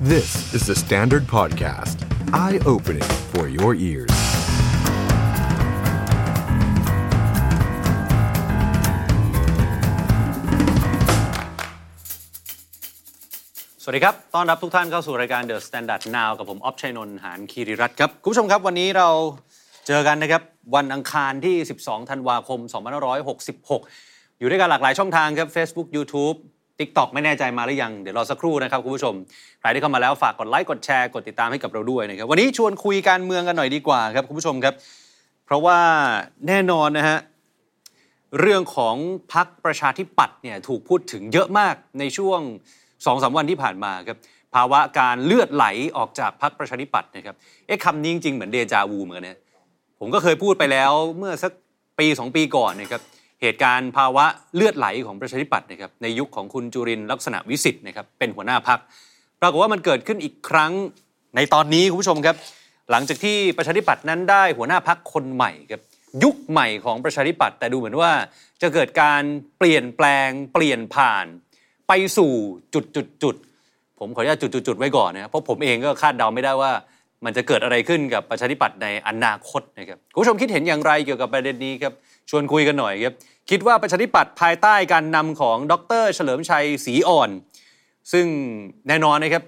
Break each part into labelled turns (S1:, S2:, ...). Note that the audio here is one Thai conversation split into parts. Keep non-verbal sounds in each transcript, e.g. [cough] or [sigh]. S1: This is the Standard Podcast. Eye opening for your ears.
S2: Standard สวัสดีครับ ต้อนรับทุกท่านเข้าสู่รายการ The Standard Now กับผมออฟชัยนนท์หานคีริรัตน์ครับ คุณผู้ชมครับวันนี้เราเจอกันนะครับ วันอังคารที่ 12 ธันวาคม 2566 อยู่ด้วยกันหลากหลายช่องทางครับ Facebook YouTube TikTok ไม่แน่ใจมาหรือยัง เดี๋ยวรอสักครู่นะครับคุณผู้ชม ใครที่เข้ามาแล้วฝากกดไลค์กดแชร์กดติดตามให้กับเราด้วยนะครับ วันนี้ชวนคุยการเมืองกันหน่อยดีกว่าครับคุณผู้ชมครับ เพราะว่าแน่นอนนะฮะ เรื่องของพักประชาธิปัตย์เนี่ยถูกพูดถึงเยอะมากในช่วงสองสามวันที่ผ่านมาครับภาวะการเลือดไหลออกจากพักประชาธิปัตย์นะครับเอ๊ะคำนี้จริงๆเหมือนเดจาวูเหมือนกันนะผมก็เคยพูดไปแล้วเมื่อสักปีสองปีก่อนนะครับเหตุการณ์ภาวะเลือดไหลของประชาธิปัตย์นะครับในยุคของคุณจุรินทร์ลักษณะวิสิทธิ์นะครับเป็นหัวหน้าพักปรากฏว่ามันเกิดขึ้นอีกครั้งในตอนนี้คุณผู้ชมครับ หลังจากที่ประชาธิปัตย์นั้นได้หัวหน้าพักคนใหม่ครับยุคใหม่ของประชาธิปัตย์แต่ดูเหมือนว่าจะเกิดการเปลี่ยนแปลงเปลี่ยนผ่าน ไปสู่จุดจุดจุดผมขออนุญาตจุดจุดจุดไว้ก่อนนะครับเพราะผมเองก็คาดเดาไม่ได้ว่า มันจะเกิดอะไรขึ้นกับประชาธิปัตย์ในอนาคตนะครับคุณผู้ชมคิดเห็นอย่างไรเกี่ยวกับประเด็นนี้ครับชวนคุยกันหน่อยครับคิดว่าประชาธิปัตย์ภายใต้การนำของดร เฉลิมชัยศรีอ่อน ซึ่งแน่นอนนะครับ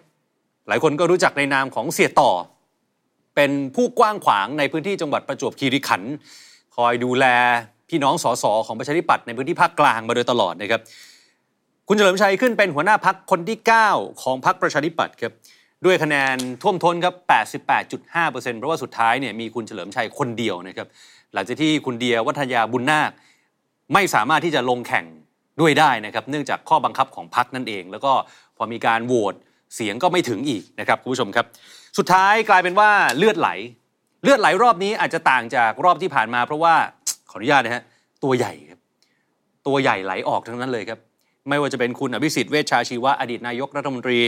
S2: หลายคนก็รู้จักในนามของเสียต่อ เป็นผู้กว้างขวางในพื้นที่จังหวัดประจวบคีรีขันธ์คอยดูแลพี่น้องสสของประชาธิปัตย์ในพื้นที่ภาคกลางมาโดยตลอดนะครับ คุณเฉลิมชัยขึ้นเป็นหัวหน้าพักคนที่ 9 ของพักประชาธิปัตย์ครับด้วยคะแนนท่วมท้นครับ 88.5%เพราะว่าสุดท้ายเนี่ยมีคุณเฉลิมชัยคนเดียวนะครับหลังจากที่คุณเดียวัฒยาบุญนาค ไม่สามารถที่จะลงแข่งด้วยได้นะครับ เนื่องจากข้อบังคับของพักนั่นเอง แล้วก็พอมีการโหวตเสียงก็ไม่ถึงอีกนะครับคุณผู้ชมครับ สุดท้ายกลายเป็นว่าเลือดไหล เลือดไหลรอบนี้อาจจะต่างจากรอบที่ผ่านมา เพราะว่า ขออนุญาตนะฮะตัวใหญ่ครับ ตัวใหญ่ไหลออกทั้งนั้นเลยครับ ไม่ว่าจะเป็นคุณอภิสิทธิ์เวชชาชีวะอดีตนายกรัฐมนตรี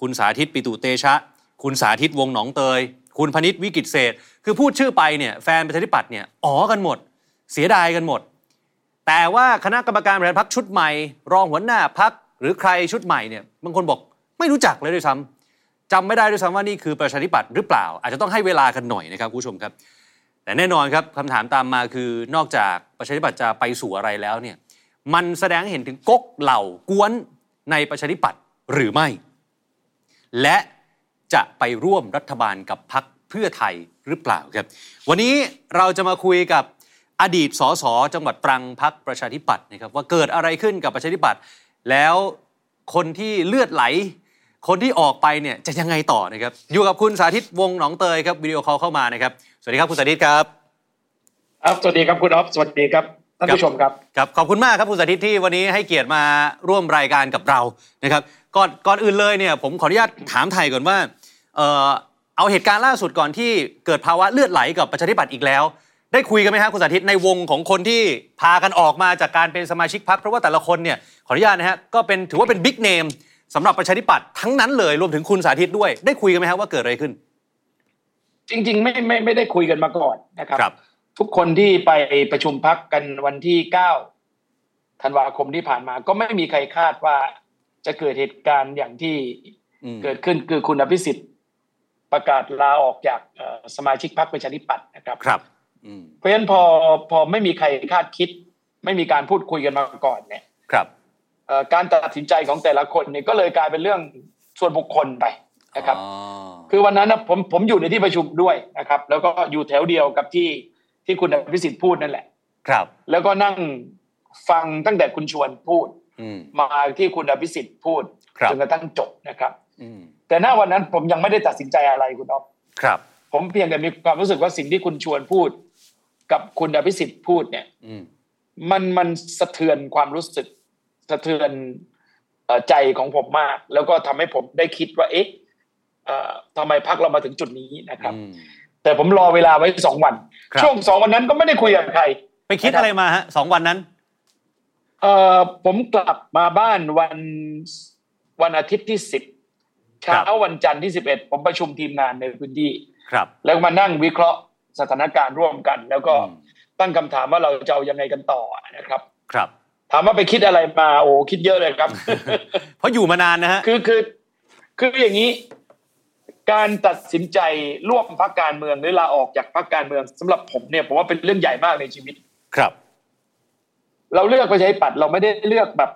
S2: คุณสาธิตปิตุเตชะ คุณสาธิตวงศ์หนองเตย คุณพนิษฐ์วิกิตเศษ คือพูดชื่อไปเนี่ยแฟนประชาธิปัตย์เนี่ยอ๋อกันหมด เสียดายกันหมด แต่ว่าคณะกรรมการบริหารพักชุดใหม่ รองหัวหน้าพักหรือใครชุดใหม่เนี่ยบางคนบอกไม่รู้จักเลยด้วยซ้ำจำไม่ได้ด้วยซ้ำว่านี่คือประชาธิปัตย์หรือเปล่า อาจจะต้องให้เวลากันหน่อยนะครับคุณผู้ชมครับ แต่แน่นอนครับคำถามตามมาคือนอกจากประชาธิปัตย์จะไปสู่อะไรแล้วเนี่ยมันแสดงให้เห็นถึงก๊กเหล่ากวนในประชาธิปัตย์หรือไม่ และจะไปร่วมรัฐบาลกับพักเพื่อไทยหรือเปล่าครับ วันนี้เราจะมาคุยกับอดีตสสจังหวัดตรังพักประชาธิปัตย์นะครับว่าเกิดอะไรขึ้นกับประชาธิปัตย์แล้วคนที่เลือดไหล คนที่ออกไปเนี่ยจะยังไงต่อนะครับ อยู่กับคุณสาธิตวงศ์หนองเตยครับวิดีโอคอลเข้ามานะครับ สวัสดีครับคุณสาธิตครับ
S3: ครับสวัสดีครับคุณออฟสวัสดีครับท่านผู้ชมครับ
S2: ครับขอบคุณมากครับคุณสาธิตที่วันนี้ให้เกียรติมาร่วมรายการกับเรานะครับก่อนก่อนอื่นเลยเนี่ยผมขออนุญาตถามไทยก่อนว่าเอ่อเอาเหตุการณ์ล่าสุดก่อนที่เกิดภาวะเลือดไหลกับประชาธิปัตย์อีกแล้ว ได้คุยกันไหมครับคุณสาธิตในวงของคนที่พากันออกมาจากการเป็นสมาชิกพรรคเพราะว่าแต่ละคนเนี่ยขออนุญาตนะฮะก็เป็นถือว่าเป็นบิ๊กเนมสำหรับประชาธิปัตย์ทั้งนั้นเลยรวมถึงคุณสาธิตด้วยได้คุยกันไหมครับว่าเกิดอะไรขึ้น
S3: จริง ๆ ไม่ไม่ไม่ได้คุยกันมาก่อนนะครับ
S2: ครับ
S3: ทุกคนที่ไปประชุมพักกันวันที่เก้าธันวาคมที่ผ่านมา ก็ไม่มีใครคาดว่าจะเกิดเหตุการณ์อย่างที่
S2: อืม
S3: เกิดขึ้นคือคุณอภิสิทธิ์ประกาศลาออกจากเอ่อสมาชิกพรรคประชาธิปัตย์นะครับ
S2: ครับอืม
S3: เพราะฉะนั้นพอพอไม่มีใครคาดคิด ไม่มีการพูดคุยกันมาก่อนเนี่ย
S2: ครับ
S3: เอ่อการตัดสินใจของแต่ละคนเนี่ยก็เลยกลายเป็นเรื่องส่วนบุคคลไปนะครับ
S2: อ๋อ
S3: คือวันนั้นนะผมผมอยู่ในที่ประชุมด้วยนะครับ แล้วก็อยู่แถวเดียวกับที่ที่คุณอภิสิทธิ์พูดนั่นแหละ
S2: ครับ
S3: แล้วก็นั่งฟังตั้งแต่คุณชวนพูด
S2: อืม
S3: มาที่คุณอภิสิทธิ์พูด
S2: ครับ
S3: จนกระทั่งจบนะครับ
S2: อืม
S3: แต่ณวันนั้นผมยังไม่ได้ตัดสินใจอะไรคุณอ๊อฟ
S2: ครับ
S3: ผมเพียงแต่มีความรู้สึกว่าสิ่งที่คุณชวนพูด กับคุณอภิสิทธิ์พูดเนี่ย
S2: อืม
S3: มันมันสะเทือนความรู้สึกสะเทือนเอ่อใจของผมมาก แล้วก็ทำให้ผมได้คิดว่าเอ๊ะเอ่อทำไมพักเรามาถึงจุดนี้นะครับ
S2: อืม
S3: แต่ผมรอเวลาไว้สองวัน
S2: ครับ
S3: ช่วงสองวันนั้นก็ไม่ได้คุยกับใคร
S2: ไปคิดอะไรมาฮะสองวันนั้น
S3: เอ่อผมกลับมาบ้านวันวันอาทิตย์ที่สิบ
S2: ครับ
S3: เช้าวันจันทร์ที่สิบเอ็ดผมประชุมทีมงานในพื้นที่
S2: ครับ
S3: แล้วมานั่งวิเคราะห์สถานการณ์ร่วมกัน แล้วก็
S2: อืม
S3: ตั้งคำถามว่าเราจะเอายังไงกันต่อนะครับ
S2: ครับ
S3: ถามว่าไปคิดอะไร
S2: [laughs]
S3: มาโอ้คิดเยอะเลยครับ
S2: เพราะอยู่มานานนะฮะ
S3: คือคือคืออย่างนี้ การตัดสินใจร่วมพักการเมืองหรือลาออกจากพักการเมืองสำหรับผมเนี่ยผมว่าเป็นเรื่องใหญ่มากในชีวิต
S2: ครับ
S3: เราเลือกประชาธิปัตย์เราไม่ได้เลือกแบบ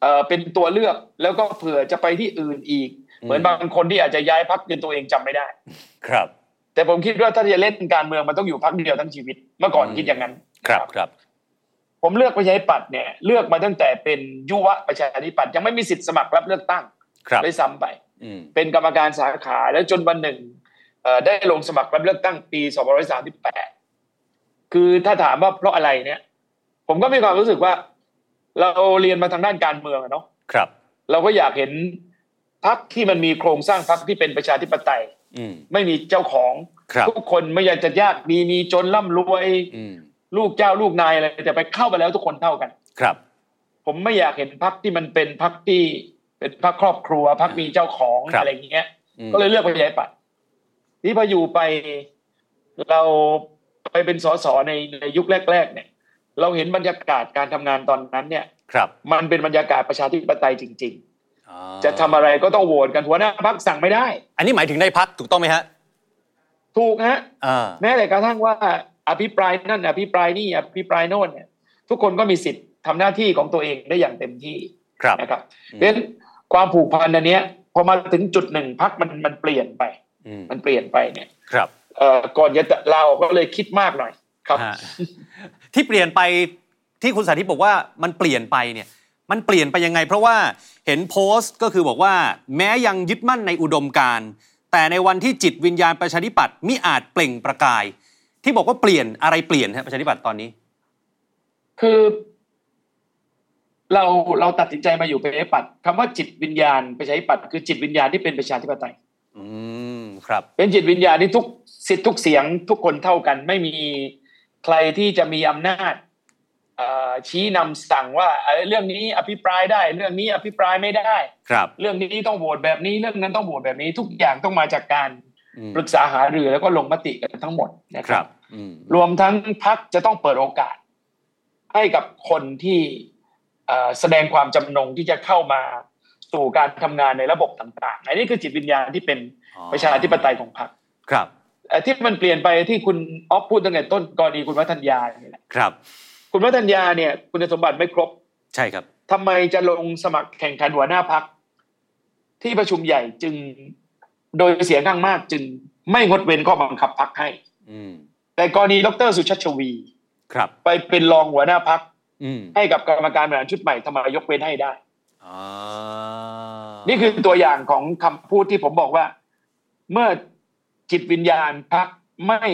S3: เออเป็นตัวเลือกแล้วก็เผื่อจะไปที่อื่นอีก
S2: อืม
S3: เหมือนบางคนที่อาจจะย้ายพักจนตัวเองจำไม่ได้
S2: ครับ
S3: แต่ผมคิดว่าถ้าจะเล่นการเมืองมันต้องอยู่พักเดียวทั้งชีวิตเมื่อก่อน
S2: อืม
S3: คิดอย่างนั้น
S2: ครับครับ
S3: ผมเลือกประชาธิปัตย์เนี่ยเลือกมาตั้งแต่เป็นยุวประชาธิปัตย์ยังไม่มีสิทธิ์สมัครรับเลือกตั้ง
S2: ครับ
S3: เลยซ้ำไป
S2: อืม
S3: เป็นกรรมการสาขาแล้วจนวันหนึ่งเอ่อได้ลงสมัครรับเลือกตั้งปี 2538 คือถ้าถามว่าเพราะอะไรเนี่ย ผมก็มีความรู้สึกว่า เราเรียนมาทางด้านการเมืองอะเนาะ
S2: ครับ
S3: เราก็อยากเห็นพักที่มันมีโครงสร้างพักที่เป็นประชาธิปไตย
S2: อืม
S3: ไม่มีเจ้าของ
S2: ครับ
S3: ทุกคนไม่อยากจะยากมีมีจนร่ำรวย
S2: อืม
S3: ลูกเจ้าลูกนายอะไรแต่ไปเข้าไปแล้วทุกคนเท่ากัน
S2: ครับ
S3: ผมไม่อยากเห็นพักที่มันเป็นพักที่เป็นพักครอบครัวพักมีเจ้าของอะไรอย่างเงี้ย
S2: อืม
S3: ก็เลยเลือกประชาธิปัตย์นี่พออยู่ไปเราไปเป็นสสในในยุคแรก ๆ เนี่ย เราเห็นบรรยากาศการทำงานตอนนั้นเนี่ย
S2: ครับ
S3: มันเป็นบรรยากาศประชาธิปไตยจริง
S2: อ่า
S3: ๆ จะทำอะไรก็ต้องโหวตกันหัวหน้าพักสั่งไม่ได้
S2: อันนี้หมายถึงในพักถูกต้องไหมฮะ
S3: ถูกฮะ
S2: อ่า
S3: แม้แต่กระทั่งว่า อภิปรายนั่นอภิปรายนี่อภิปรายโน่นเนี่ย ทุกคนก็มีสิทธิ์ทำหน้าที่ของตัวเองได้อย่างเต็มที่
S2: ครับ
S3: นะครับ
S2: อืม
S3: เพราะฉะนั้นความผูกพันอันเนี้ยพอมาถึงจุดหนึ่งพักมันมันเปลี่ยนไป
S2: อืม
S3: มันเปลี่ยนไปเนี่ย
S2: ครับ
S3: เอ่อก่อนจะลาออกก็เลยคิดมากหน่อยครับ
S2: ฮะ [laughs] ที่เปลี่ยนไปที่คุณสาธิตบอกว่ามันเปลี่ยนไปเนี่ย มันเปลี่ยนไปยังไง เพราะว่าเห็นโพสต์ก็คือบอกว่า แม้ยังยึดมั่นในอุดมการณ์แต่ในวันที่จิตวิญญาณประชาธิปัตย์มิอาจเปล่งประกาย ที่บอกว่าเปลี่ยนอะไรเปลี่ยนฮะประชาธิปัตย์ตอนนี้
S3: คือ เราเราตัดสินใจมาอยู่ประชาธิปัตย์คำว่าจิตวิญญาณประชาธิปัตย์คือจิตวิญญาณที่เป็นประชาธิปไตย
S2: อืมครับ
S3: เป็นจิตวิญญาณที่ทุกสิทธิ์ทุกเสียง ทุกคนเท่ากัน ไม่มีใครที่จะมีอำนาจเอ่อชี้นำสั่งว่าเอ่อเรื่องนี้อภิปรายได้ เรื่องนี้อภิปรายไม่ได้
S2: ครับ
S3: เรื่องนี้ต้องโหวตแบบนี้ เรื่องนั้นต้องโหวตแบบนี้ ทุกอย่างต้องมาจากการ
S2: อืม
S3: ปรึกษาหารือแล้วก็ลงมติกันทั้งหมด
S2: ค
S3: นะค
S2: รั
S3: รั
S2: บบ อืม
S3: รวมทั้งพักจะต้องเปิดโอกาส ให้กับคนที่เอ่อแสดงความจำนงที่จะเข้ามาสู่การทำงานในระบบต่างๆอันนี้คือจิตวิญญาณที่เป็น
S2: อ๋อ
S3: ประชาธิปไตยของพรรค
S2: ครับ
S3: เอ่อที่มันเปลี่ยนไปที่คุณออฟพูดตั้งแต่ต้นกรณีคุณวัฒนยาเนี่ยแหละ
S2: ครับ
S3: คุณวัฒนยาเนี่ยคุณสมบัติไม่ครบ
S2: ใช่ครับ
S3: ทำไมจะลงสมัครแข่งขันหัวหน้าพัก ที่ประชุมใหญ่จึงโดยเสียงข้างมากจึงไม่งดเว้นข้อบังคับพักให้
S2: อืม
S3: แต่กรณีดรสุชาติชวี
S2: ครับ
S3: ไปเป็นรองหัวหน้าพัก
S2: อืม
S3: ให้กับกรรมการบริหารชุดใหม่ทำไมยกเว้นให้ได้
S2: อ่า
S3: นี่คือตัวอย่างของคำพูดที่ผมบอกว่า เมื่อจิตวิญญาณพักไม่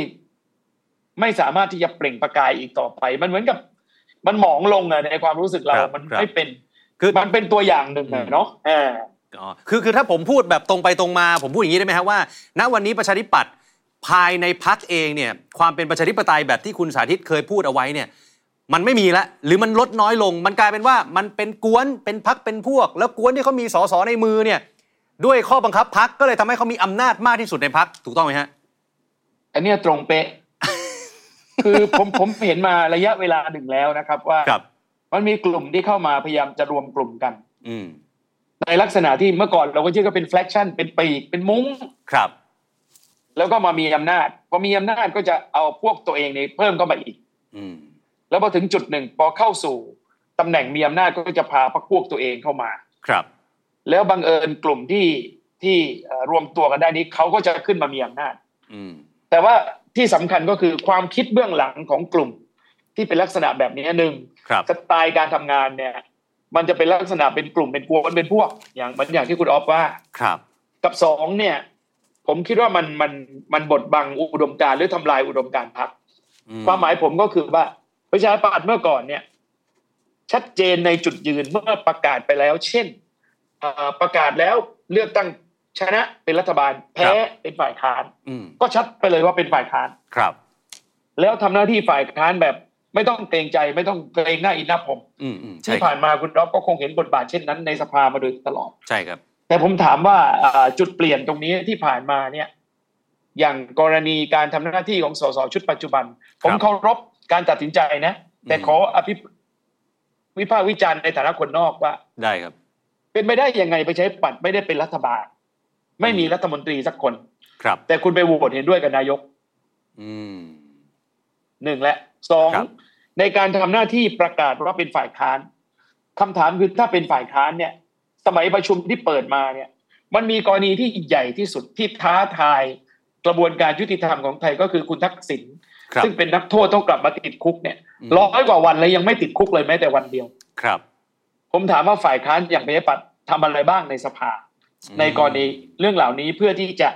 S3: ไม่สามารถที่จะเปล่งประกายอีกต่อไป มันเหมือนกับมันหมองลงอะในความรู้สึกเรา
S2: ครับ
S3: มัน
S2: ครับ
S3: ไม่เป็น
S2: คือ
S3: มันเป็นตัวอย่างหนึ่งอะ
S2: อืม
S3: เนาะเออ
S2: อ๋อคือคือถ้าผมพูดแบบตรงไปตรงมา ผมพูดอย่างนี้ได้ไหมครับว่า ณวันนี้ประชาธิปัตย์ภายในพักเองเนี่ย ความเป็นประชาธิปไตยแบบที่คุณสาธิตเคยพูดเอาไว้เนี่ย มันไม่มีละหรือมันลดน้อยลง มันกลายเป็นว่ามันเป็นกวนเป็นพักเป็นพวก แล้วกวนที่เขามีสสในมือเนี่ย ด้วยข้อบังคับพักก็เลยทำให้เขามีอำนาจมากที่สุดในพักถูกต้องไหมฮะ
S3: อันเนี้ยตรงเป๊ะ คือผมผมเห็นมาระยะเวลาหนึ่งแล้วนะครับ ว่า
S2: ครับ
S3: มันมีกลุ่มที่เข้ามาพยายามจะรวมกลุ่มกัน
S2: อืม
S3: ในลักษณะที่เมื่อก่อนเราก็ชื่อก็เป็นแฟลกชั่นเป็นปีกเป็นมุ้ง
S2: ครับ
S3: แล้วก็มามีอำนาจพอมีอำนาจก็จะเอาพวกตัวเองเนี่ยเพิ่มเข้ามาอีก
S2: อืม
S3: แล้วพอถึงจุดหนึ่งพอเข้าสู่ตำแหน่งมีอำนาจก็จะพาพรรคพวกตัวเองเข้ามา
S2: ครับ
S3: แล้วบังเอิญกลุ่มที่ที่เอ่อรวมตัวกันได้นี้เขาก็จะขึ้นมามีอำนาจ
S2: อืม
S3: แต่ว่าที่สำคัญก็คือความคิดเบื้องหลังของกลุ่ม ที่เป็นลักษณะแบบนี้หนึ่ง
S2: ครับ
S3: สไตล์การทำงานเนี่ย มันจะเป็นลักษณะเป็นกลุ่มเป็นกวนเป็นพวก อย่างเหมันอย่างที่คุณออฟว่า
S2: ครับ
S3: กับสองเนี่ย ผมคิดว่ามันมันมันบดบังอุดมการณ์หรือทำลายอุดมการณ์พรรค
S2: อื
S3: ความหมายผมก็คือว่าประชาธิปัตย์เมื่อก่อนเนี่ย ชัดเจนในจุดยืนเมื่อประกาศไปแล้ว เช่นเอ่อประกาศแล้วเลือกตั้งชนะเป็นรัฐบาล แพ้เป็นฝ่ายค้าน
S2: อืม
S3: ก็ชัดไปเลยว่าเป็นฝ่ายค้าน
S2: ครับ
S3: แล้วทำหน้าที่ฝ่ายค้านแบบ ไม่ต้องเกรงใจไม่ต้องเกรงหน้าอินหน้าผม
S2: อืมอืมใช่
S3: ที่
S2: ครั
S3: ผ่า
S2: บ
S3: นมาคุณรอบก็คงเห็นบทบาทเช่นนั้นในสภามาโดยตลอด
S2: ใช่ครับ
S3: แต่ผมถามว่าเอ่อจุดเปลี่ยนตรงนี้ที่ผ่านมาเนี่ย อย่างกรณีการทำหน้าที่ของสสชุดปัจจุบัน ผมเคารพการตัดสินใจนะ แต่
S2: อืม
S3: ขออภิปวิพากษ์วิจารณ์ในฐานะคนนอกว่า
S2: ได้ครับ
S3: เป็นไปได้ยังไงไปใช้ปัดไม่ได้เป็นรัฐบาล ไม่มีรัฐมนตรีสักคน
S2: ครับ
S3: แต่คุณไปโหวตเห็นด้วยกับนายก
S2: อืม
S3: หนึ่งและสอง
S2: ครับ
S3: ในการทำหน้าที่ประกาศว่าเป็นฝ่ายค้านคำถามคือถ้าเป็นฝ่ายค้านเนี่ย สมัยประชุมที่เปิดมาเนี่ย มันมีกรณีที่ใหญ่ที่สุดที่ท้าทายกระบวนการยุติธรรมของไทยก็คือคุณทักษิณ
S2: ครับ
S3: ซึ่งเป็นนักโทษต้องกลับมาติดคุกเนี่ย
S2: อืม
S3: ร้อยกว่าวันแล้วยังไม่ติดคุกเลยแม้แต่วันเดียว
S2: ครับ
S3: ผมถามว่าฝ่ายค้านอย่างประชาธิปัตย์ทำอะไรบ้างในสภา ในกรณีเรื่องเหล่านี้เพื่อที่จะ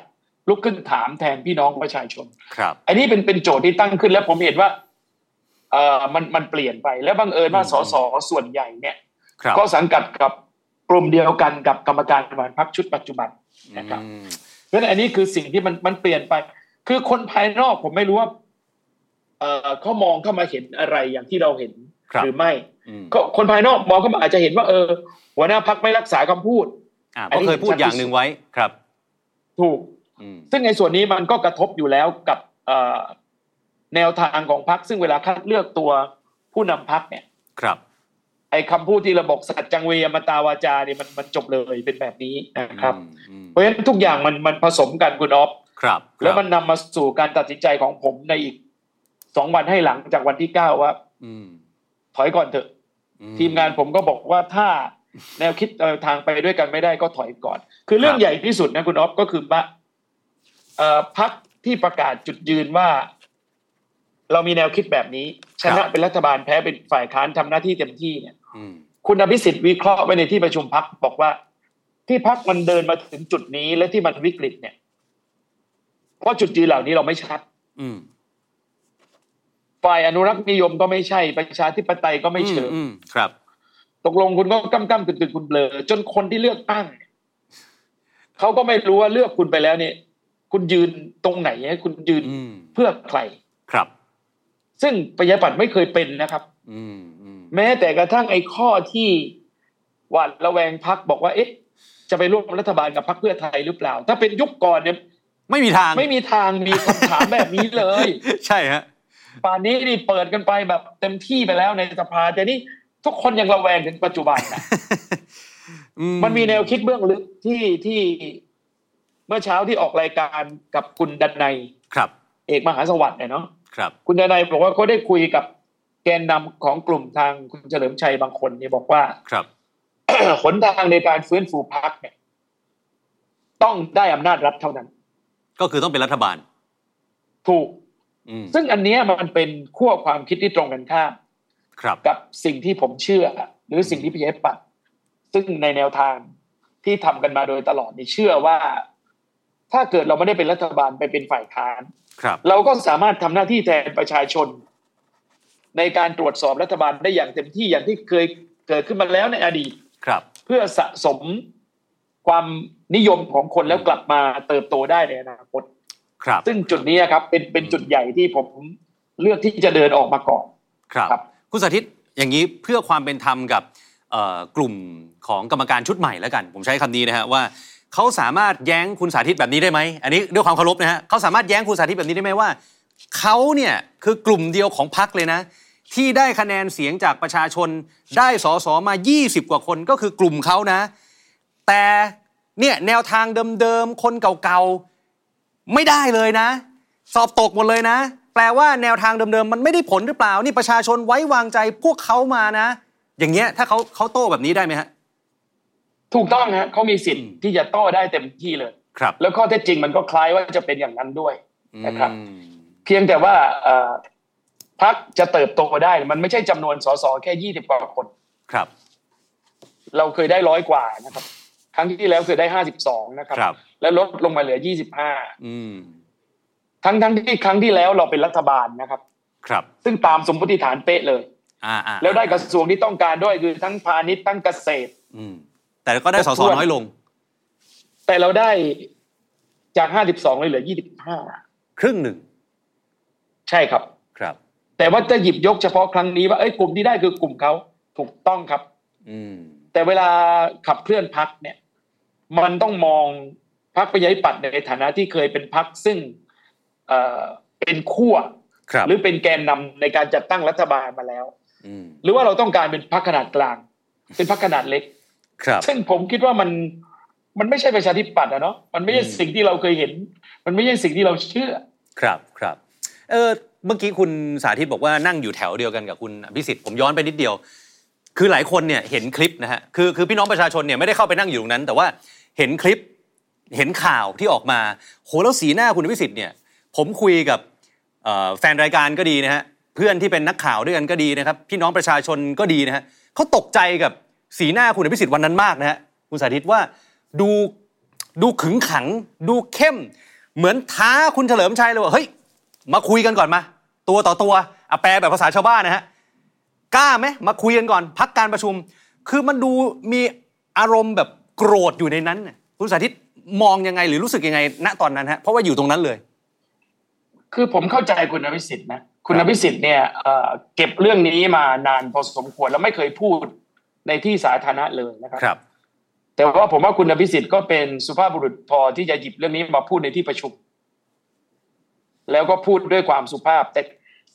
S3: ลุกขึ้นถามแทนพี่น้องประชาชน
S2: ครับ
S3: อันนี้เป็นเป็นโจทย์ที่ตั้งขึ้นแล้วผมเห็นว่าเออมันมันเปลี่ยนไปและบังเอิญว่า
S2: อืม
S3: สสส่วนใหญ่เนี่ย
S2: ครับ
S3: ก็สังกัดกับกลุ่มเดียวกันกับกรรมการบริหารพรรคชุดปัจจุบัน นะครับ
S2: อืม
S3: เพราะฉะนั้นอันนี้คือสิ่งที่มันมันเปลี่ยนไป คือคนภายนอกผมไม่รู้ว่าเออเขามองเข้ามาเห็นอะไรอย่างที่เราเห็น
S2: ครับ
S3: หรือไม่
S2: อืม
S3: ก็คนภายนอกมองเข้ามาอาจจะเห็นว่าเออ หัวหน้าพักไม่รักษาคำพูด
S2: อ่า
S3: อัน
S2: ก็
S3: นี้
S2: เคยพูดอย่างหนึ่งไว้ครับ
S3: ถูก
S2: อืม
S3: ซึ่งในส่วนนี้มันก็กระทบอยู่แล้วกับเอ่อแนวทางของพรรคซึ่งเวลาคัดเลือกตัวผู้นำพรรคเนี่ย
S2: ครับ
S3: ไอ้คำพูดที่เราบอกสัจจังเวอมตาวาจาเนี่ยมันมันจบเลยเป็นแบบนี้นะครับ
S2: อืมอืม
S3: เพราะฉะนั้นทุกอย่างมันมันผสมกันคุณออฟ
S2: ครับ
S3: แล้วมันนำมาสู่การตัดสินใจของผมในอีกสองวันให้หลังจากวันที่เก้าว่า
S2: อืม
S3: ถอยก่อนเถอะ
S2: อื
S3: ทีมงานผมก็บอกว่าถ้า [laughs] แนวคิดเอ่อทางไปด้วยกันไม่ได้ก็ถอยก่อน คือเรื่อ
S2: ค
S3: ง
S2: รับ
S3: ใหญ่ที่สุดนะคุณอ๊อฟก็คือว่าเอ่อพักที่ประกาศจุดยืนว่า เรามีแนวคิดแบบนี้ ช
S2: ครั
S3: นะ
S2: บ
S3: เป็นรัฐบาลแพ้เป็นฝ่ายค้านทำหน้าที่เต็มที่เนี่ย
S2: อืม
S3: คุณอภิสิทธิ์วิเคราะห์ไว้ในที่ประชุมพักบอกว่า ที่พักมันเดินมาถึงจุดนี้และที่มันวิกฤตเนี่ยเพราะจุดยืนเหล่านี้เราไม่ชัด
S2: อืม
S3: ฝ่ายอนุรักษ์นิยมก็ไม่ใช่ประชาธิปไตยก็ไม่เชิง
S2: อืมครับ
S3: ตกลงคุณก็กั้มกั้มกึ่งกึ่งคุณเบลอจนคนที่เลือกตั้งเนี่ยเขาก็ไม่รู้ว่าเลือกคุณไปแล้วเนี่ย คุณยืนตรงไหนคุณยืน
S2: อืม
S3: เพื่อใคร
S2: ครับ
S3: ซึ่งประชาธิปัตย์ไม่เคยเป็นนะครับ
S2: อืมอืม
S3: แม้แต่กระทั่งไอ้ข้อที่หวาดระแวงพักบอกว่าเอ๊ะ จะไปร่วมรัฐบาลกับพรรคเพื่อไทยหรือเปล่า ถ้าเป็นยุคก่อนเนี่ย
S2: ไม่มีทาง
S3: ไม่มีทางมีคำถามแบบนี้เลย
S2: [laughs] ใช่ฮะ
S3: ป่านนี้นี่เปิดกันไปแบบเต็มที่ไปแล้วในสภาแต่นี่ทุกคนยังระแวงถึงปัจจุบันนะ
S2: อื
S3: มันมีแนวคิดเบื้องลึกที่ที่เมื่อเช้าที่ออกรายการกับคุณดันในย
S2: ครับ
S3: เอกมหาสวัสดิ์เนี่ยเนาะ
S2: ครับ
S3: คุณดันในยบอกว่าเขาได้คุยกับแกนนำของกลุ่มทางคุณเฉลิมชัยบางคนเนี่ยบอกว่า [coughs]
S2: ครับ
S3: หนทางในการฟื้นฟูพักเนี่ย ต้องได้อำนาจรัฐเท่านั้น
S2: ก็คือต้องเป็นรัฐบาล
S3: ถูก
S2: อืม
S3: ซึ่งอันเนี้ยมันเป็นขั้วความคิดที่ตรงกันข้าม
S2: ครับ
S3: กับสิ่งที่ผมเชื่อ หรือสิ่งที่พี่เอปัดซึ่งในแนวทางที่ทำกันมาโดยตลอดนี่เชื่อว่า ถ้าเกิดเราไม่ได้เป็นรัฐบาลไปเป็นฝ่ายค้าน
S2: ครับ
S3: เราก็สามารถทำหน้าที่แทนประชาชน ในการตรวจสอบรัฐบาลได้อย่างเต็มที่อย่างที่เคยเกิดขึ้นมาแล้วในอดีต
S2: ครับ
S3: เพื่อสะสมความนิยมของคนแล้วกลับมาเติบโตได้ในอนาคต
S2: ครับ
S3: ซึ่งจุดนี้ครับ เป็นเป็นจุดใหญ่ที่ผมเลือกที่จะเดินออกมาก่อน
S2: ครับ
S3: ครับ
S2: คุณสาธิต อย่างนี้เพื่อความเป็นธรรมกับเอ่อกลุ่มของกรรมการชุดใหม่แล้วกัน ผมใช้คำนี้นะฮะว่าเขาสามารถแย้งคุณสาธิตแบบนี้ได้ไหม อันนี้ด้วยความเคารพนะฮะเขาสามารถแย้งคุณสาธิตแบบนี้ได้ไหมว่าเขาเนี่ยคือกลุ่มเดียวของพักเลยนะ ที่ได้คะแนนเสียงจากประชาชนได้สสมา 20 กว่าคนก็คือกลุ่มเขานะ แต่เนี่ยแนวทางเดิมๆ คนเก่าๆ ไม่ได้เลยนะ สอบตกหมดเลยนะ แปลว่าแนวทางเดิมๆ มันไม่ได้ผลหรือเปล่า นี่ประชาชนไว้วางใจพวกเขามานะ อย่างเงี้ยถ้าเขาเขาโต้แบบนี้ได้ไหมฮะ
S3: ถูกต้องฮะเขามีสิทธิ์ที่จะโต้ได้เต็มที่เลย
S2: ครับ
S3: แล้วข้อเท็จจริงมันก็คล้ายว่าจะเป็นอย่างนั้นด้วย นะครับ
S2: อืม
S3: เพียงแต่ว่าเอ่อพักจะเติบโตได้มันไม่ใช่จำนวนสสแค่ยี่สิบกว่าคน
S2: ครับ
S3: เราเคยได้ร้อยกว่านะครับ ครั้งที่แล้วเคยได้ห้าสิบสองนะครับ
S2: ครับ
S3: แล้วลดลงมาเหลือยี่สิบห้า
S2: อืม
S3: ทั้งทั้งที่ครั้งที่แล้วเราเป็นรัฐบาลนะครับ
S2: ครับ
S3: ซึ่งตามสมมติฐานเป๊ะเลย
S2: อ่าอ่า
S3: แล้วได้กระทรวงที่ต้องการด้วยคือทั้งพาณิชย์ทั้งเกษตร
S2: อืมแต่ก็ได้สสน้อยลง
S3: แต่เราได้จากห้าสิบสองเลยเหลือยี่สิบห้า
S2: ครึ่งหนึ่ง
S3: ใช่ครับ
S2: ครับ
S3: แต่ว่าจะหยิบยกเฉพาะครั้งนี้ว่าเอ้ยกลุ่มที่ได้คือกลุ่มเขาถูกต้องครับ
S2: อืม
S3: แต่เวลาขับเคลื่อนพักเนี่ย มันต้องมองพักประชาธิปัตย์ในฐานะที่เคยเป็นพักซึ่งเอ่อเป็นขั้ว
S2: ครับ
S3: หรือเป็นแกนนำในการจัดตั้งรัฐบาลมาแล้ว
S2: อืม
S3: หรือว่าเราต้องการเป็นพักขนาดกลาง เป็นพักขนาดเล็ก
S2: ครับ
S3: ซึ่งผมคิดว่ามัน มันไม่ใช่ประชาธิปัตย์อะเนาะมันไม่ใช่
S2: อืม
S3: สิ่งที่เราเคยเห็น มันไม่ใช่สิ่งที่เราเชื่อ
S2: ครับครับเออเมื่อกี้คุณสาธิตบอกว่านั่งอยู่แถวเดียวกันกับคุณอภิสิทธิ์ผมย้อนไปนิดเดียว คือหลายคนเนี่ยเห็นคลิปนะฮะคือคือพี่น้องประชาชนเนี่ยไม่ได้เข้าไปนั่งอยู่ตรงนั้น แต่ว่าเห็นคลิปเห็นข่าวที่ออกมาโหแล้วสีหน้าคุณอภิสิทธิ์เนี่ย ผมคุยกับเอ่อแฟนรายการก็ดีนะฮะเพื่อนที่เป็นนักข่าวด้วยกันก็ดีนะครับ พี่น้องประชาชนก็ดีนะฮะเขาตกใจกับสีหน้าคุณอภิสิทธิ์วันนั้นมากนะฮะคุณสาธิตว่าดูดูขึงขัง ดูเข้ม เหมือนท้าคุณเฉลิมชัยเลยว่าเฮ้ย มาคุยกันก่อนมา ตัวต่อตัวอะแปลแบบภาษาชาวบ้านนะฮะ กล้าไหมมาคุยกันก่อนพักการประชุม คือมันดูมีอารมณ์แบบโกรธอยู่ในนั้นน่ะคุณสาธิตมองยังไงหรือรู้สึกยังไง ณตอนนั้นฮะเพราะว่าอยู่ตรงนั้นเลย
S3: คือผมเข้าใจคุณอภิสิทธิ์นะคุณอภิสิทธิ์เนี่ยเอ่อเก็บเรื่องนี้มานานพอสมควรแล้วไม่เคยพูดในที่สาธารณะเลยนะครับ แต่ว่าผมว่าคุณอภิสิทธิ์ก็เป็นสุภาพบุรุษพอที่จะหยิบเรื่องนี้มาพูดในที่ประชุม แล้วก็พูดด้วยความสุภาพ แต่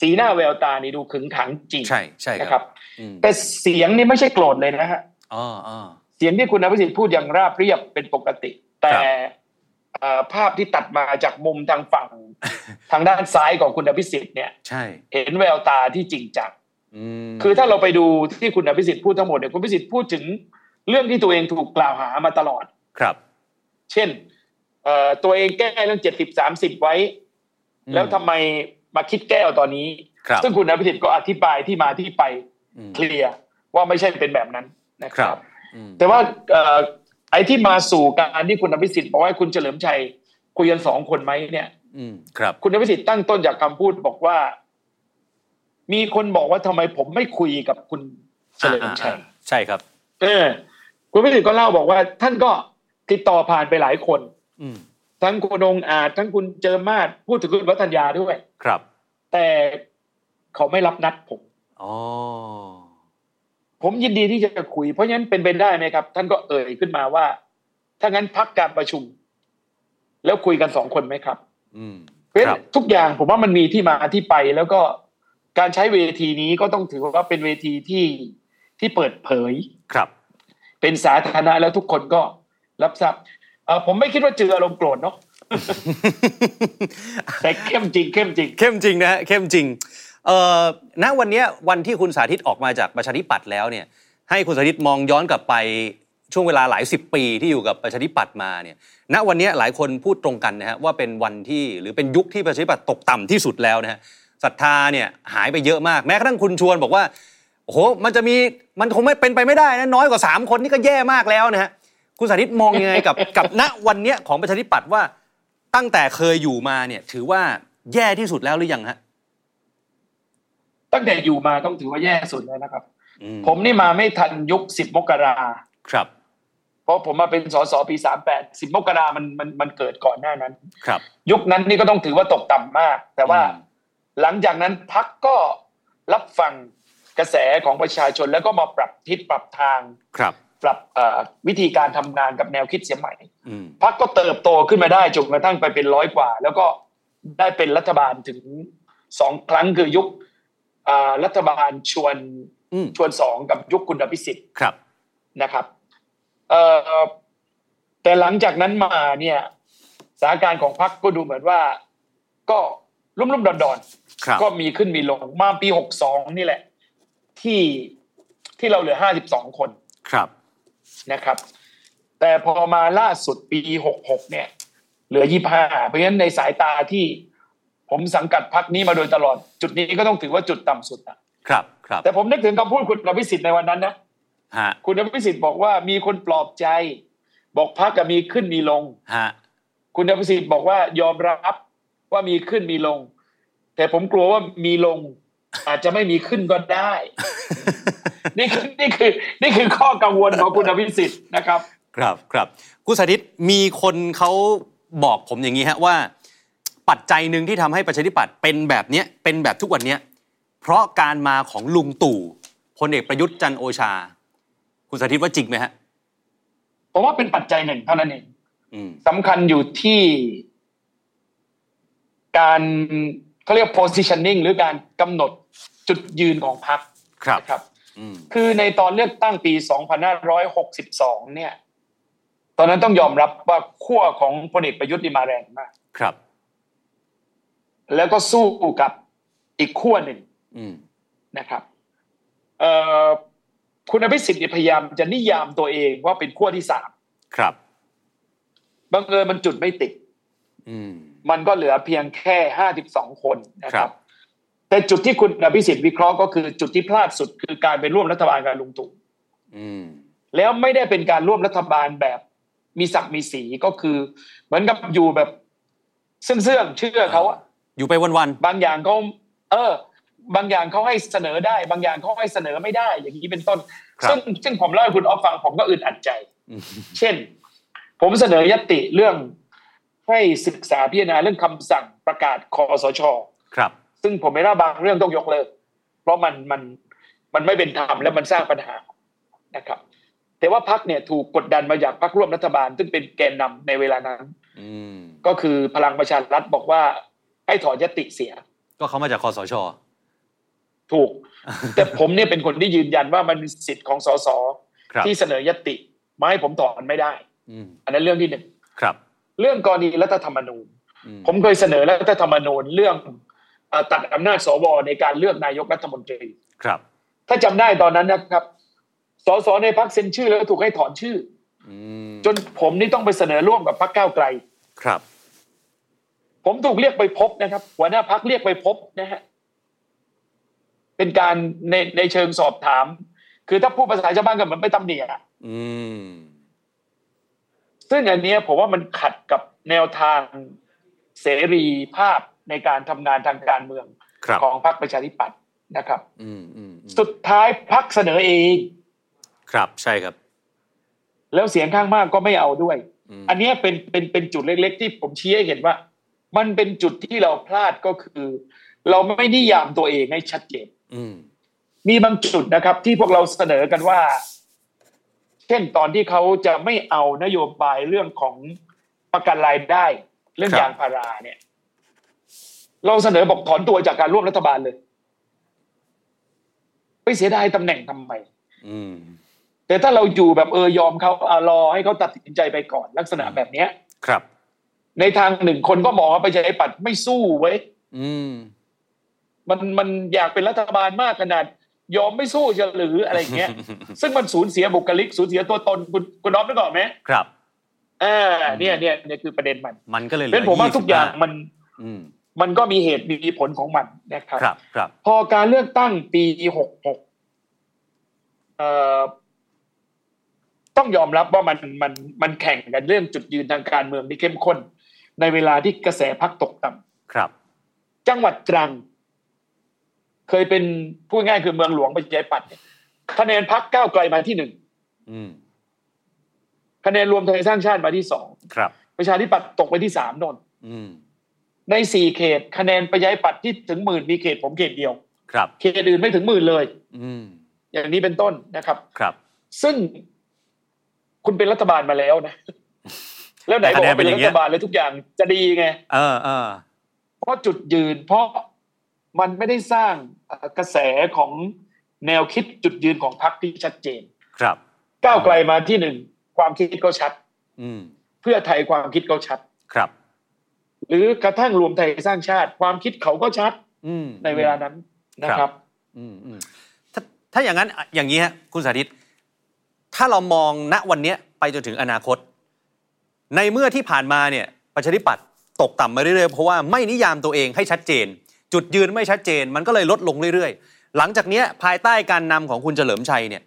S3: สีหน้าแววตานี่ดูขึงขังจริง
S2: ใช่ใช่
S3: นะ
S2: ค
S3: ค
S2: รั
S3: รั
S2: บบ อืม
S3: แต่เสียงนี่ไม่ใช่โกรธเลยนะฮะ
S2: อ๋ออ๋อ
S3: เสียงที่คุณอภิสิทธิ์พูดอย่างราบเรียบเป็นปกติ แต่
S2: ครับ
S3: เอ่อภาพที่ตัดมาจากมุมทางฝั่ง [laughs] ทางด้านซ้ายของคุณอภิสิทธิ์เนี่ย
S2: ใช่
S3: เห็นแววตาที่จริงจัง
S2: อืม
S3: คือถ้าเราไปดูที่คุณอภิสิทธิ์พูดทั้งหมดเนี่ยคุณอภิสิทธิ์พูดถึงเรื่องที่ตัวเองถูกกล่าวหามาตลอด
S2: ครับ
S3: เช่นเอ่อตัวเองแก้เรื่องเจ็ดสิบสามสิบไว้
S2: อืม
S3: แล้วทำไมมาคิดแก้เอาตอนนี้
S2: ครับ
S3: ซึ่งคุณอภิสิทธิ์ก็อธิบายที่มาที่ไป
S2: อืม
S3: เคลียร์ว่าไม่ใช่เป็นแบบนั้นนะค
S2: ครั
S3: รับ บ
S2: อืม
S3: แต่ว่าเอ่อไอ้ที่มาสู่การที่คุณอภิสิทธิ์บอกว่าคุณเฉลิมชัยคุยกันสองคนไหมเนี่ย
S2: อืมครับ
S3: คุณอภิสิทธิ์ตั้งต้นจากคำพูดบอกว่า มีคนบอกว่าทำไมผมไม่คุยกับคุณเฉลิมชัย
S2: อ่าอ่าใช่ครับ
S3: เออ คุณอภิสิทธิ์ก็เล่าบอกว่า ท่านก็ติดต่อผ่านไปหลายคน
S2: อืม
S3: ทั้งคุณองค์อาจทั้งคุณเจอมาศพูดถึงคุณวัฒนยาด้วย
S2: ครับ
S3: แต่เขาไม่รับนัดผม
S2: อ๋อ
S3: ผมยินดีที่จะคุย เพราะฉะนั้นเป็นไปได้ไหมครับ ท่านก็เอ่ยขึ้นมาว่า ถ้างั้นพักการประชุม แล้วคุยกันสองคนไหมครับ
S2: อืม
S3: เพราะฉะ
S2: ครั
S3: นั้
S2: บ
S3: นทุกอย่างผมว่ามันมีที่มาที่ไป แล้วก็การใช้เวทีนี้ก็ต้องถือว่าเป็นเวทีที่ที่เปิดเผย
S2: ครับ [laughs]
S3: เป็นสาธารณะแล้วทุกคนก็รับทราบเอ่อผมไม่คิดว่าเจออารมณ์โกรธเนาะ [laughs] แต่เข้มจริง เข้มจริง
S2: เข้มจริงนะฮะเข้มจริงเอ่อณวันเนี้ยวันที่คุณสาธิตออกมาจากประชาธิปัตย์แล้วเนี่ยให้คุณสาธิตมองย้อนกลับไปช่วงเวลาหลายสิบปีที่อยู่กับประชาธิปัตย์มาเนี่ยณวันเนี้ยหลายคนพูดตรงกันนะฮะว่าเป็นวันที่หรือเป็นยุคที่ประชาธิปัตย์ตกต่ำที่สุดแล้วนะฮะศรัทธาเนี่ยหายไปเยอะมากแม้กระทั่งคุณชวนบอกว่าโอ้โหมันจะมีมันคงไม่เป็นไปไม่ได้นะน้อยกว่าสามคนนี่ก็แย่มากแล้วนะฮะคุณสาธิตมองยังไงกับ กับณวันเนี้ยของประชาธิปัตย์ว่า ตั้งแต่เคยอยู่มาเนี่ยถือว่าแย่ที่สุดแล้วหรือยังฮะ
S3: ตั้งแต่อยู่มาต้องถือว่าแย่สุดแล้วนะครับ
S2: อื
S3: ผมนี่มาไม่ทันยุคสิบมกรา
S2: ครับ
S3: เพราะผมมาเป็นสสปีสามแปดสิบมกรามันมันมันเกิดก่อนหน้านั้น
S2: ครับ
S3: ยุคนั้นนี่ก็ต้องถือว่าตกต่ำมาก แต่ว่าหลังจากนั้นพักก็รับฟังกระแสของประชาชนแล้วก็มาปรับทิศปรับทาง
S2: ครับ
S3: ปรับเอ่อวิธีการทำงานกับแนวคิดเสียใหม่
S2: อืม
S3: พักก็เติบโตขึ้นมาได้จนกระทั่งไปเป็นร้อยกว่า แล้วก็ได้เป็นรัฐบาลถึงสองครั้งคือยุคเอ่อรัฐบาลชวน
S2: อืม
S3: ชวนสองกับยุคคุณอภิสิทธิ
S2: ครับ
S3: นะครับเอ่อแต่หลังจากนั้นมาเนี่ยสถานการณ์ของพรรคก็ดูเหมือนว่า ก็ลุ่มๆดอน
S2: ครับ
S3: ๆก็มีขึ้นมีลงมาปีหกสองนี่แหละ ที่ที่เราเหลือห้าสิบสองคน
S2: ครับ
S3: นะครับ แต่พอมาล่าสุดปีหกหกเนี่ย เหลือยี่ห้าเพราะฉะนั้นในสายตาที่ผมสังกัดพรรคนี้มาโดยตลอด จุดนี้ก็ต้องถือว่าจุดต่ำสุดนะครับ
S2: ครับ
S3: แต่ผมนึกถึงคำพูดคุณอภิสิทธิ์ในวันนั้นนะ
S2: ฮะ
S3: คุณอภิสิทธิ์บอกว่ามีคนปลอบใจ บอกพักกับมีขึ้นมีลง
S2: ฮะ
S3: คุณอภิสิทธิ์บอกว่ายอมรับว่ามีขึ้นมีลง แต่ผมกลัวว่ามีลง อาจจะไม่มีขึ้นก็ได้ นี่คือนี่คือ นี่คือข้อกังวลของคุณอภิสิทธิ์นะครับ
S2: ครับครับคุณสาธิตมีคนเขาบอกผมอย่างนี้ฮะว่า ปัจจัยหนึ่งที่ทำให้ประชาธิปัตย์เป็นแบบเนี้ยเป็นแบบทุกวันเนี้ยเพราะการมาของลุงตู่พลเอกประยุทธ์จันทร์โอชา คุณสาธิตว่าจริงไหมฮะ
S3: ผมว่าเป็นปัจจัยหนึ่งเท่านั้นเอง
S2: อืม
S3: สำคัญอยู่ที่ การเขาเรียก positioning หรือการกำหนดจุดยืนของพรรค
S2: ครับ
S3: นะครับ
S2: อืม
S3: คือในตอนเลือกตั้งปี 2562 เนี่ย ตอนนั้นต้องยอมรับว่าขั้วของพลเอกประยุทธ์นี่มาแรงมาก
S2: ครับ
S3: แล้วก็สู้กับอีกขั้วหนึ่ง
S2: อืม
S3: นะครับเอ่อคุณอภิสิทธิ์เนี่ยพยายามจะนิยามตัวเองว่าเป็นขั้วที่สาม
S2: ครับ
S3: บังเอิญมันจุดไม่ติด
S2: อืม
S3: มันก็เหลือเพียงแค่ 52 คนนะค
S2: ครั
S3: รับ บ แต่จุดที่คุณอภิสิทธิ์วิเคราะห์ก็คือจุดที่พลาดสุดคือการไปร่วมรัฐบาลกับลุงตู่
S2: อืม
S3: แล้วไม่ได้เป็นการร่วมรัฐบาลแบบมีศักดิ์มีสีก็คือ เหมือนกับอยู่แบบเสื่องเสื่องๆเชื่อเขาอะ
S2: อยู่ไปวัน
S3: บางอย่างเขาเออ บางอย่างเขาให้เสนอได้ บางอย่างเขาให้เสนอไม่ได้ อย่างนี้เป็นต้น
S2: ๆ ครั
S3: ซึ่
S2: บ
S3: งซึ่งผมเล่าให้คุณออฟฟังผมก็อึดอัดใจ
S2: อืม
S3: เช่น ผมเสนอยติเรื่องให้ศึกษาพิจารณาเรื่องคำสั่งประกาศคอสช
S2: ครับ
S3: ซึ่งผมไม่ว่าบางเรื่องต้องยกเลิก เพราะมันมันมันไม่เป็นธรรมและมันสร้างปัญหานะครับ แต่ว่าพักเนี่ยถูกกดดันมาจากพักร่วมรัฐบาล ซึ่งเป็นแกนนำในเวลานั้น
S2: อืม
S3: ก็คือพลังประชารัฐบอกว่าให้ถอนยติเสีย
S2: ก็เขามาจากคอสช
S3: ถูก แต่ผมเนี่ยเป็นคนที่ยืนยันว่ามันเป็นสิทธิ์ของสส
S2: ครับ
S3: ที่เสนอยติมาให้ผมถอนไม่ได้
S2: อืม
S3: อันนั้นเรื่องที่หนึ่ง
S2: ครับ
S3: เรื่องกรณีรัฐธรรมนูญ
S2: อืม
S3: ผมเคยเสนอรัฐธรรมนูญเรื่องเอ่อตัดอำนาจสวในการเลือกนายกรัฐมนตรี
S2: ครับ
S3: ถ้าจำได้ตอนนั้นนะครับ สสในพักเซ็นชื่อแล้วถูกให้ถอนชื่อ
S2: อืม
S3: จนผมนี่ต้องไปเสนอร่วมกับพักก้าวไกล
S2: ครับ
S3: ผมถูกเรียกไปพบนะครับ หัวหน้าพักเรียกไปพบนะฮะ เป็นการในในเชิงสอบถาม คือถ้าพูดภาษาชาวบ้านก็เหมือนไปตำหนิอะ
S2: อืม
S3: ซึ่งอันเนี้ยผมว่ามันขัดกับแนวทางเสรีภาพในการทำงานทางการเมือง
S2: ครับ
S3: ของพรรคประชาธิปัตย์นะครับ
S2: อืมอืมอืม
S3: สุดท้ายพักเสนอเอง
S2: ครับ ใช่ครับ
S3: แล้วเสียงข้างมากก็ไม่เอาด้วย
S2: อืม
S3: อันเนี้ยเป็นเป็นเป็นจุดเล็ก ๆ ที่ผมชี้ให้เห็นว่า มันเป็นจุดที่เราพลาดก็คือ เราไม่นิยามตัวเองให้ชัดเจน
S2: อืม
S3: มีบางจุดนะครับ ที่พวกเราเสนอกันว่า เช่นตอนที่เขาจะไม่เอานโยบายเรื่องของประกันรายได้ เรื่อง
S2: ครับ
S3: ยางพาราเนี่ย เราเสนอบอกถอนตัวจากการร่วมรัฐบาลเลยไปเสียดายตำแหน่งทำไม
S2: อืม
S3: แต่ถ้าเราอยู่แบบเออยอมเขาอ่ะรอให้เขาตัดสินใจไปก่อนลักษณะแบบเนี้ย
S2: ครับ
S3: ในทางหนึ่งคนก็มองว่าประชาธิปัตย์ไม่สู้เว้ย
S2: อืม
S3: มันมันอยากเป็นรัฐบาลมากขนาด ยอมไม่สู้จะหรืออะไรอย่างเงี้ย [laughs] ซึ่งมันสูญเสียบุคลิกสูญเสียตัวตนคุณคุณน้อมนึกออกไหม
S2: [laughs] ครับ
S3: อ่าเนี่ยเนี่ยเนี่ยคือประเด็นมัน
S2: มันก็เลยเหลื
S3: เั้นผมว่าทุกอย่าง
S2: 25
S3: มัน
S2: อืม
S3: มันก็มีเหตุมีผลของมันนะครับ
S2: ครับ ครับ
S3: พอการเลือกตั้งปีหกหกต้องยอมรับว่ามันมันมันแข่งกันเรื่องจุดยืนทางการเมืองที่เข้มข้น ในเวลาที่กระแสพักตกต่ำ
S2: ครับ
S3: จังหวัดตรัง เคยเป็นพูดง่ายคือเมืองหลวงประชาธิปัตย์เนี่ยคะแนนพักก้าวไกลมาที่หนึ่ง
S2: อืม
S3: คะแนนรวมไทยสร้างชาติมาที่สอง
S2: ครับ
S3: ประชาธิปัตย์ตกไปที่สามนนท์
S2: อืม
S3: ในสี่เขต คะแนนประชาธิปัตย์ที่ถึงหมื่นมีเขตผมเขตเดียว
S2: ครับ
S3: เขตอื่นไม่ถึงหมื่นเลย
S2: อืม
S3: อย่างนี้เป็นต้นนะครับ
S2: ครับ
S3: ซึ่งคุณเป็นรัฐบาลมาแล้วนะ แล้วไหนบอกว่าเป็นรัฐบาลเลยทุกอย่างจะดีไง
S2: เออเออ
S3: เพราะจุดยืนเพราะมันไม่ได้สร้างเอ่อกระแสของแนวคิดจุดยืนของพรรคที่ชัดเจน
S2: ครับ
S3: ก้าวไกลมาที่หนึ่งความคิดก็ชัด
S2: อืม
S3: เพื่อไทยความคิดก็ชัด
S2: ครับ
S3: หรือกระทั่งรวมไทยสร้างชาติ ความคิดเขาก็ชัด
S2: อืม
S3: ในเวลานั้นนะค
S2: ครั
S3: รับ บ
S2: อืมอืมถ้าถ้าอย่างนั้นอ่ะอย่างนี้ฮะคุณสาธิต ถ้าเรามองณวันเนี้ยไปจนถึงอนาคต ในเมื่อที่ผ่านมาเนี่ยประชาธิปัตย์ตกต่ำมาเรื่อยๆ เพราะว่าไม่นิยามตัวเองให้ชัดเจน จุดยืนไม่ชัดเจน มันก็เลยลดลงเรื่อยๆ หลังจากเนี้ยภายใต้การนำของคุณเฉลิมชัยเนี่ย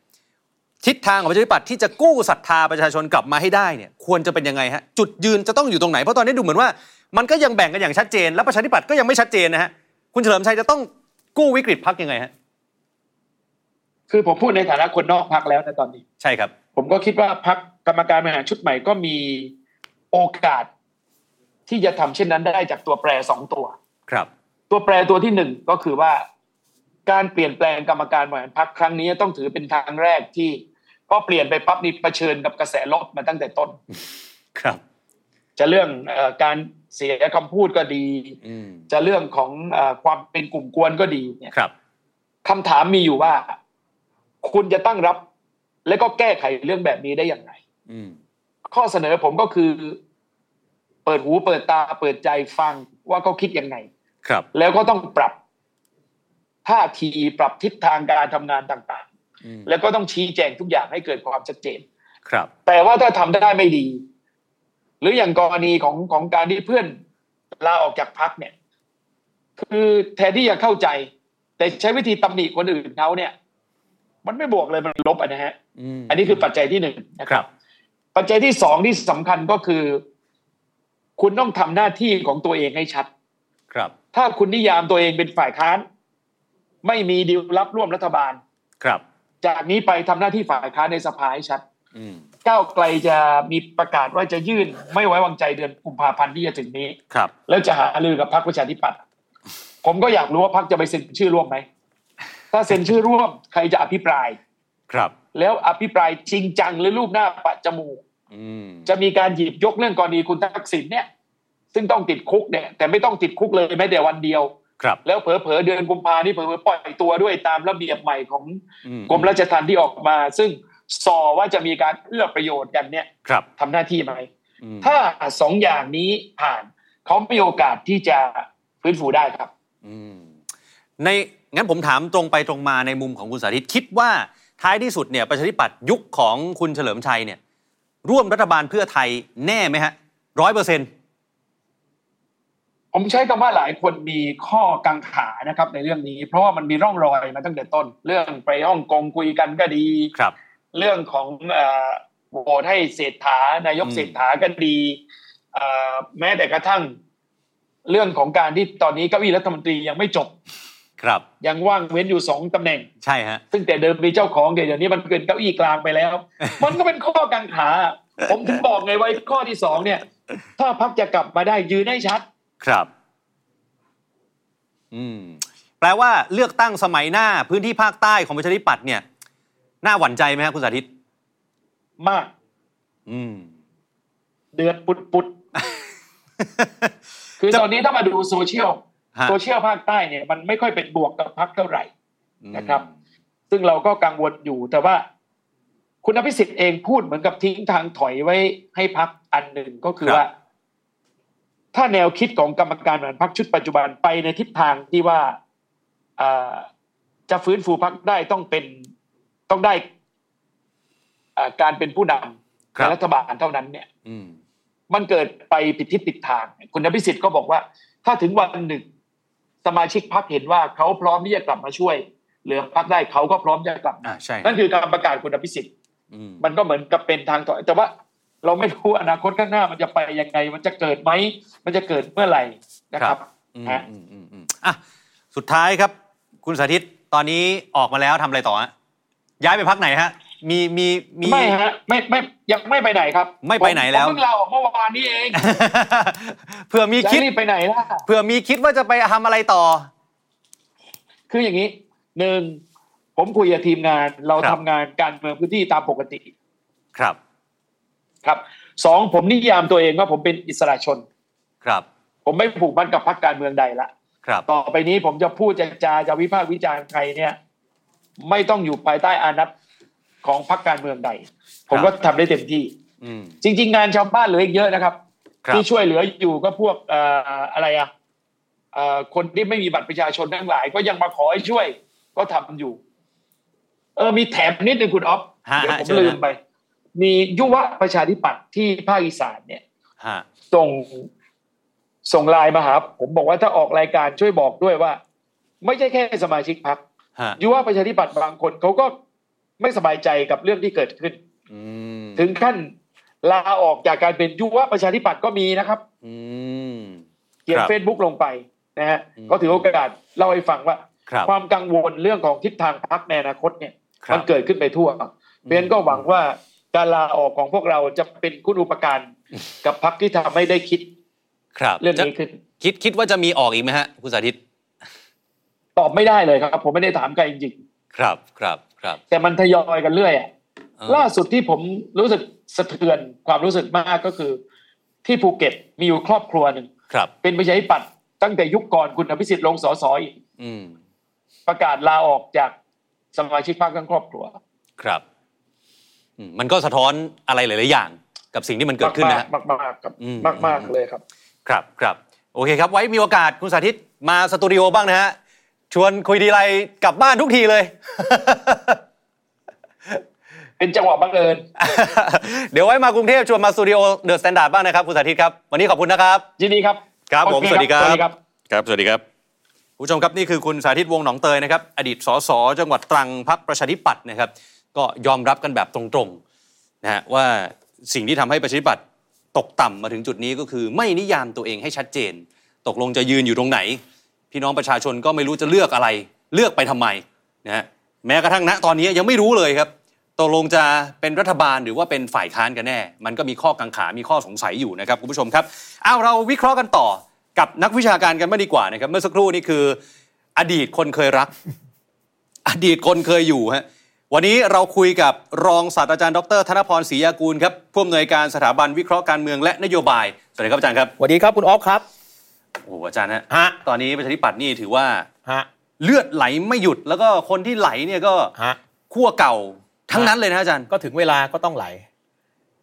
S2: ทิศทางของประชาธิปัตย์ที่จะกู้ศรัทธาประชาชนกลับมาให้ได้เนี่ยควรจะเป็นยังไงฮะจุดยืนจะต้องอยู่ตรงไหนเพราะตอนนี้ดูเหมือนว่า มันก็ยังแบ่งกันอย่างชัดเจน และประชาธิปัตย์ก็ยังไม่ชัดเจนนะฮะคุณเฉลิมชัยจะต้องกู้วิกฤตพักยังไงฮะ
S3: คือผมพูดในฐานะคนนอกพรรคแล้วนะตอนนี้
S2: ใช่ครับ
S3: ผมก็คิดว่าพรรคกรรมการบริหารชุดใหม่ก็มีโอกาส ที่จะทำเช่นนั้นได้จากตัวแปรสองตัว
S2: ครับ
S3: ตัวแปรตัวที่หนึ่งก็คือว่า การเปลี่ยนแปลงกรรมการบริหารพรรคครั้งนี้ต้องถือเป็นทางแรกที่พอเปลี่ยนไปปั๊บนี่เผชิญกับกระแสลบมาตั้งแต่ต้น
S2: ครับ
S3: จะเรื่องเออการเสียคำพูดก็ดี
S2: อืม
S3: จะเรื่องของเออความเป็นกลุ่มกวนก็ดีเนี่ย
S2: ครับ
S3: คำถามมีอยู่ว่า คุณจะตั้งรับ และก็แก้ไขเรื่องแบบนี้ได้อย่างไร
S2: อืม
S3: ข้อเสนอผมก็คือ เปิดหูเปิดตาเปิดใจฟังว่าเขาคิดยังไง
S2: ครับ
S3: แล้วก็ต้องปรับท่าทีปรับทิศทางการทำงานต่าง
S2: อืม
S3: ๆ แล้วก็ต้องชี้แจงทุกอย่างให้เกิดความชัดเจน
S2: ครับ
S3: แต่ว่าถ้าทำได้ไม่ดี หรืออย่างกรณีของของการที่เพื่อนลาออกจากพักเนี่ย คือแทนที่จะเข้าใจ แต่ใช้วิธีตำหนิคนอื่นเขาเนี่ย มันไม่บวกเลยมันลบอะนะฮะ
S2: อืม
S3: อันนี้คือปัจจัยที่หนึ่งนะ
S2: ค
S3: ค
S2: รั
S3: รับ บ ปัจจัยที่สองที่สำคัญก็คือ คุณต้องทำหน้าที่ของตัวเองให้ชัด
S2: ครับ
S3: ถ้าคุณนิยามตัวเองเป็นฝ่ายค้าน ไม่มีดีลลับร่วมรัฐบาล
S2: ครับ
S3: จากนี้ไปทำหน้าที่ฝ่ายค้านในสภาให้ชัด
S2: อืม
S3: ก้าวไกลจะมีประกาศว่าจะยื่น ไม่ไว้วางใจเดือนกุมภาพันธ์ที่จะถึงนี้
S2: ครับ
S3: แล้วจะหาลือกับพรรคประชาธิปัตย์ผมก็อยากรู้ว่าพรรคจะไปเซ็นชื่อร่วมไหม ถ้าเซ็นชื่อร่วมใครจะอภิปราย
S2: ครับ
S3: แล้วอภิปรายจริงจังหรือรูปหน้าปะจมูก
S2: อืม
S3: จะมีการหยิบยกเรื่องกรณีคุณทักษิณเนี่ย ซึ่งต้องติดคุกเนี่ย แต่ไม่ต้องติดคุกเลยแม้แต่วันเดียว
S2: ครับ
S3: แล้วเผลอๆเดือนกุมภานี่เผลอๆปล่อยตัวด้วยตามระเบียบใหม่ของ
S2: อื
S3: กรมราชทัณฑ์ที่ออกมา ซึ่งสอว่าจะมีการเอื้อประโยชน์กันเนี่ย
S2: ครับ
S3: ทำหน้าที่ไหม
S2: อืม
S3: ถ้าสองอย่างนี้ผ่านเขามีโอกาสที่จะฟื้นฟูได้ครับ
S2: อืมในงั้นผมถามตรงไปตรงมาในมุมของคุณสาธิตคิดว่าท้ายที่สุดเนี่ยประชาธิปัตย์ยุคของคุณเฉลิมชัยเนี่ย ร่วมรัฐบาลเพื่อไทยแน่ไหมฮะร้อยเปอร์เซ็นต์
S3: ผมใช้คำว่าหลายคนมีข้อกังขานะครับในเรื่องนี้ เพราะว่ามันมีร่องรอยมาตั้งแต่ต้น เรื่องไปฮ่องกงคุยกันก็ดี
S2: ครับ
S3: เรื่องของเอ่อโหวตให้เศรษฐานายก
S2: อืม
S3: เศรษฐาก็ดีเอ่อแม้แต่กระทั่ง เรื่องของการที่ตอนนี้เก้าอี้รัฐมนตรียังไม่จบ
S2: ครับ
S3: ยังว่างเว้นอยู่สองตำแหน่ง
S2: ใช่ฮะ
S3: ซึ่งแต่เดิมมีเจ้าของแต่เดี๋ยวนี้มันเกินเก้าอี้กลางไป
S2: [laughs]
S3: แล้ว มันก็เป็นข้อกังขา ผมถึงบอกไงไว้ข้อที่สองเนี่ย ถ้าพักจะกลับมาได้ยืนให้ชัด
S2: ครับ อืม แปลว่าเลือกตั้งสมัยหน้าพื้นที่ภาคใต้ของประชาธิปัตย์เนี่ย น่าหวั่นใจไหมครับคุณสาธิต
S3: มาก
S2: อืม
S3: เดือดปุดปุดๆคือตอนนี้ถ้ามาดูโซเชียล
S2: ฮะ
S3: โซเชียลภาคใต้เนี่ยมันไม่ค่อยเป็นบวกกับพักเท่าไหร่ นะครับ
S2: อืม
S3: ซึ่งเราก็กังวลอยู่แต่ว่า คุณอภิสิทธิ์เองพูดเหมือนกับทิ้งทางถอยไว้ให้พักอันหนึ่งก็คือว่า ถ้าแนวคิดของกรรมการบริหารพักชุดปัจจุบันไปในทิศทางที่ว่าอ่าจะฟื้นฟูพักได้ต้องเป็นต้องได้อ่าการเป็นผู้นำ
S2: ครับ
S3: ในรัฐบาลเท่านั้นเนี่ย
S2: อืม
S3: มันเกิดไปผิดทิศผิดทาง คุณอภิสิทธิ์ก็บอกว่า ถ้าถึงวันหนึ่ง สมาชิกพักเห็นว่าเขาพร้อมที่จะกลับมาช่วย เหลือพักได้เขาก็พร้อมจะกลับมา
S2: อ่าใช่
S3: นั่นคือการประกาศคุณอภิสิทธิ์
S2: อืม
S3: มันก็เหมือนกับเป็นทางต่อ แต่ว่าเราไม่รู้อนาคตข้างหน้ามันจะไปยังไง มันจะเกิดไหม มันจะเกิดเมื่อไหร่นะครับ
S2: อืมอืมอืมอืมอ่ะสุดท้ายครับ คุณสาธิตตอนนี้ออกมาแล้วทำอะไรต่อฮะย้ายไปพักไหนฮะ มีมีมี
S3: ไม่ฮะไม่ไม่ยังไม่ไปไหนครับ
S2: ไม่ไปไหนแล้ว
S3: ผมเพิ่งลาออกเมื่อวานนี้เอง
S2: [laughs] เผื่อมี
S3: จะ
S2: คิด
S3: รีบไปไหนล่ะ
S2: เผื่อมีคิดว่าจะไปทำอะไรต่อ
S3: คืออย่างนี้หนึ่งผมคุยกับทีมงาน เรา
S2: ครั
S3: ทำ
S2: บ
S3: งานการเมืองพื้นที่ตามปกติ
S2: ครับ
S3: ครับสองผมนิยามตัวเองว่าผมเป็นอิสระชน
S2: ครับ
S3: ผมไม่ผูกมัดกับพรรคการเมืองใดละ
S2: ครับ
S3: ต่อไปนี้ผมจะพูดจะจาจะวิพากษ์วิจารณ์ใครเนี่ย ไม่ต้องอยู่ภายใต้อานัตของพรรคการเมืองใด ผมก็ทำได้เต็มที่
S2: อืม
S3: จริง ๆ งานชาวบ้านเหลืออีกเยอะนะครับ
S2: ครับ
S3: ที่ช่วยเหลืออยู่ก็พวกเอ่ออะไรอะเอ่อคนที่ไม่มีบัตรประชาชนทั้งหลาย ก็ยังมาขอให้ช่วยก็ทำอยู่ เออมีแถมนิดนึงคุณอ๊อฟ
S2: ฮะ
S3: เดี๋ยว
S2: ฮะ
S3: ผม
S2: เชิญ
S3: ลืม
S2: ฮะ
S3: ไป มียุวประชาธิปัตย์ที่ภาคอีสานเนี่ย
S2: ฮะ
S3: ส่งส่งไลน์มาหาผมบอกว่าถ้าออกรายการช่วยบอกด้วยว่า ไม่ใช่แค่สมาชิกพัก
S2: ฮะ
S3: ยุว่าประชาธิปัตย์บางคนเขาก็ไม่สบายใจกับเรื่องที่เกิดขึ้น
S2: อืม
S3: ถึงขั้นลาออกจากการเป็นยุว่าประชาธิปัตย์ก็มีนะครับ
S2: อืม
S3: เขียน
S2: ครับ
S3: เฟซบุ๊กลงไปนะฮะ
S2: อืม
S3: ก็ถือโอกาสเล่าให้ฟังว่า
S2: ครับ
S3: ความกังวลเรื่องของทิศทางพักในอนาคตเนี่ย
S2: ครับ
S3: มันเกิดขึ้นไปทั่วเพราะฉะนั้นก็หวังว่าการลาออกของพวกเราจะเป็นคุณอุปการกับพักที่ทำให้ได้คิด
S2: ครับ
S3: เรื่อง
S2: จะ
S3: นี้ขึ้น
S2: คิดคิดว่าจะมีออกอีกไหมฮะคุณสาธิต
S3: ตอบไม่ได้เลยครับ ผมไม่ได้ถามใครจริง
S2: ครับครับครับ
S3: ๆแต่มันทยอยกันเรื่อยอะ
S2: เอ่อ
S3: ล่าสุดที่ผมรู้สึกสะเทือนความรู้สึกมากก็คือ ที่ภูเก็ตมีอยู่ครอบครัวหนึ่ง
S2: ครับ
S3: เป็นประชาธิปัตย์ตั้งแต่ยุคก่อนคุณอภิสิทธิ์ลงสอสออีก
S2: อืม
S3: ประกาศลาออกจากสมาชิกพรรคทั้งครอบครัว
S2: ครับอืมมันก็สะท้อนอะไรหลาย ๆ อย่าง กับสิ่งที่มันเกิดขึ้นนะฮะ
S3: มากๆมากๆครับ
S2: อืม
S3: มากมากๆเลยครับ
S2: ครับครับโอเคครับไว้มีโอกาสคุณสาธิตมาสตูดิโอบ้างนะฮะ ชวนคุยดีไรกลับบ้านทุกทีเลย [laughs]
S3: เป็นจังหวะบังเอิญ
S2: เดี๋ยวไว้มากรุงเทพชวนมาสตูดิโอเดอะสแตนดาร์ดบ้างนะครับ คุณสาธิตครับ วันนี้ขอบคุณนะครับ
S3: ยินดีครับ
S2: ครับผม
S3: โอเ
S2: สวัสดีครับ
S3: สวัสดีครับ
S4: ครับ สวัสดีครับ
S2: คุณผู้ชมครับ นี่คือคุณสาธิตวงศ์หนองเตยนะครับ อดีตสสจังหวัดตรังพักประชาธิปัตย์นะครับ ก็ยอมรับกันแบบตรงๆนะฮะว่าสิ่งที่ทำให้ประชาธิปัตย์ตกต่ำมาถึงจุดนี้ก็คือ ไม่นิยามตัวเองให้ชัดเจน ตกลงจะยืนอยู่ตรงไหน พี่น้องประชาชนก็ไม่รู้จะเลือกอะไรเลือกไปทำไมนะฮะแม้กระทั่งณตอนนี้ยังไม่รู้เลยครับตกลงจะเป็นรัฐบาลหรือว่าเป็นฝ่ายค้านกันแน่ มันก็มีข้อกังขา มีข้อสงสัยอยู่นะครับคุณผู้ชมครับเอาเราวิเคราะห์กันต่อกับนักวิชาการกันบ้างดีกว่านะครับ เมื่อสักครู่นี่คือ อดีตคนเคยรัก อดีตคนเคยอยู่ฮะวันนี้เราคุยกับรองศาสตราจารย์ดร ธนพรศรียากูลครับผู้อำนวยการสถาบันวิเคราะห์การเมืองและนโยบายสวัสดีครับอาจารย์ครับ
S5: สวัสดีครับคุณออฟครับ
S2: โอ้โหอาจารย์ฮะ
S5: ฮะ
S2: ตอนนี้ประชาธิปัตย์นี่ถือว่า
S5: ฮะ
S2: เลือดไหลไม่หยุดแล้วก็คนที่ไหลเนี่ยก็
S5: ฮะ
S2: ขั้วเก่าทั้งนั้นเลยนะอาจารย์
S5: ก็ถึงเวลาก็ต้องไหล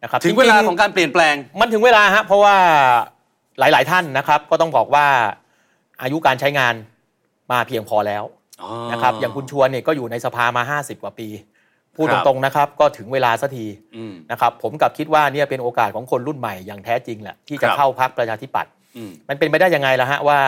S5: นะครับ
S2: ถึงเวลา
S5: จริๆ
S2: ของการเปลี่ยนแปลง
S5: มันถึงเวลาฮะเพราะว่าหลาย ๆ ท่านนะครับ ก็ต้องบอกว่าอายุการใช้งานมาเพียงพอแล้วนะครับ อย่างคุณชวนเนี่ยก็อยู่ในสภามา 50 กว่าปี พูด
S2: ครับ
S5: ตรง ๆ นะครับ ก็ถึงเวลาสักที
S2: อืม
S5: นะครับผมกลับคิดว่าเนี่ยเป็นโอกาสของคนรุ่นใหม่อย่างแท้จริงแหละที่จะ
S2: ครับ
S5: เข้าพักประชาธิปัตย์
S2: อืม
S5: มันเป็นไปได้ยังไงล่ะฮะว่า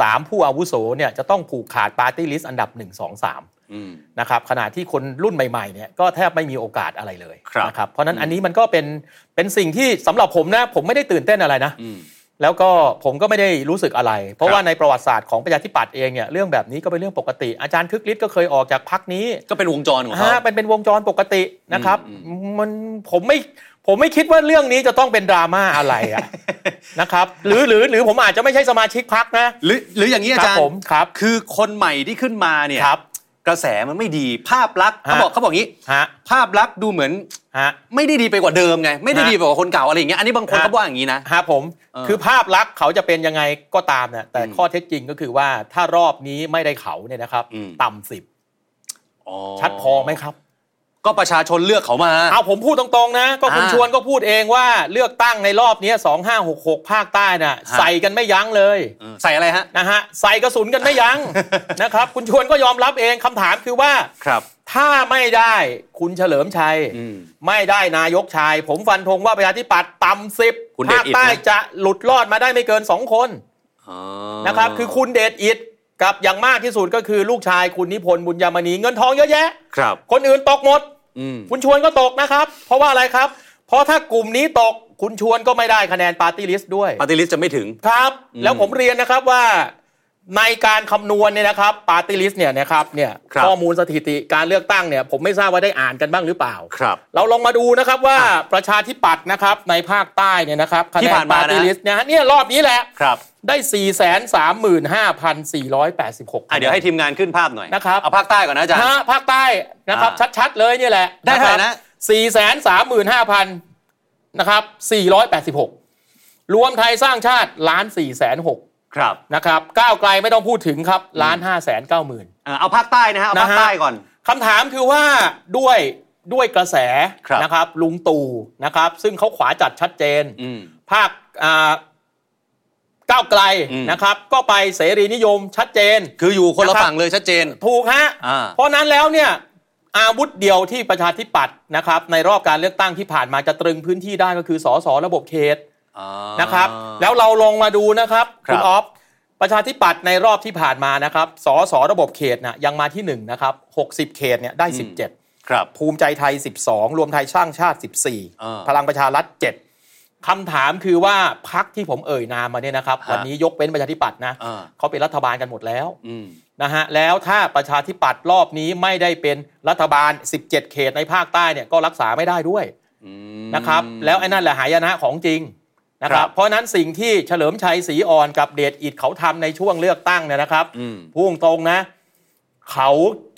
S5: สามผู้อาวุโสเนี่ยจะต้องผูกขาดปาร์ตี้ลิสต์อันดับ 1 2 3
S2: อืม
S5: นะครับขณะที่คนรุ่นใหม่ๆเนี่ยก็แทบไม่มีโอกาสอะไรเลย
S2: ครับ
S5: นะครับเพราะฉะนั้นอันนี้มันก็เป็นเป็นสิ่งที่สำหรับผมนะผมไม่ได้ตื่นเต้นอะไรนะ
S2: อืม
S5: แล้วก็ผมก็ไม่ได้รู้สึกอะไร เพราะ
S2: ครับ
S5: ว่าในประวัติศาสตร์ของประชาธิปัตย์เองเนี่ยเรื่องแบบนี้ก็เป็นเรื่องปกติ อาจารย์คึกฤทธิ์ก็เคยออกจากพักนี้
S2: ก็เป็นวงจรของเขา
S5: ฮะเป็นเป็นวงจรปกตินะครับ
S2: อืม
S5: มันผมไม่ผมไม่คิดว่าเรื่องนี้จะต้องเป็นดราม่าอะไรอะ
S2: [laughs]
S5: นะครับหรือหรือหรือผมอาจจะไม่ใช่สมาชิกพักนะ
S2: หรือหรืออย่างนี้อา
S5: ครั
S2: จารย์
S5: ผมครับ
S2: คือคนใหม่ที่ขึ้นมาเนี่ย
S5: ครับ
S2: กระแสมันไม่ดีภาพลักษณ์เขา
S5: ฮะ
S2: บอกเขาบอกงี้
S5: ฮะ
S2: ภาพลักษณ์ดูเหมือน
S5: ฮะ
S2: ไม่ได้ดีไปกว่าเดิมไง ไม่ได้
S5: ฮะ
S2: ดีไปกว่าคนเก่าอะไรอย่างเงี้ยอันนี้บางคน
S5: ฮะ
S2: เขาว่าอย่างนี้นะ
S5: ฮะผม
S2: เออ
S5: คือภาพลักษณ์เขาจะเป็นยังไงก็ตามนะแต่
S2: อืม
S5: ข้อเท็จจริงก็คือว่าถ้ารอบนี้ไม่ได้เขาเนี่ยนะครับ
S2: อืม
S5: ต่ำสิบ
S2: อ๋อ
S5: ชัดพอไหมครับ
S2: ก็ประชาชนเลือกเขามา
S5: เอาผมพูดตรงๆนะ ก็คุณ
S2: อ่า
S5: ชวนก็พูดเองว่าเลือกตั้งในรอบเนี้สองห้าหกหกภาคใต้น่ะ
S2: ฮะ
S5: ใส่กันไม่ยั้งเลย
S2: เออใส่อะไรฮะ
S5: นะฮะใส่กระสุนกันไม่ยัง้ง นะครับ
S2: [laughs]
S5: คุณชวนก็ยอมรับเองคำถามคือว่า
S2: ครับ
S5: ถ้าไม่ได้คุณเฉลิมชัย
S2: อืม
S5: ไม่ได้นายกชัย ผมฟันธงว่าประชาธิปัตย์ต่ำสิบ
S2: คุณเดช
S5: ภาค
S2: อิทธิ์นะ
S5: ใต้จะหลุดรอดมาได้ไม่เกิน 2 คน
S2: อ๋อ
S5: นะครับ คือคุณเดชอิดกับอย่างมากที่สุดก็คือลูกชายคุณนิพนธ์บุญยามณีเงินทองเยอะแยะ
S2: ครับ
S5: คนอื่นตกหมด
S2: อืม
S5: คุณชวนก็ตกนะครับ เพราะว่าอะไรครับ เพราะถ้ากลุ่มนี้ตกคุณชวนก็ไม่ได้คะแนนปาร์ตี้ลิสต์ด้วย
S2: ปฏิริษจะไม่ถึง
S5: ครับ
S2: อืม
S5: แล้วผมเรียนนะครับว่าในการคำนวณเนี่ยนะครับปาร์ตี้ลิสต์เนี่ยนะครับเนี่ย
S2: ครับ
S5: ข้อมูลสถิติการเลือกตั้งเนี่ยผมไม่ทราบว่าได้อ่านกันบ้างหรือเปล่า
S2: ครับ
S5: เราลองมาดูนะครับว่าประชาธิปัตย์นะครับในภาคใต้เนี่ยนะครับคะ
S2: ที่
S5: แน
S2: ผ่าน นมา
S5: ปา
S2: นะ
S5: ร์ตี้ลิสต์เนี่ยฮะเนี่ยรอบนี้แหละ
S2: ครับ
S5: ได้ 4 3 5 4 8 6
S2: อ่ะเดี๋ยวให้ทีมงานขึ้นภาพหน่อย
S5: นะครับ
S2: เอาภาคใต้ก่อนนะอาจารย์
S5: ฮะภาคใต้นะครับ
S2: อ่า
S5: ชัดๆเลยเนี่ยแหละ
S2: ได้เท่าไหร่นะ
S5: สี่แสนสามหมื่นห้าพันนะครับสี่ร้อยแปดสิบหกรวมไทยสร้างชาติล้านสี่แสนหก
S2: ครับ
S5: นะครับก้าวไกลไม่ต้องพูดถึงครับล้านห้าแสนเก้าหมื่น
S2: เอ่อเอาภาคใต้นะฮะ เอาภาค
S5: นะฮะ
S2: ใต้ก่อน
S5: คำถามคือว่าด้วยด้วยกระแส
S2: ครับ
S5: นะครับลุงตู่นะครับ ซึ่งเขาขวาจัดชัดเจน
S2: อืม
S5: ภาคอ่าก้าวไกล
S2: อืม
S5: นะครับ ก็ไปเสรีนิยมชัดเจน
S2: คืออยู่คนละ
S5: นะครับ
S2: ฝั่งเลยชัดเจน
S5: ถูกฮะ
S2: อ่า
S5: เพราะนั้นแล้วเนี่ยอาวุธเดียวที่ประชาธิปัตย์นะครับ ในรอบการเลือกตั้งที่ผ่านมาจะตรึงพื้นที่ได้ก็คือสสระบบเขต
S2: อ๋อ
S5: นะครับแล้วเราลองมาดูนะครับ
S2: ครับ
S5: ณออฟประชาธิปัตย์ในรอบที่ผ่านมานะครับสสระบบเขตนะยังมาที่หนึ่งนะครับ60 เขตเนี่ยได้
S2: อืม ครับ
S5: 17 ภูมิใจไทย 12 รวมไทยสร้างชาติ
S2: เออ
S5: 14 พลังประชารัฐ7คำถามคือว่าพักที่ผมเอ่ยนามมาเนี่ยนะครับ
S2: ฮะ
S5: วันนี้ยกเว้นประชาธิปัตย์นะ
S2: เออ
S5: เขาเป็นรัฐบาลกันหมดแล้ว
S2: อืม
S5: นะฮะแล้วถ้าประชาธิปัตย์รอบนี้ไม่ได้เป็นรัฐบาล 17 เขตในภาคใต้เนี่ยก็รักษาไม่ได้ด้วย นะครับแล้วไอ้นั่นแหละหายนะของจริงนะค
S2: ครั
S5: รั
S2: บบ
S5: เพราะฉะนั้นสิ่งที่เฉลิมชัยศรีอ่อนกับเดชอิดเขาทำในช่วงเลือกตั้งเนี่ยนะครับ
S2: อืม
S5: พูดตรงนะ เขา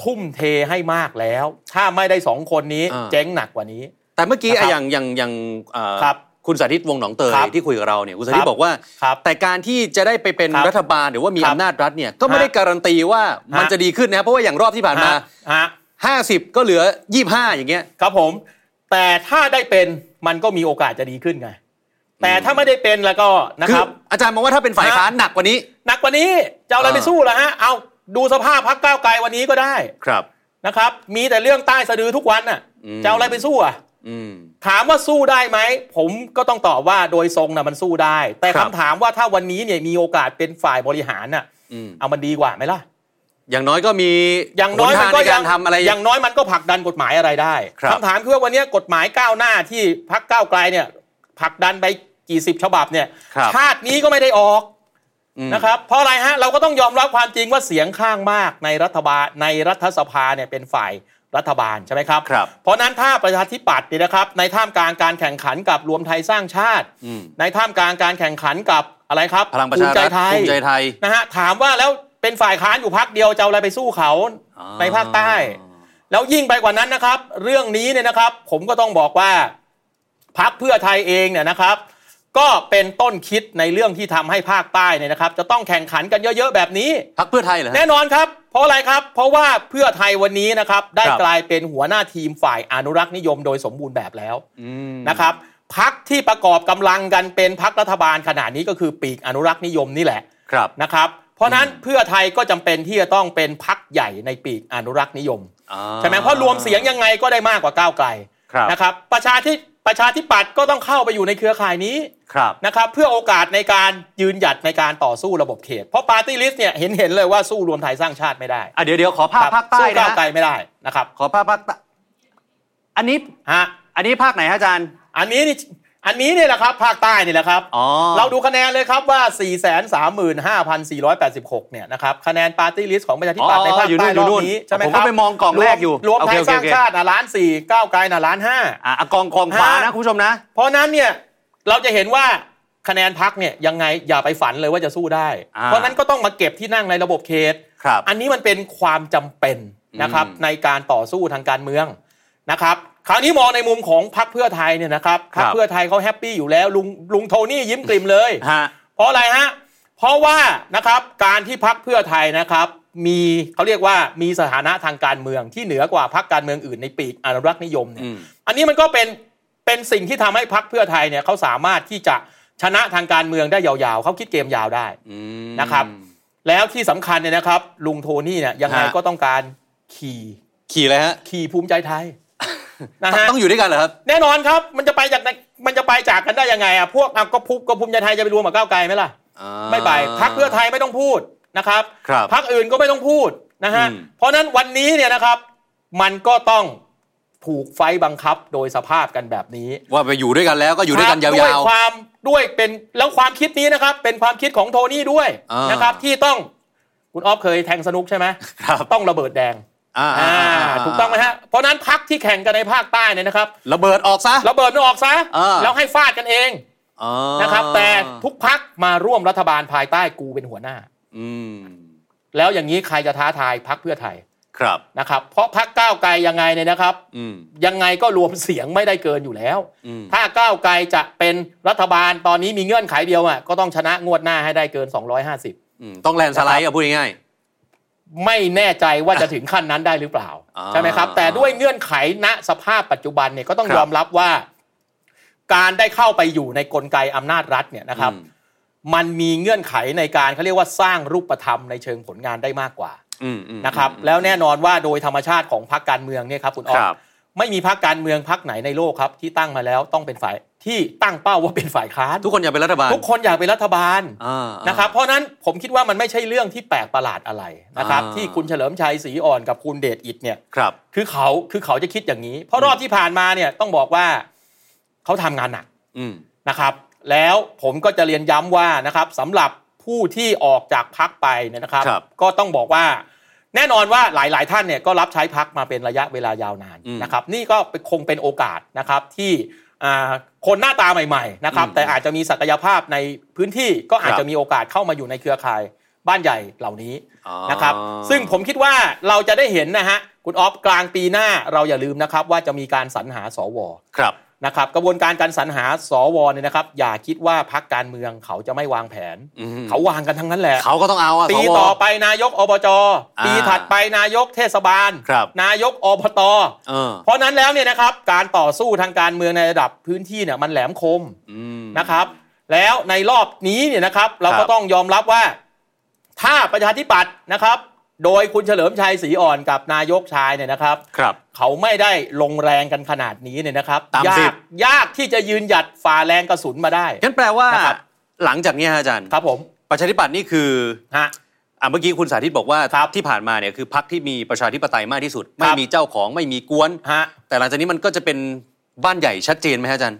S5: ทุ่มเทให้มากแล้ว ถ้าไม่ได้สองคนนี้เจ๊งหนักกว่านี้
S2: แต่เมื่อกี้
S5: นะครั
S2: อะ
S5: บ
S2: อย่างอย่างอย่างเอ่อ
S5: ครับ
S2: คุณสาธิตวงศ์หนองเตย
S5: ครับ
S2: ที่คุยกับเราเนี่ยคุณสาธิต
S5: ครับ
S2: บอกว่า
S5: ครับ
S2: แต่การที่จะได้ไปเป็น
S5: ครับ
S2: รัฐบาลหรือว่ามี
S5: ครับ
S2: อำนาจรัฐเนี่ยก็ไม่ได้การันตีว่ามัน
S5: ฮะ
S2: จะดีขึ้นนะครับเพราะว่าอย่างรอบที่ผ่านมา
S5: ฮะฮะ
S2: 50 ก็เหลือ 25 อย่างเงี้ย
S5: ครับผม แต่ถ้าได้เป็น มันก็มีโอกาสจะดีขึ้นไง แต่ถ้าไม่ได้เป็นแล้วก็นะ
S2: คื
S5: ค
S2: อ
S5: รับ
S2: อาจารย์มองว่าถ้าเป็นฝ่ายค้านหนักกว่านี้
S5: หนักกว่านี้จะเอาอะไรไป
S2: อ่า
S5: สู้ล่ะฮะ เอาดูสภาพพักก้าวไกลวันนี้ก็ได้
S2: ครับ
S5: นะครับ มีแต่เรื่องใต้สะดือทุกวันน่ะ
S2: อืม
S5: จะเอาอะไรไปสู้อ่ะ
S2: อืม
S5: ถามว่าสู้ได้ไหม ผมก็ต้องตอบว่าโดยทรงน่ะมันสู้ได้ แต่
S2: ครั
S5: คำ
S2: บ
S5: ถามว่าถ้าวันนี้เนี่ยมีโอกาสเป็นฝ่ายบริหารน่ะ
S2: อืม
S5: เอามันดีกว่าไหมล่ะ
S2: อย่างน้อยก็มี
S5: อย่างน้อย
S2: ห
S5: มัน
S2: ทาง
S5: ก็
S2: ใน
S5: ยั
S2: การทำอะไร
S5: อย่างน้อยมันก็ผลักดันกฎหมายอะไรได้
S2: ครับ
S5: ถามคือว่าวันนี้กฎหมายก้าวหน้าที่พักก้าวไกลเนี่ยผลักดันไปกี่สิบฉบับเนี่ย
S2: ครับ
S5: ชาตินี้ก็ไม่ได้ออก
S2: อืม
S5: นะครับ เพราะอะไรฮะเราก็ต้องยอมรับความจริงว่าเสียงข้างมากในรัฐบาลในรัฐสภาเนี่ยเป็นฝ่ายรัฐบาลใช่ไหมครับ
S2: ครับ
S5: เพราะนั้นถ้าประชาธิปัตย์เนี่ยนะครับ ในท่ามกลางการแข่งขันกับรวมไทยสร้างชาติ
S2: อืม
S5: ในท่ามกลางการแข่งขันกับอะไรครับ
S2: พลังประชา
S5: ภู
S2: รั
S5: มิใจ
S2: ฐ
S5: ไทย
S2: ภูมิใจไทย
S5: นะฮะถามว่าแล้วเป็นฝ่ายค้านอยู่พักเดียวจะเอาอะไรไปสู้เขา
S2: อ๋อ
S5: ในภาคใต้ แล้วยิ่งไปกว่านั้นนะครับ เรื่องนี้เนี่ยนะครับ ผมก็ต้องบอกว่าพักเพื่อไทยเองเนี่ยนะครับ ก็เป็นต้นคิดในเรื่องที่ทำให้ภาคใต้เนี่ยนะครับ จะต้องแข่งขันกันเยอะๆแบบนี้
S2: พักเพื่อไทยเหรอฮะ
S5: แน่นอนครับ เพราะอะไรครับ เพราะว่าเพื่อไทยวันนี้นะครับ ได้
S2: ครับ
S5: กลายเป็นหัวหน้าทีมฝ่ายอนุรักษ์นิยมโดยสมบูรณ์แบบแล้ว
S2: อืม
S5: นะครับพักที่ประกอบกำลังกันเป็นพักรัฐบาลขนาดนี้ก็คือปีกอนุรักษ์นิยมนี่แหละ
S2: ครับ
S5: นะครับเพราะฉะนั้นเพื่อไทยก็จำเป็นที่จะต้องเป็นพักใหญ่ในปีกอนุรักษ์นิยม
S2: อ่า
S5: ใช่ไหมเพราะรวมเสียงยังไงก็ได้มากกว่าก้าวไกล
S2: ครับ
S5: นะครับประชาธิประชาธิปัตย์ก็ต้องเข้าไปอยู่ในเครือข่ายนี้
S2: ครับ
S5: นะครับเพื่อโอกาสในการยืนหยัดในการต่อสู้ระบบเขต เพราะปาร์ตี้ลิสต์เนี่ยเห็นเห็นเลยว่าสู้รวมไทยสร้างชาติไม่ได้
S2: อ่ะเดี๋ยวเดี๋ยวขอภาพ
S5: ครับ
S2: ภาคใต้
S5: สู้
S2: นะ
S5: ก้าวไกลไม่ได้นะครับ
S2: ขอภาพภาคใต้อันนี้
S5: ฮะ
S2: อันนี้ภาคไหนฮะอาจารย์
S5: อันนี้นี่อันนี้เนี่ยแหละครับภาคใต้นี่แหละครับ
S2: อ๋อ
S5: เราดูคะแนนเลยครับว่า 435,486 เนี่ยนะครับ คะแนนปาร์ตี้ลิสต์ของประชาธิปัตย์
S2: อ๋อ
S5: ในภาค
S2: อยู่นู่
S5: ใต้
S2: นอ
S5: ร
S2: ยู่
S5: อบ
S2: นู่น
S5: นี้ใช่ไหม
S2: ผม
S5: ค
S2: ก็
S5: รับ
S2: ไปมองกล่องแรกอยู่
S5: รวม
S2: โอ
S5: ไท
S2: เค
S5: ย
S2: โอเค
S5: สร้าง
S2: โอเค
S5: ชาติน่ะล้านสี่ก้าวไกลน่ะล้านห้า
S2: อ่ะอ่ะกองกองขวานะ
S5: ฮะ
S2: คุณผู้ชมนะ
S5: เพราะนั้นเนี่ยเราจะเห็นว่าคะแนนพักเนี่ยยังไงอย่าไปฝันเลยว่าจะสู้ได้
S2: อ่า
S5: เพราะนั้นก็ต้องมาเก็บที่นั่งในระบบเขต
S2: ครับ
S5: อันนี้มันเป็นความจำเป็นนะครับ
S2: อืม
S5: ในการต่อสู้ทางการเมืองนะครับ คราวนี้มองในมุมของพรรคเพื่อไทยเนี่ยนะครับ
S2: ค
S5: พรรค
S2: รับ
S5: เพื่อไทยเขาแฮปปี้อยู่แล้วลุงลุงโทนี่ยิ้มกลิ่มเลย
S2: ฮะ
S5: เพราะอะไรฮะ เพราะว่านะครับการที่พักเพื่อไทยนะครับ มีเขาเรียกว่ามีสถานะทางการเมืองที่เหนือกว่าพักการเมืองอื่นในปีกอนุรักษ์นิยมเนี่ย
S2: อืม
S5: อันนี้มันก็เป็นเป็นสิ่งที่ทำให้พักเพื่อไทยเนี่ยเขาสามารถที่จะชนะทางการเมืองได้ยาวๆเขาคิดเกมยาวได้
S2: อืม
S5: นะครับ แล้วที่สำคัญเนี่ยนะครับ ลุงโทนี่เนี่ยยังไง
S2: ฮะ
S5: ก็ต้องการขี่
S2: ขี่เลยฮะ
S5: ขี่ภูมิใจไทยนะ
S2: [laughs] ต้อง
S5: ฮะ
S2: ต้องอยู่ด้วยกันเหรอครับ
S5: แน่นอนครับมันจะไปจากไหนมันจะไปจากกันได้ยังไงอ่ะพวกอ่ะก็ภูก็ภูมิใจไทยจะไปรวมกับก้าวไกลไหมล่ะ ไม่ไปพักเพื่อไทยไม่ต้องพูดนะครับ
S2: ครับ
S5: พักอื่นก็ไม่ต้องพูดนะฮะ
S2: อืม
S5: เพราะฉะนั้นวันนี้เนี่ยนะครับ มันก็ต้องถูกไฟบังคับโดยสภาพกันแบบนี้
S2: ว่าไปอยู่ด้วยกันแล้วก็อยู่ด้วยกันยา
S5: ครับด้วย
S2: ว
S5: ความด้วยเป็นแล้วความคิดนี้นะครับ เป็นความคิดของโทนี่ด้วย
S2: อ่าน
S5: นะครับ ที่ต้องคุณออฟเคยแทงสนุกใช่ไหม
S2: ครับ
S5: ต้องระเบิดแดง
S2: ๆอ่า
S5: อ่าถูกต้องไหมฮะเพราะฉะนั้นพักที่แข่งกันในภาคใต้เนี่ยนะครับ
S2: ระเบิดออกซะ
S5: ระเบิดมันออกซะ
S2: อ่า
S5: แล้วให้ฟาดกันเอง
S2: อ๋อ
S5: นะครับ แต่ทุกพักมาร่วมรัฐบาลภายใต้กูเป็นหัวหน้า
S2: อืม
S5: แล้วอย่างนี้ใครจะท้าทายพักเพื่อไทย
S2: ครับ
S5: นะครับ เพราะพักก้าวไกลยังไงเนี่ยนะครับ
S2: อืม
S5: ยังไงก็รวมเสียงไม่ได้เกินอยู่แล้ว
S2: อืม
S5: ถ้าก้าวไกลจะเป็นรัฐบาลตอนนี้มีเงื่อนไขเดียวอ่ะก็ต้องชนะงวดหน้าให้ได้เกิน 250
S2: อืมต้องแลนด์สไลด์อ่ะพูดง่าย
S5: ไม่แน่ใจว่าจะถึงขั้นนั้นได้หรือเปล่า
S2: อ่า
S5: ใช่ไหมครับ แต่ด้วยเงื่อนไขณสภาพปัจจุบันเนี่ยก็ต้อง
S2: ครับ
S5: ยอมรับว่า การได้เข้าไปอยู่ในกลไกอำนาจรัฐเนี่ย
S2: ๆ
S5: นะครับ
S2: อืม
S5: มันมีเงื่อนไขในการเขาเรียกว่าสร้างรูปธรรมในเชิงผลงานได้มากกว่า
S2: อืมอืม
S5: นะครับแล้วแน่นอนว่าโดยธรรมชาติของพรรคการเมืองเนี่ยครับคุณออ
S2: ครั
S5: ฟ
S2: บ
S5: ไม่มีพรรคการเมืองพรรคไหนในโลกครับ ที่ตั้งมาแล้วต้องเป็นฝ่ายที่ตั้งเป้าว่าเป็นฝ่ายค้าน
S2: ทุกคนอยากเป็นรัฐบาล
S5: ทุกคนอยากเป็นรัฐบาล
S2: อ่าๆ
S5: นะครับเพราะฉะนั้นผมคิดว่ามันไม่ใช่เรื่องที่แปลกประหลาดอะไรนะครับ
S2: อ่า
S5: ที่คุณเฉลิมชัยศรีอ่อนกับคุณเดชอิดเนี่ย
S2: ครับ
S5: คือเขาคือเขาจะคิดอย่างนี้ เพราะรอบที่ผ่านมาเนี่ยต้องบอกว่าเขาทำงานหนัก
S2: อืม
S5: นะครับแล้วผมก็จะเรียนย้ำว่านะครับสำหรับผู้ที่ออกจากพักไปเนี่ยนะครับ
S2: ครับ
S5: ก็ต้องบอกว่า แน่นอนว่าหลาย ๆ ท่านเนี่ยก็รับใช้พักมาเป็นระยะเวลายาวนาน
S2: อืม
S5: นะครับ นี่ก็คงเป็นโอกาสนะครับที่อ่าคนหน้าตาใหม่ ๆ นะครับ
S2: อืม
S5: แต่อาจจะมีศักยภาพในพื้นที่ก็อาจ
S2: ครั
S5: จะ
S2: บ
S5: มีโอกาสเข้ามาอยู่ในเครือข่ายบ้านใหญ่เหล่านี้
S2: อ๋อ
S5: นะครับซึ่งผมคิดว่าเราจะได้เห็นนะฮะคุณออฟกลางปีหน้าเราอย่าลืมนะครับว่าจะมีการสรรหาสว
S2: ครับ
S5: นะครับกระบวนการการสรรหาสวเนี่ยนะครับ อย่าคิดว่าพักการเมืองเขาจะไม่วางแผน
S2: อืม
S5: เขาวางกันทั้งนั้นแหละ
S2: เขาก็ต้องเอาอะ
S5: ปี
S2: สว
S5: ต่อไปนายกอบจ
S2: อ่า
S5: ปีถัดไปนายกเทศบาล
S2: ครับ
S5: นายกอบต
S2: เออ
S5: เพราะนั้นแล้วเนี่ยนะครับการต่อสู้ทางการเมืองในระดับพื้นที่เนี่ยมันแหลมคม
S2: อืม
S5: นะครับ แล้วในรอบนี้เนี่ยนะครับเรา
S2: ครั
S5: ก็
S2: บ
S5: ต้องยอมรับว่า ถ้าประชาธิปัตย์นะครับ โดยคุณเฉลิมชัยศรีอ่อนกับนายกชายเนี่ยนะครับ
S2: ครับ
S5: เขาไม่ได้ลงแรงกันขนาดนี้เนี่ยนะครับ
S2: ตาม
S5: ยา
S2: สิ
S5: ก
S2: บ
S5: ยากที่จะยืนหยัดฝ่าแรงกระสุนมาได้
S2: งั้นแปลว่า
S5: นะครับ
S2: หลังจากเนี้ยฮะอาจารย์
S5: ครับผม
S2: ประชาธิปัตย์นี่คือ
S5: ฮะ
S2: อ่ะเมื่อกี้คุณสาธิตบอกว่า
S5: ครับ
S2: ที่ผ่านมาเนี่ยคือพักที่มีประชาธิปไตยมากที่สุด ไม่
S5: ครับ
S2: มีเจ้าของไม่มีกวน
S5: ฮะ
S2: แต่หลังจากนี้มันก็จะเป็นบ้านใหญ่ชัดเจนไหมฮะอาจารย์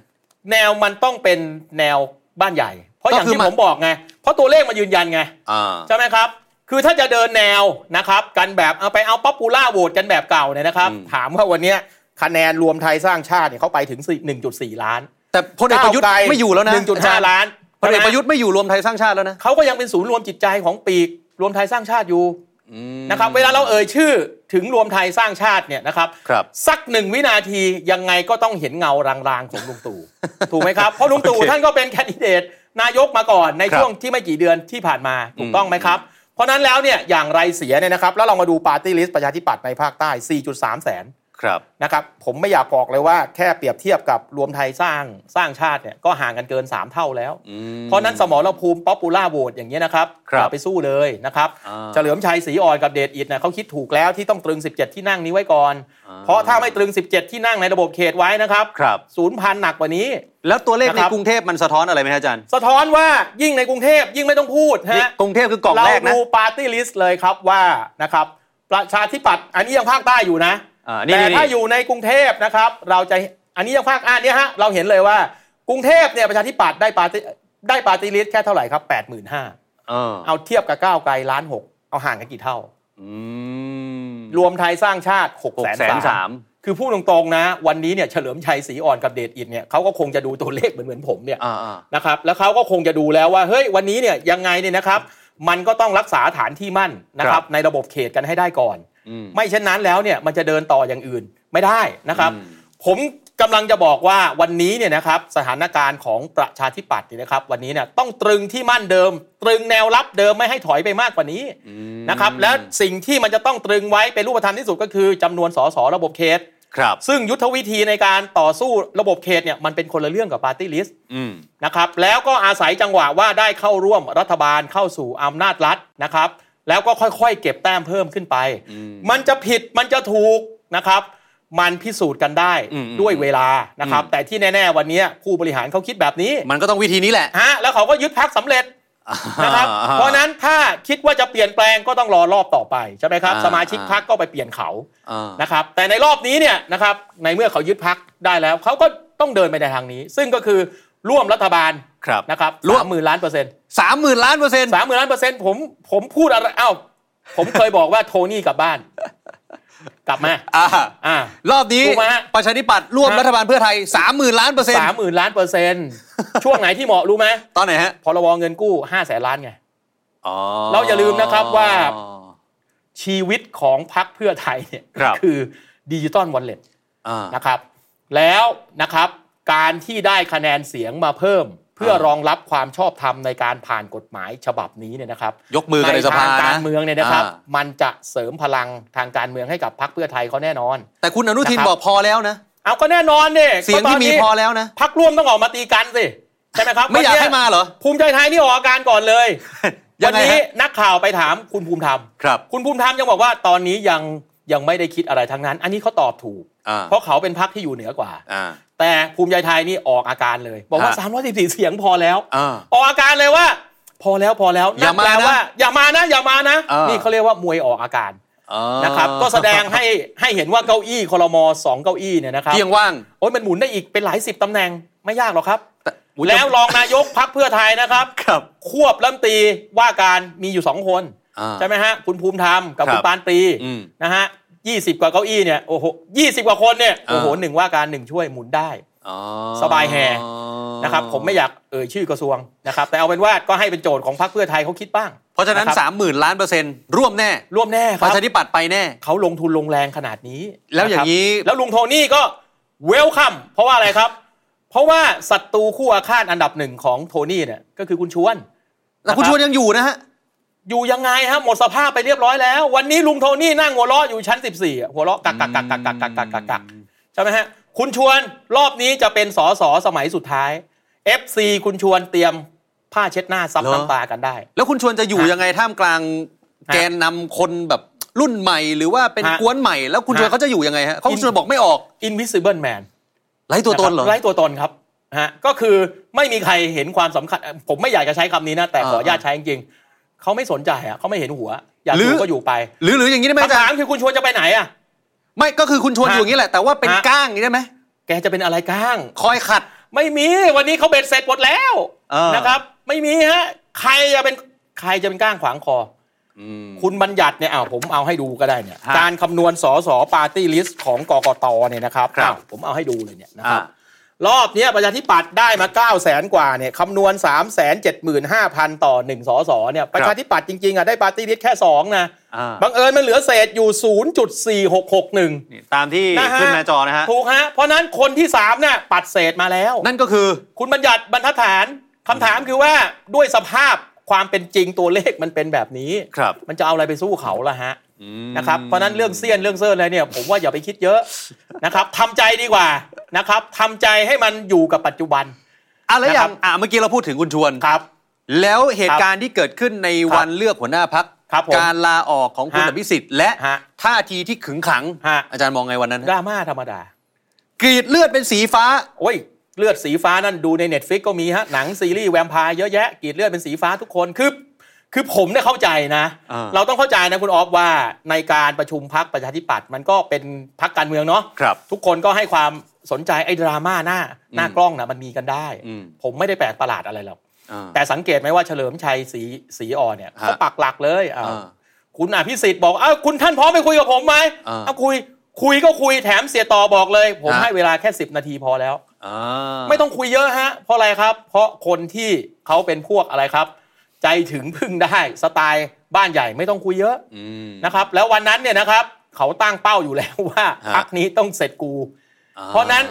S5: แนวมันต้องเป็นแนวบ้านใหญ่ เพราะ
S2: ก็
S5: อย่าง
S2: คือ
S5: ที่
S2: มัน
S5: ผมบอกไง เพราะตัวเลขมันยืนยันไง
S2: อ่า
S5: ใช่ไหมครับ คือถ้าจะเดินแนวนะครับ กันแบบเอาไปเอาป๊อปปูล่าโหวตกันแบบเก่าเนี่ยนะครับ
S2: อืม
S5: ถามว่าวันเนี้ยคะแนนรวมไทยสร้างชาติเนี่ยเขาไปถึง4 1.4 ล้าน
S2: แต่พลเอกประยุทธ์
S5: ก้าวกล
S2: ไม่อยู่แล้วนะ
S5: 1.5 ล้าน
S2: พลเอกประยุท
S5: ใช่ไ
S2: ธ์ไม่อยู่รวมไทยสร้างชาติแล้วนะ
S5: หมเขาก็ยังเป็นศูนย์รวมจิตใจของปีกรวมไทยสร้างชาติอยู่
S2: อืม
S5: นะครับเวลาเราเอ่ยชื่อถึงรวมไทยสร้างชาติเนี่ยนะครับ
S2: ครับ
S5: สักหนึ่งวินาทียังไงก็ต้องเห็นเงารางๆของลุงตู่
S2: [laughs]
S5: ถูกไหมครับ เพราะลุงตู่
S2: โอเค
S5: ท่านก็เป็นแคนดิเดตนายกมาก่อนใน
S2: ครับ
S5: ช่วงที่ไม่กี่เดือนที่ผ่านมาถูกต้องไหมครับ เพราะนั้นแล้วเนี่ยอย่างไรเสียเนี่ยนะครับ แล้วเรามาดูปาร์ตี้ลิสต์ประชาธิปัตย์ในภาคใต้ 4.3 แสน
S2: ครับ
S5: นะครับผมไม่อยากบอกเลยว่าแค่เปรียบเทียบกับรวมไทยสร้างสร้างชาติเนี่ยก็ห่างกันเกิน 3 เท่าแล้ว เพราะนั้นสมรภูมิป๊อปปูล่าโหวตอย่างเงี้ยนะครับ
S2: ครับ
S5: อย่าไปสู้เลยนะครับ
S2: อ่า
S5: เฉลิมชัยศรีอ่อนกับเดชอิดเนี่ยเขาคิดถูกแล้วที่ต้องตรึง 17 ที่นั่งนี้ไว้ก่อน
S2: อ่า
S5: เพราะถ้าไม่ตรึง 17 ที่นั่งในระบบเขตไว้นะครับ
S2: ครับ
S5: ศูนย์พันหนักกว่านี้
S2: แล้วตัวเลข
S5: นะ
S2: ใน
S5: ครับ
S2: กรุงเทพมันสะท้อนอะไรไหมฮะอาจารย์
S5: สะท้อนว่ายิ่งในกรุงเทพยิ่งไม่ต้องพูดฮะ
S2: กรุงเทพคือกล่อง
S5: เรา
S2: แรกนะ
S5: ดูปาร์ตี้ลิสต์เลยครับว่านะครับประชาธิปัตย์อันนี้ยังภาคใต้อยู่นะ
S2: อ่านี่
S5: แต่
S2: นี่นี่
S5: ถ้าอยู่ในกรุงเทพนะครับเราจะอันนี้ยังภาคอันนี้ฮะเราเห็นเลยว่ากรุงเทพเนี่ยประชาธิปัตย์ได้ปาร์ตี้ได้ปาร์ตี้ลิสต์แค่เท่าไหร่ครับ8 5 0 0 0
S2: เออ
S5: เอาเทียบกับก้าวไกลล้านหกเอาห่างกันกี่เท่า
S2: อืม
S5: รวมไทยสร้างชาติ6ก
S2: หก
S5: แส
S2: แสน
S5: นสา
S2: สาม ม
S5: คือพูดตรงๆนะ วันนี้เนี่ยเฉลิมชัยศรีอ่อนกับเดชอิดเนี่ยเขาก็คงจะดูตัวเลขเหมือนเหมือนๆผมเนี่ย
S2: อ่าอ่า
S5: นะครับแล้วเขาก็คงจะดูแล้วว่าเฮ้ยวันนี้เนี่ยยังไงเนี่ยนะครับ มันก็ต้องรักษาฐานที่มั่นนะค
S2: ครั
S5: รับบ ในระบบเขตกันให้ได้ก่อน
S2: อืม
S5: ไม่เช่นนั้นแล้วเนี่ยมันจะเดินต่ออย่างอื่นไม่ได้นะครับ
S2: อืม
S5: ผมกำลังจะบอกว่าวันนี้เนี่ยนะครับสถานการณ์ของประชาธิปัตย์เนี่ยนะครับ วันนี้เนี่ยต้องตรึงที่มั่นเดิม ตรึงแนวรับเดิมไม่ให้ถอยไปมากกว่านี้นะครับและสิ่งที่มันจะต้องตรึงไว้เป็นรูปธรรมที่สุดก็คือจำนวนสสระบบเขต
S2: ครับ
S5: ซึ่งยุทธวิธีในการต่อสู้ระบบเขตเนี่ยมันเป็นคนละเรื่องกับปาร์ตี้ลิส
S2: อืม
S5: นะครับแล้วก็อาศัยจังหวะว่าได้เข้าร่วมรัฐบาลเข้าสู่อำนาจรัฐนะครับ แล้วก็ค่อยๆ เก็บแต้มเพิ่มขึ้นไป มันจะผิดมันจะถูกนะครับ มันพิสูจน์กันได้
S2: อืม
S5: ด้วยเวลานะครับ
S2: อืม
S5: แต่ที่แน่ๆวันนี้ผู้บริหารเขาคิดแบบนี้
S2: มันก็ต้องวิธีนี้แหละ
S5: ฮะแล้วเขาก็ยึดพักสำเร็จนะครับ เพราะฉะนั้นถ้าคิดว่าจะเปลี่ยนแปลงก็ต้องรอรอบต่อไปใช่ไหมครับ สมาชิกพักก็ไปเปลี่ยนเขา
S2: อ่า
S5: นะครับแต่ในรอบนี้เนี่ยนะครับในเมื่อเขายึดพักได้แล้ว เขาก็ต้องเดินไปในทางนี้ ซึ่งก็คือร่วมรัฐบาล
S2: ครับ
S5: นะครับ
S2: ร่วม
S5: สามหมื่นล้านเปอร์เซ็นต์
S2: สามหมื่นล้านเปอร์เซ็นต์
S5: สามหมื่นล้านเปอร์เซ็นต์ผมผมพูดอะไรเอ้าผมเคยบอกว่าโทนี่กลับบ้าน กลับมา
S2: อ่า
S5: อ่า
S2: รอบนี้
S5: ถูกไหมฮะ
S2: ประชาธิปัตย์ร่วม
S5: ฮะ
S2: รัฐบาลเพื่อไทยสามหมื่นล้านเปอร์เซ็นต์
S5: สามหมื่นล้านเปอร์เซ็นต์ช่วงไหนที่เหมาะรู้ไหม
S2: ตอนไหนฮะ
S5: พรบเงินกู้ห้าแสนล้านไง
S2: อ๋อ
S5: เราอย่าลืมนะครับว่า ชีวิตของพรรคเพื่อไทยเนี่ย
S2: ครับ
S5: คือดิจิตอลวอลเล็ต
S2: อ่า
S5: นะครับแล้วนะครับการที่ได้คะแนนเสียงมาเพิ่ม เพื่อรองรับความชอบธรรมในการผ่านกฎหมายฉบับนี้เนี่ยนะครับ
S2: ยกมือกันในสภา
S5: ทางการ
S2: นะ
S5: เมืองเนี่ยนะครับ
S2: อ่า
S5: มันจะเสริมพลังทางการเมืองให้กับพรรคเพื่อไทยเขาแน่นอน
S2: แต่คุณอนุทิน
S5: นะครับ
S2: บอกพอแล้วนะ
S5: เอาก็แน่นอนเนี่ย
S2: เสียงที่มีพอแล้วนะ
S5: พรรคร่วมต้องออกมาตีกันสิใช่ไหมครับ
S2: ไม่อยาก
S5: วันนี้
S2: ให้มาเหรอ
S5: ภูมิใจไทยนี่ออกอาการก่อนเลย
S2: ยั
S5: วั
S2: ง
S5: น
S2: ไงฮะ
S5: นี้นักข่าวไปถามคุณภูมิธรรม
S2: ครับ
S5: คุณภูมิธรรมยังบอกว่าตอนนี้ยังยังไม่ได้คิดอะไรทั้งนั้น อันนี้เขาตอบถูก
S2: อ่า
S5: เพราะเขาเป็นพรรคที่อยู่เหนือกว่า
S2: อ่า
S5: แต่ภูมิใจไทยนี่ออกอาการเลย บอกว่า
S2: ฮะ
S5: 314เสียงพอแล้ว
S2: อ่า
S5: ออกอาการเลยว่า พอแล้วพอแล้ว
S2: อย่ามานะ
S5: แปลว่าอย่ามานะ อย่ามานะ
S2: อ่านี่
S5: นี่เขาเรียกว่ามวยออกอาการ
S2: อ่า
S5: นะครับ ก็แสดงให้ให้เห็นว่าเก้าอี้คอรมอสองเก้าอี้เนี่ยนะครับ
S2: เที่ยงว่าง
S5: โอ้ยมันหมุนได้อีกเป็นหลายสิบตำแหน่งไม่ยากหรอกครับ
S2: ต่อุ๊ย
S5: แล้วรองนายกพักเพื่อไทยนะครับ
S2: ครับ
S5: ควบรัฐมนตรีว่าการมีอยู่สองคน
S2: อ่า
S5: ใช่ไหมฮะคุณภูมิธรรมกับ
S2: ครับ
S5: คุณปานปรี
S2: อืม
S5: นะฮะยี่สิบกว่าเก้าอี้เนี่ยโอ้โหยี่สิบกว่าคนเนี่ยโอ้โห
S2: อ่า
S5: หนึ่งว่าการหนึ่งช่วยหมุนได้
S2: อ๋อ
S5: สบายแห่ นะครับผมไม่อยากเอ่ยชื่อกระทรวงนะครับแต่เอาเป็นว่าก็ให้เป็นโจทย์ของพรรคเพื่อไทยเขาคิดบ้าง
S2: เพราะฉะนั้น
S5: คบ
S2: สามหมื่นล้านเปอร์เซ็นต์ร่วมแน่
S5: ร่วมแน่ค
S2: ป
S5: รับ
S2: ระชาธิปัตย์ไปแน่
S5: เขาลงทุนลงแรงขนาดนี้
S2: แล้วอย่างนี้
S5: นี้ แล้วลุงโทนี่ก็เวลคัมเพราะว่าอะไรครับ เพราะว่าศัตรูคู่อาฆาตอันดับหนึ่งของโทนี่เนี่ยก็คือคุณชวน
S2: แต่คุณชวนยังอยู่นะฮะ
S5: อยู่ยังไงฮะหมดสภาพไปเรียบร้อยแล้ว วันนี้ลุงโทนี่นั่งหัวเราะอยู่ชั้น 14อะหัวเราะกักกักกักกักกักกักกักกักกักใช่ไหมฮะ คุณชวนรอบนี้จะเป็นสอสอสมัยสุดท้าย FC คุณชวนเตรียมผ้าเช็ดหน้าซับ
S2: เหรอ
S5: น้ำตากันได้
S2: แล้วคุณชวนจะอยู่
S5: ฮะ
S2: ยังไงท่ามกลาง
S5: ฮะ
S2: แกนนำคนแบบรุ่นใหม่หรือว่าเป็น
S5: ฮะ
S2: กวนใหม่ แล้วคุณชวน
S5: ฮะ
S2: เขาจะอยู่ยังไงฮะเขา
S5: อิน
S2: ชวนบอกไม่ออก
S5: Invisible Man
S2: ไร้ตัวตนเหรอ
S5: ะคบไร้ตัวตนครับฮะก็คือไม่มีใครเห็นความสำคัญเอ่อผมไม่อยากจะใช้คำนี้นะ แต่ขออ
S2: อ่า
S5: นุญาตใช้จริงๆเขาไม่สนใจอ่ะเขาไม่เห็นหัว อยาก
S2: หรื
S5: อยู่
S2: อ
S5: ก็อยู่ไป
S2: หรือหรืออย่างนี้ได้ไหมอา
S5: คำ
S2: จา
S5: ถาร ม
S2: ย์
S5: คือคุณชวนจะไปไหนอ่ะ
S2: ไม่ก็คือคุณชวนอยู่อย่างนี้แหละ แต่ว่าเป็น
S5: ฮะ
S2: ก้างอย่างนี้ได้ไหม
S5: แกจะเป็นอะไรก้าง
S2: คอยขัด
S5: ไม่มีวันนี้เขาเบ็ดเสร็จหมดแล้ว
S2: เออ
S5: นะครับ ไม่มีฮะใครจะเป็นใครจะเป็นก้างขวางคออคุณบัญญัติเนี่ยอ้าวผมเอาให้ดูก็ได้เนี่ย
S2: ฮะ
S5: การคำนวณสสปาร์ตี้ลิสต์ของกกตเนี่ยนะครับ
S2: ครับ
S5: อ้าวผมเอาให้ดูเลยเนี่ยนะค
S2: อ่า
S5: รับ รอบเนี้ยประชาธิปัตย์ได้มา 9 0 0แสนกว่าเนี่ยคำนวณ 3 7 5 0 0 0 ต่อ 1 สสเนี่ยประชาธิปัตย์จริงๆอ่ะได้ปาร์ตี้ลิสต์แค่ 2 นะ
S2: อ่า
S5: บังเอิญมันเหลือเศษอยู่ 0.4661
S2: นี่ตามที่
S5: นะฮะ
S2: ขึ้นหน้าจอนะฮะ
S5: ถูกฮะ เพราะนั้นคนที่ 3 เนี่ยปัดเศษมาแล้ว
S2: นั่นก็คือ
S5: คุณบัญญัติบรรทัดฐานคำถามคือว่าด้วยสภาพความเป็นจริงตัวเลขมันเป็นแบบนี้
S2: ครับ
S5: มันจะเอาอะไรไปสู้เขาล่ะฮะนะครับเพราะฉะนั้นเรื่องเสี้ยนเรื่องเซิร์นอะไรเนี่ย ผมว่าอย่าไปคิดเยอะ นะครับทำใจดีกว่านะครับทำใจให้มันอยู่กับปัจจุบัน
S2: อ่ะแล้วอย่าง
S5: นะครับ
S2: อ่ะเมื่อกี้เราพูดถึงคุณชวน
S5: ครับ
S2: แล้วเหตุการณ์ที่เกิดขึ้นใน
S5: ครับ
S2: วันเลือกหัวหน้าพัก
S5: ครับผม
S2: การลาออกของคุณ
S5: ฮะ
S2: อภิสิทธิ์และ
S5: ฮะ
S2: ท่าทีที่ขึงขัง
S5: ฮะ
S2: อาจารย์มองไงวันนั้น
S5: ด
S2: ฮะ
S5: ราม่าธรรมดา
S2: กรีดเลือดเป็นสีฟ้า
S5: โอ้ยเลือดสีฟ้านั่นดูใน Netflix ก็มีฮะ หนังซีรีส์แวมไพร์เยอะแยะกรีดเลือดเป็นสีฟ้าทุกคนคือคือผมเนี่ยเข้าใจนะ
S2: อ่า
S5: เราต้องเข้าใจนะคุณออฟว่าในการประชุมพักประชาธิปัตย์มันก็เป็นพักการเมืองเนาะ
S2: ครับ
S5: ทุกคนก็ให้ความสนใจไอ้ดราม่าหน้าหน้ากล้องนะมันมีกันได้
S2: อืม
S5: ผมไม่ได้แปลกประหลาดอะไรหรอก
S2: อ่า
S5: แต่สังเกตไหมว่าเฉลิมชัยสีสีอ่อนเนี่ย
S2: ฮะ
S5: เขาปักหลักเลยอ่า
S2: อ่า
S5: คุณอภิสิทธิ์บอกเอ้าคุณท่านพร้อมไปคุยกับผมไหม
S2: อ่า
S5: เอาคุย คุยก็คุยแถมเสียต่อบอกเลย ผม
S2: ฮะ
S5: ให้เวลาแค่ 10 นาทีพอแล้ว
S2: อ่า
S5: ไม่ต้องคุยเยอะฮะ เพราะอะไรครับ เพราะคนที่เขาเป็นพวกอะไรครับ ใจถึงพึ่งได้สไตล์บ้านใหญ่ไม่ต้องคุยเยอะนะครับ แล้ววันนั้นเนี่ยนะครับ เขาตั้งเป้าอยู่แล้วว่า
S2: ฮะ
S5: พักนี้ต้องเสร็จกู
S2: อ่
S5: เพราะนั้น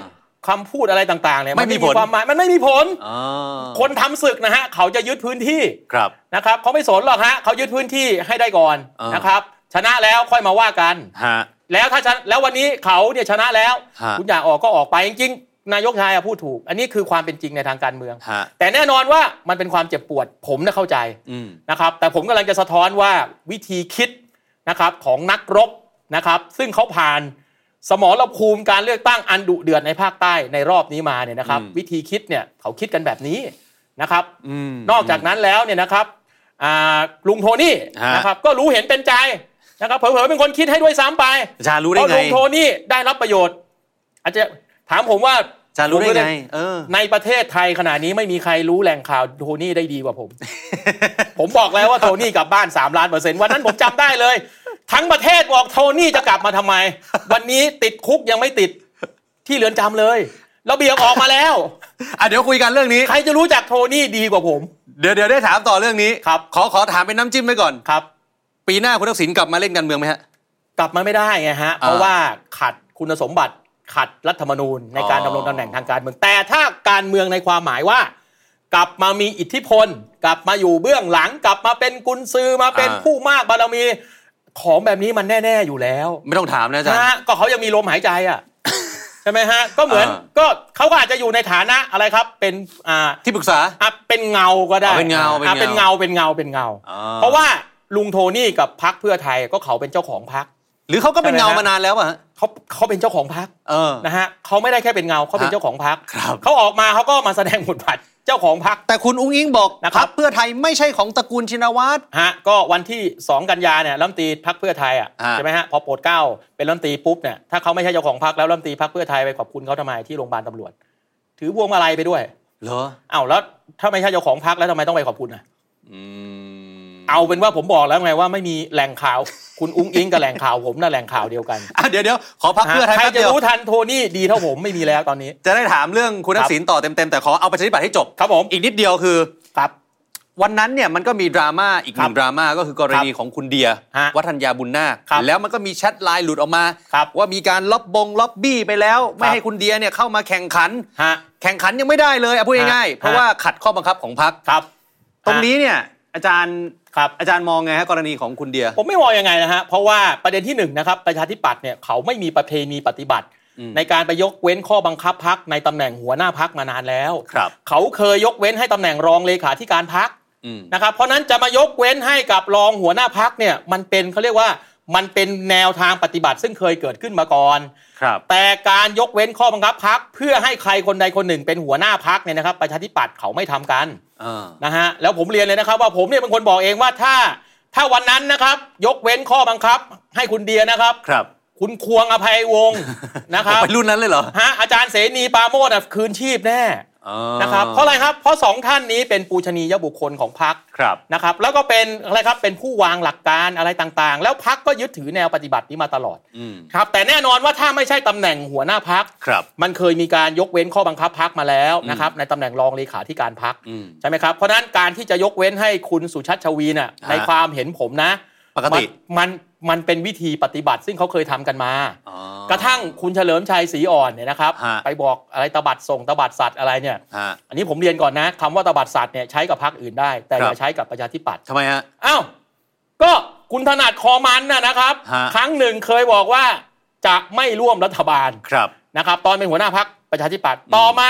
S5: คำพูดอะไรต่างๆเนี่ย
S2: ไม่มีผล
S5: ความหมายมันไม่มีผล
S2: อ่า
S5: คนทำศึกนะฮะเขาจะยึดพื้นที่
S2: ครับ
S5: นะครับเขาไม่สนหรอกฮะเขายึดพื้นที่ให้ได้ก่อน
S2: อ่าน
S5: นะครับ ชนะแล้วค่อยมาว่ากัน
S2: ฮะ
S5: แล้วถ้าชนะแล้ววันนี้เขาเนี่ยชนะแล้ว
S2: ฮะ
S5: คุณอยากออกก็ออกไปจริงๆนายกชายอะพูดถูก อันนี้คือความเป็นจริงในทางการเมือง
S2: ฮะ
S5: แต่แน่นอนว่ามันเป็นความเจ็บปวด ผมน่ะเข้าใจ
S2: อืม
S5: นะครับ แต่ผมกำลังจะสะท้อนว่าวิธีคิดนะครับของนักรบนะครับ ซึ่งเขาผ่านสมรภูมิการเลือกตั้งอันดุเดือดในภาคใต้ในรอบนี้มาเนี่ยนะครับ
S2: อืม
S5: วิธีคิดเนี่ยเขาคิดกันแบบนี้นะครับ
S2: อืม
S5: นอกจากนั้นแล้วเนี่ยนะครับอ่าลุงโทนี่
S2: ฮะ
S5: นะครับก็รู้เห็นเป็นใจนะครับเผลอๆเป็นคนคิดให้ด้วยซ้ำไป
S2: อาจารย์รู้
S5: เพ
S2: ได้
S5: ราะ
S2: ไง
S5: ลุงโทนี่ได้รับประโยชน์ อาจจะถามผมว่า
S2: อาจารย์รู้ได้ไง เออ
S5: ในประเทศไทยขณะนี้ไม่มีใครรู้แหล่งข่าวโทนี่ได้ดีกว่าผม [laughs] ผมบอกแล้วว่าโทนี่กลับบ้าน 3 ล้านเปอร์เซ็นต์วันนั้นผมจำได้เลย ทั้งประเทศบอกโทนี่จะกลับมาทำไม วันนี้ติดคุกยังไม่ติดที่เรือนจำเลยระเบียบออกมาแล้ว
S2: อ่ะเดี๋ยวคุยกันเรื่องนี้
S5: ใครจะรู้จักโทนี่ดีกว่าผม
S2: เดี๋ยวเดี๋ยวได้ถามต่อเรื่องนี้
S5: ครับ
S2: ขอขอถามเป็นน้ำจิ้มไว้ก่อน
S5: ครับ
S2: ปีหน้าคุณทักษิณกลับมาเล่นการเมืองไหมฮะ
S5: กลับมาไม่ได้ไงฮะ เพราะว่าขัดคุณสมบัติขัดรัฐธรรมนูญในการ
S2: อ๋
S5: ดำ
S2: อ
S5: รงตำแหน่งทางการเมือง แต่ถ้าการเมืองในความหมายว่า กลับมามีอิทธิพล กลับมาอยู่เบื้องหลัง กลับมาเป็นกุนซือมาเป็น
S2: อ่า
S5: ผู้มากบารมีของแบบนี้มันแน่ ๆ อยู่แล้ว
S2: ไม่ต้องถามนะอาจารย์
S5: นะฮะก็เขายังมีลมหายใจ
S2: [laughs]
S5: อ่ะ ใช่ไหมฮะ ก็เหมือน
S2: อ่า
S5: ก็เขาก็อาจจะอยู่ในฐานะอะไรครับ เป็นอ่า
S2: ที่ปรึกษา
S5: อ่ะเป็นเงาก็ได้
S2: อ๋อเป็นเงา
S5: อ่ะ
S2: เป็
S5: เป็น
S2: น
S5: เงา
S2: เงา
S5: เป็นเงาเป็นเงา
S2: อ่า
S5: เพราะว่าลุงโทนี่กับพักเพื่อไทยก็เขาเป็นเจ้าของพัก
S2: หรือเขาก็เป็น
S5: ใช่ไหม
S2: เงา
S5: ฮะ
S2: มานานแล้วอะฮะ
S5: เขาเขาเป็นเจ้าของพัก
S2: เออ
S5: นะฮะเขาไม่ได้แค่เป็นเงาเขาเป็น
S2: ฮะ
S5: เจ้าของพัก
S2: ครับ
S5: เขาออกมาเขาก็มาแสดงบทบาทเจ้าของพัก
S2: แต่คุณอุ้งอิงบอก
S5: นะครับ
S2: พเพื่อไทยไม่ใช่ของตระกูลชินวัตร
S5: ฮะก็วันที่ 2 กันยาเนี่ยรัฐมนตรีพักเพื่อไทยอ่ะ
S2: ฮะ
S5: ใช่ไหมฮะพอโปรดเกล้าเป็นรัฐมนตรีปุ๊บเนี่ยถ้าเขาไม่ใช่เจ้าของพักแล้วรัฐมนตรีพักเพื่อไทยไปขอบคุณเขาทำไมที่โรงพยาบาลตำรวจ ถือพวงมาลัยไปด้วย
S2: เหรอ
S5: อ้าวแล้วถ้าไม่ใช่เจ้าของพักแล้วทำไมต้องไปขอบคุณอ่ะ
S2: อืม
S5: เอาเป็นว่าผมบอกแล้วไงว่าไม่มีแหล่งข่าว คุณอุ้งอิงกับแหล่งข่าวผมน่ะแหล่งข่าวเดียวกัน
S2: อ่ะเดี๋ยวเดี๋ยวขอพักเพื่อไทย
S5: ใคร
S2: แป๊บ
S5: จะ
S2: เดียว
S5: รู้ทันโทนี่ดีเท่าผมไม่มีแล้วตอนนี้
S2: จะได้ถามเรื่องคุณทักษิณต่อเต็มๆ แต่ขอเอาประชาธิปัตย์ให้จบ
S5: ครับผม
S2: อีกนิดเดียวคือ
S5: ครับ
S2: วันนั้นเนี่ยมันก็มีดราม่าอีกหนึ่
S5: ครั
S2: ง
S5: บ
S2: ดราม่าก็คือกรณีของคุณเดีย
S5: ฮะ
S2: วัฒนยาบุญนาค
S5: ครับ
S2: แล้วมันก็มีแชทไลน์หลุดออกมา
S5: ครับ
S2: ว่ามีการล็อบบงล็อบบี้ไปแล้ว ไม่
S5: ครับ
S2: ให้คุณเดียเนี่ยเข้ามาแข่งขัน
S5: ฮะ
S2: แข่งขันยังไม่ได้เลยอ่ะพูดง่ายๆ
S5: ฮะ
S2: เพราะว่าขัดข้อบังคับของพรรค
S5: ครับ
S2: ตรงนี้เนี่ยอาจารย์
S5: ครับ
S2: อาจารย์มองไงฮะกรณีของคุณเดีย
S5: ผมไม่มองยังไงนะฮะ เพราะว่าประเด็นที่หนึ่งนะครับประชาธิปัตย์เนี่ยเขาไม่มีประเพณีปฏิบัติ
S2: อืม
S5: ในการไปยกเว้นข้อบังคับพักในตำแหน่งหัวหน้าพักมานานแล้ว
S2: ครับ
S5: เขาเคยยกเว้นให้ตำแหน่งรองเลขาธิการพัก
S2: อืม
S5: นะครับ เพราะนั้นจะมายกเว้นให้กับรองหัวหน้าพักเนี่ยมันเป็นเขาเรียกว่ามันเป็นแนวทางปฏิบัติซึ่งเคยเกิดขึ้นมาก่อน
S2: ครับ
S5: แต่การยกเว้นข้อบังคับพักเพื่อให้ใครคนใดคนหนึ่งเป็นหัวหน้าพักเนี่ยนะครับ ประชาธิปัตย์เขาไม่ทำกัน
S2: อ่า
S5: นะฮะแล้วผมเรียนเลยนะครับว่าผมเนี่ยเป็นคนบอกเองว่าถ้าถ้าวันนั้นนะครับ ยกเว้นข้อบังคับ ให้คุณเดียนะครับ
S2: ครับ
S5: คุณควงอภัยวงศ์ นะครับ [laughs]
S2: ไปรุ่นนั้นเลยเหรอ
S5: ฮะอาจารย์เสนีปราโมดคืนชีพแน่
S2: อ๋อ
S5: นะครับเพราะอะไรครับเพราะสองท่านนี้เป็นปูชนียบุคคลของพรรค
S2: ครับ
S5: นะครับ แล้วก็เป็นอะไรครับเป็นผู้วางหลักการอะไรต่างๆ แล้วพรรคก็ยึดถือแนวปฏิบัตินี้มาตลอด
S2: อืม
S5: ครับแต่แน่นอนว่าถ้าไม่ใช่ตำแหน่งหัวหน้าพัก
S2: ครับ
S5: มันเคยมีการยกเว้นข้อบังคับพักมาแล้วนะครับในตำแหน่งรองเลขาธิการพัก
S2: อืม
S5: ใช่ไหมครับ เพราะฉะนั้นการที่จะยกเว้นให้คุณสุชัชวีน่ะ
S2: ฮะ
S5: ในความเห็นผมนะ
S2: ปกติ
S5: มันมันมันเป็นวิธีปฏิบัติซึ่งเขาเคยทำกันมา
S2: อ๋อ
S5: กระทั่งคุณเฉลิมชัยศรีอ่อนเนี่ยนะครับ
S2: ฮะ
S5: ไปบอกอะไรตบัดส่งตบัดสัตว์อะไรเนี่ย
S2: ฮะ
S5: อันนี้ผมเรียนก่อนนะคำว่าตบัดสัตว์เนี่ยใช้กับพรรคอื่นได้ แต่อ
S2: ครั
S5: ย่า
S2: บ
S5: ใช้กับประชาธิปัตย์
S2: ทำไมฮะ
S5: อ้าว ก็คุณถนัดคอมันน่ะนะครับ
S2: ฮะ
S5: ครั้งหนึ่งเคยบอกว่าจะไม่ร่วมรัฐบาล
S2: ครับ
S5: นะครับตอนเป็นหัวหน้าพักประชาธิปัตย์ต่อมา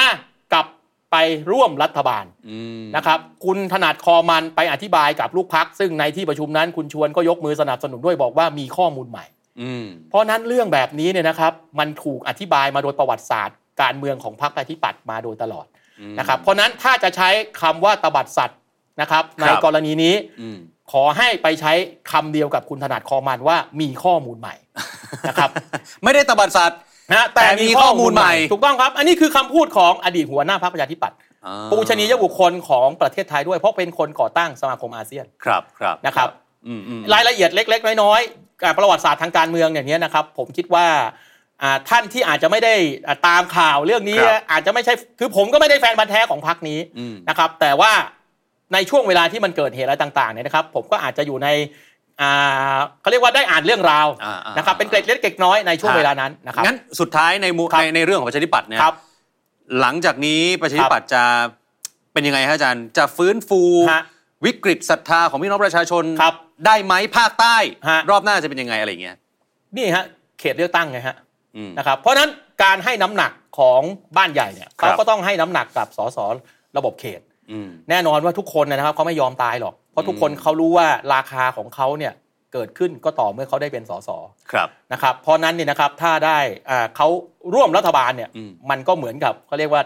S5: กลับไปร่วมรัฐบาล
S2: อืม
S5: นะครับคุณถนัดคอมันไปอธิบายกับลูกพัก ซึ่งในที่ประชุมนั้นคุณชวนก็ยกมือสนับสนุนด้วยบอกว่ามีข้อมูลใหม่
S2: อืม
S5: เพราะนั้นเรื่องแบบนี้เนี่ยนะครับมันถูกอธิบายมาโดยประวัติศาสตร์ การเมืองของพรรคประชาธิปัตย์มาโดยตลอดนะครับเพราะนั้นถ้าจะใช้คำว่าตบัดสัตว์นะครับใน
S2: ครับ
S5: กรณีนี้
S2: อืม
S5: ขอให้ไปใช้คำเดียวกับคุณถนัดคอมันว่ามีข้อมูลใหม่ [laughs] นะครับ
S2: [laughs] ไม่ได้ตบัดสัตว์
S5: นะแต่
S2: แต่มี
S5: มี
S2: ข้
S5: ข้
S2: อ
S5: อ
S2: มู
S5: มู
S2: ล
S5: ล
S2: ให
S5: ให
S2: ม่
S5: ม่ ถูกต้องครับ อันนี้คือคำพูดของอดีตหัวหน้าพรรคประชาธิปัตย์
S2: อ่า
S5: ปูชนียบุคคลของประเทศไทยด้วยเพราะเป็นคนก่อตั้งสมาคมอาเซียน
S2: ครับครับ
S5: นะครับ
S2: อืมอืม
S5: รายละเอียดเล็ก ๆ น้อยๆอ่าประวัติศาสตร์ทางการเมืองอย่างนี้ยนะครับ ผมคิดว่าอ่าท่านที่อาจจะไม่ได้อ่าตามข่าวเรื่องนี้อาจจะไม่ใช่คือผมก็ไม่ได้แฟนบันธุ์แท้ของพรรคนี้
S2: อืม
S5: นะครับ แต่ว่าในช่วงเวลาที่มันเกิดเหตุอะไรต่างๆเนี่ยนะครับ ผมก็อาจจะอยู่ในอ่าเขาเรียกว่าได้อ่านเรื่องราว
S2: อ่าๆ
S5: นะครับเป็นเกร็ดเล็กเกร็ดน้อยในช่วงเวลานั้นนะครับ
S2: งั้นสุดท้ายในมุ
S5: ครับ
S2: ในในเรื่องของประชาธิปัตย์เนี่ย
S5: ครับ
S2: หลังจากนี้ประชาธิปัตย์จะเป็นยังไงฮะอาจารย์ จะฟื้นฟู
S5: ฮะ
S2: วิกฤตศรัทธาของพี่น้องประชาชน
S5: ครับ
S2: ได้ไหมภาคใต้
S5: ฮะ
S2: รอบหน้าจะเป็นยังไงอะไรอย่างเงี้ย
S5: นี่ฮะเขตเลือกตั้งไงฮะ
S2: อืม
S5: นะครับเพราะฉะนั้นการให้น้ำหนักของบ้านใหญ่เนี่ย
S2: ครับ
S5: เขาก็ต้องให้น้ำหนักกับสสระบบเขต
S2: อืม
S5: แน่นอนว่าทุกคนนะครับเขาไม่ยอมตายหรอกเพราะทุกคน
S2: อืม
S5: เขารู้ว่าราคาของเขาเนี่ยเกิดขึ้นก็ต่อเมื่อเขาได้เป็นสส
S2: ครับ
S5: นะครับเพราะนั้นเนี่ยนะครับถ้าได้อ่าเขาร่วมรัฐบาลเนี่ย
S2: อืม
S5: มันก็เหมือนกับเขาเรียกว่า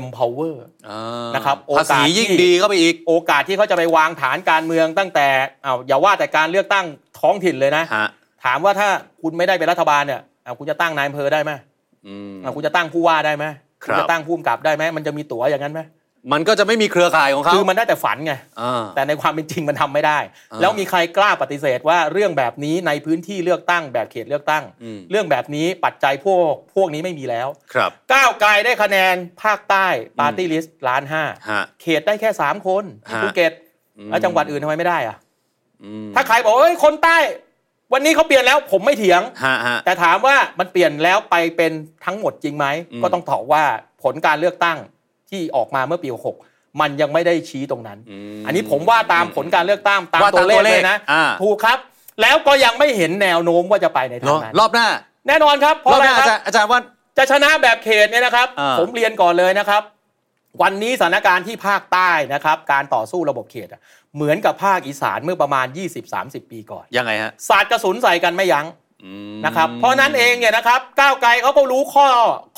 S5: empower
S2: อ่า
S5: นะครับโอ
S2: ภาก
S5: าส
S2: ษี
S5: ที่
S2: ยิ่งดีเข้าไปอีก
S5: โอกาสที่เขาจะไปวางฐานการเมืองตั้งแต่อ้าวอย่าว่าแต่การเลือกตั้งท้องถิ่นเลยนะ
S2: ฮะ
S5: ถามว่าถ้าคุณไม่ได้เป็นรัฐบาลเนี่ยอ้าวคุณจะตั้งนายอำเภอได้ไหม
S2: อืม
S5: อ่ะคุณจะตั้งผู้ว่าได้ไหม
S2: ค
S5: คุ
S2: รั
S5: ณ
S2: บ
S5: จะตั้งผู้กำกับได้ไหมมันจะมีตั๋วอย่างนั้นไหม
S2: มันก็จะไม่มีเครือข่ายของเขา
S5: คือมันได้แต่ฝันไง
S2: อ่า
S5: แต่ในความเป็นจริงมันทำไม่ได้
S2: อ่า
S5: แล้วมีใครกล้าปฏิเสธว่าเรื่องแบบนี้ในพื้นที่เลือกตั้งแบบเขตเลือกตั้ง
S2: อืม
S5: เรื่องแบบนี้ปัจจัยพวกพวกนี้ไม่มีแล้ว
S2: ครับ
S5: ก้าวไกลได้คะแนนภาคใต้ปาร์ตี้ลิสต์ล้านห้า
S2: ฮะ
S5: เขตได้แค่สามคนที่
S2: ฮะ
S5: ภูเก็ตแล้วจังหวัดอื่นทำไมไม่ได้อะ
S2: อืม
S5: ถ้าใครบอกว่าเอ้ยคนใต้ วันนี้เขาเปลี่ยนแล้วผมไม่เถียง
S2: ฮะฮะ
S5: แต่ถามว่ามันเปลี่ยนแล้วไปเป็นทั้งหมดจริงไหม
S2: อืม
S5: ก็ต้องตอบว่าผลการเลือกตั้งที่ออกมาเมื่อปี 66 มันยังไม่ได้ชี้ตรงนั้น
S2: ม
S5: อันนี้ผมว่าตามผลการเลือกตั้งตาม
S2: ว่าตาม
S5: ตัวเล
S2: ตั
S5: ข
S2: วเลข
S5: เลยนะ
S2: อ่า
S5: ถูกครับ แล้วก็ยังไม่เห็นแนวโน้มว่าจะไปใน
S2: เน
S5: ทาง
S2: อะ
S5: นั้น
S2: รอบหน้า
S5: แน่นอนครับ
S2: ร
S5: เพราะ
S2: อบห
S5: อะไร
S2: น้าอาจารย์
S5: ครับ
S2: อาจารย์ว่า
S5: จะชนะแบบเขตเนี่ยนะครับ
S2: อ่า
S5: ผมเรียนก่อนเลยนะครับ วันนี้สถานการณ์ที่ภาคใต้นะครับ การต่อสู้ระบบเขตอะเหมือนกับภาคอีสานเมื่อประมาณ 20-30 ปีก่อน
S2: ยังไงฮะ
S5: สาดกระสุนใส่กันไม่ยั้ง
S2: อืม
S5: นะครับเพราะฉะนั้นเองเนี่ยนะครับก้าวไกลเขาก็รู้ข้อ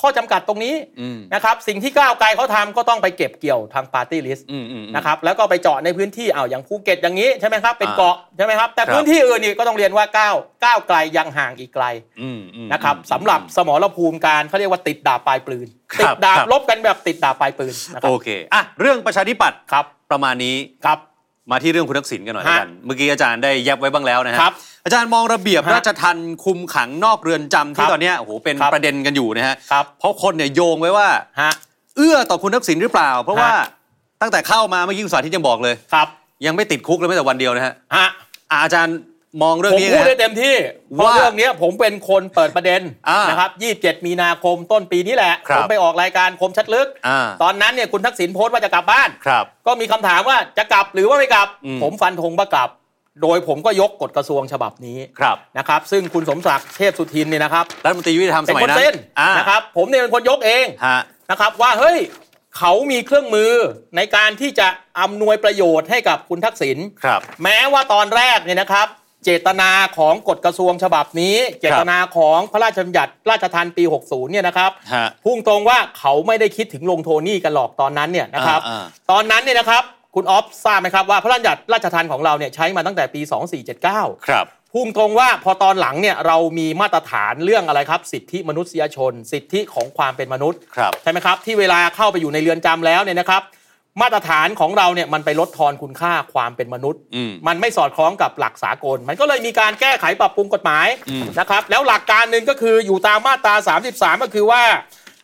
S5: ข้อจำกัดตรงนี้
S2: อืม
S5: นะครับสิ่งที่ก้าวไกลเขาทำก็ต้องไปเก็บเกี่ยวทางปาร์ตี้ลิสต์
S2: อืมอืมอืม
S5: นะครับแล้วก็ไปเจาะในพื้นที่เอาวอย่างภูเก็ตอย่างนี้ใช่ไหมครับเป็น
S2: อ่า
S5: เกาะใช่ไหมครับแต่
S2: ครับ
S5: พื้นที่อื่นนี่ก็ต้องเรียนว่าก้าวก้าวไกลยังห่างอีกไกล
S2: อืมอืม
S5: นะครับสำหรับสมรภูมิการเขาเรียกว่าติดดาบปลายปืน
S2: ครับ
S5: ติดดาบ
S2: ครับ
S5: ลบกันแบบติดดาบปลายปืนนะครั
S2: โอบ เคอ่ะเรื่องประชาธิปัตย์
S5: ครับ
S2: ประมาณนี้
S5: ครับ
S2: มาที่เรื่องคุณทักษิณกันหน่อยแล้
S5: ฮะ
S2: วกัน เมื่อกี้อาจารย์ได้แยบไว้บ้างแล้วนะฮะ
S5: ครับ
S2: อาจารย์มองระเบียบ
S5: ฮะ
S2: ราชทันคุมขังนอกเรือนจำ
S5: ครั
S2: ที่
S5: บ
S2: ตอนเนี้ยโอ้โหเป็น
S5: ครับ
S2: ประเด็นกันอยู่นะฮะ
S5: ครับ
S2: เพราะคนเนี่ยโยงไว้ว่า
S5: ฮะ
S2: เอื้อต่อคุณทักษิณหรือเปล่า เพราะว่า
S5: ฮะ
S2: ตั้งแต่เข้ามาเมื่อกี้คุณสาธิตยังบอกเลย
S5: ครับ
S2: ยังไม่ติดคุกเลยแม้แต่วันเดียวนะฮะ
S5: ฮะ
S2: อาอาจารย์มองเรื่อง
S5: ผม
S2: นี้
S5: พู
S2: ไง
S5: ดได้
S2: ฮะ
S5: เต็มที่เพราะ
S2: ว่า
S5: เรื่องเนี้ยผมเป็นคนเปิดประเด็น
S2: อ่าน
S5: นะครับ 27 มีนาคมต้นปีนี้แหละ
S2: ครับ
S5: ผมไปออกรายการคมชัดลึก
S2: อ่า
S5: ตอนนั้นเนี่ยคุณทักษิณโพสต์ว่าจะกลับบ้าน
S2: ครับ
S5: ก็มีคำถามว่าจะกลับหรือว่าไม่กลับ
S2: อืม
S5: ผมฟันธงว่ากลับ โดยผมก็ยกกฎกระทรวงฉบับนี้
S2: ครับ
S5: นะครับ ซึ่งคุณสมศักดิ์เทพสุทินเนี่ยนะครับ
S2: รัฐมนตรียุติธรรมส
S5: เป็น
S2: มัย
S5: คน
S2: นั้น
S5: เส้น
S2: อ่า
S5: นะครับ ผมเนี่ยเป็นคนยกเอง
S2: ฮะ
S5: นะครับว่าเฮ้ยเขามีเครื่องมือในการที่จะอำนวยประโยชน์ให้กับคุณทักษิณ
S2: ครับ
S5: แม้ว่าตอนแรกเนี่ยนะครับ เจตนาของกฎกระทรวงฉบับนี้ เจตนาของพระราชบัญญัติราชทันปี 60 เนี่ยนะครับ
S2: ฮะ
S5: พุ่งตรงว่าเขาไม่ได้คิดถึงลงโทนี่กันหรอกตอนนั้นเนี่ยนะครับ
S2: อ่า
S5: ตอนนั้นเนี่ยนะครับคุณออฟทราบไหมครับว่าพระราชบัญญัติราชทันของเราเนี่ยใช้มาตั้งแต่ปี 2479
S2: ครับ
S5: พุ่งตรงว่าพอตอนหลังเนี่ยเรามีมาตรฐานเรื่องอะไรครับ สิทธิมนุษยชน สิทธิของความเป็นมนุษย์
S2: ครับ
S5: ใช่ไหมครับ ที่เวลาเข้าไปอยู่ในเรือนจำแล้วเนี่ยนะครับ มาตรฐานของเราเนี่ยมันไปลดทอนคุณค่าความเป็นมนุษย์
S2: อืม
S5: มันไม่สอดคล้องกับหลักสากล มันก็เลยมีการแก้ไขปรับปรุงกฎหมาย
S2: อืม
S5: นะครับ แล้วหลักการหนึ่งก็คืออยู่ตามมาตรา 33 ก็คือว่า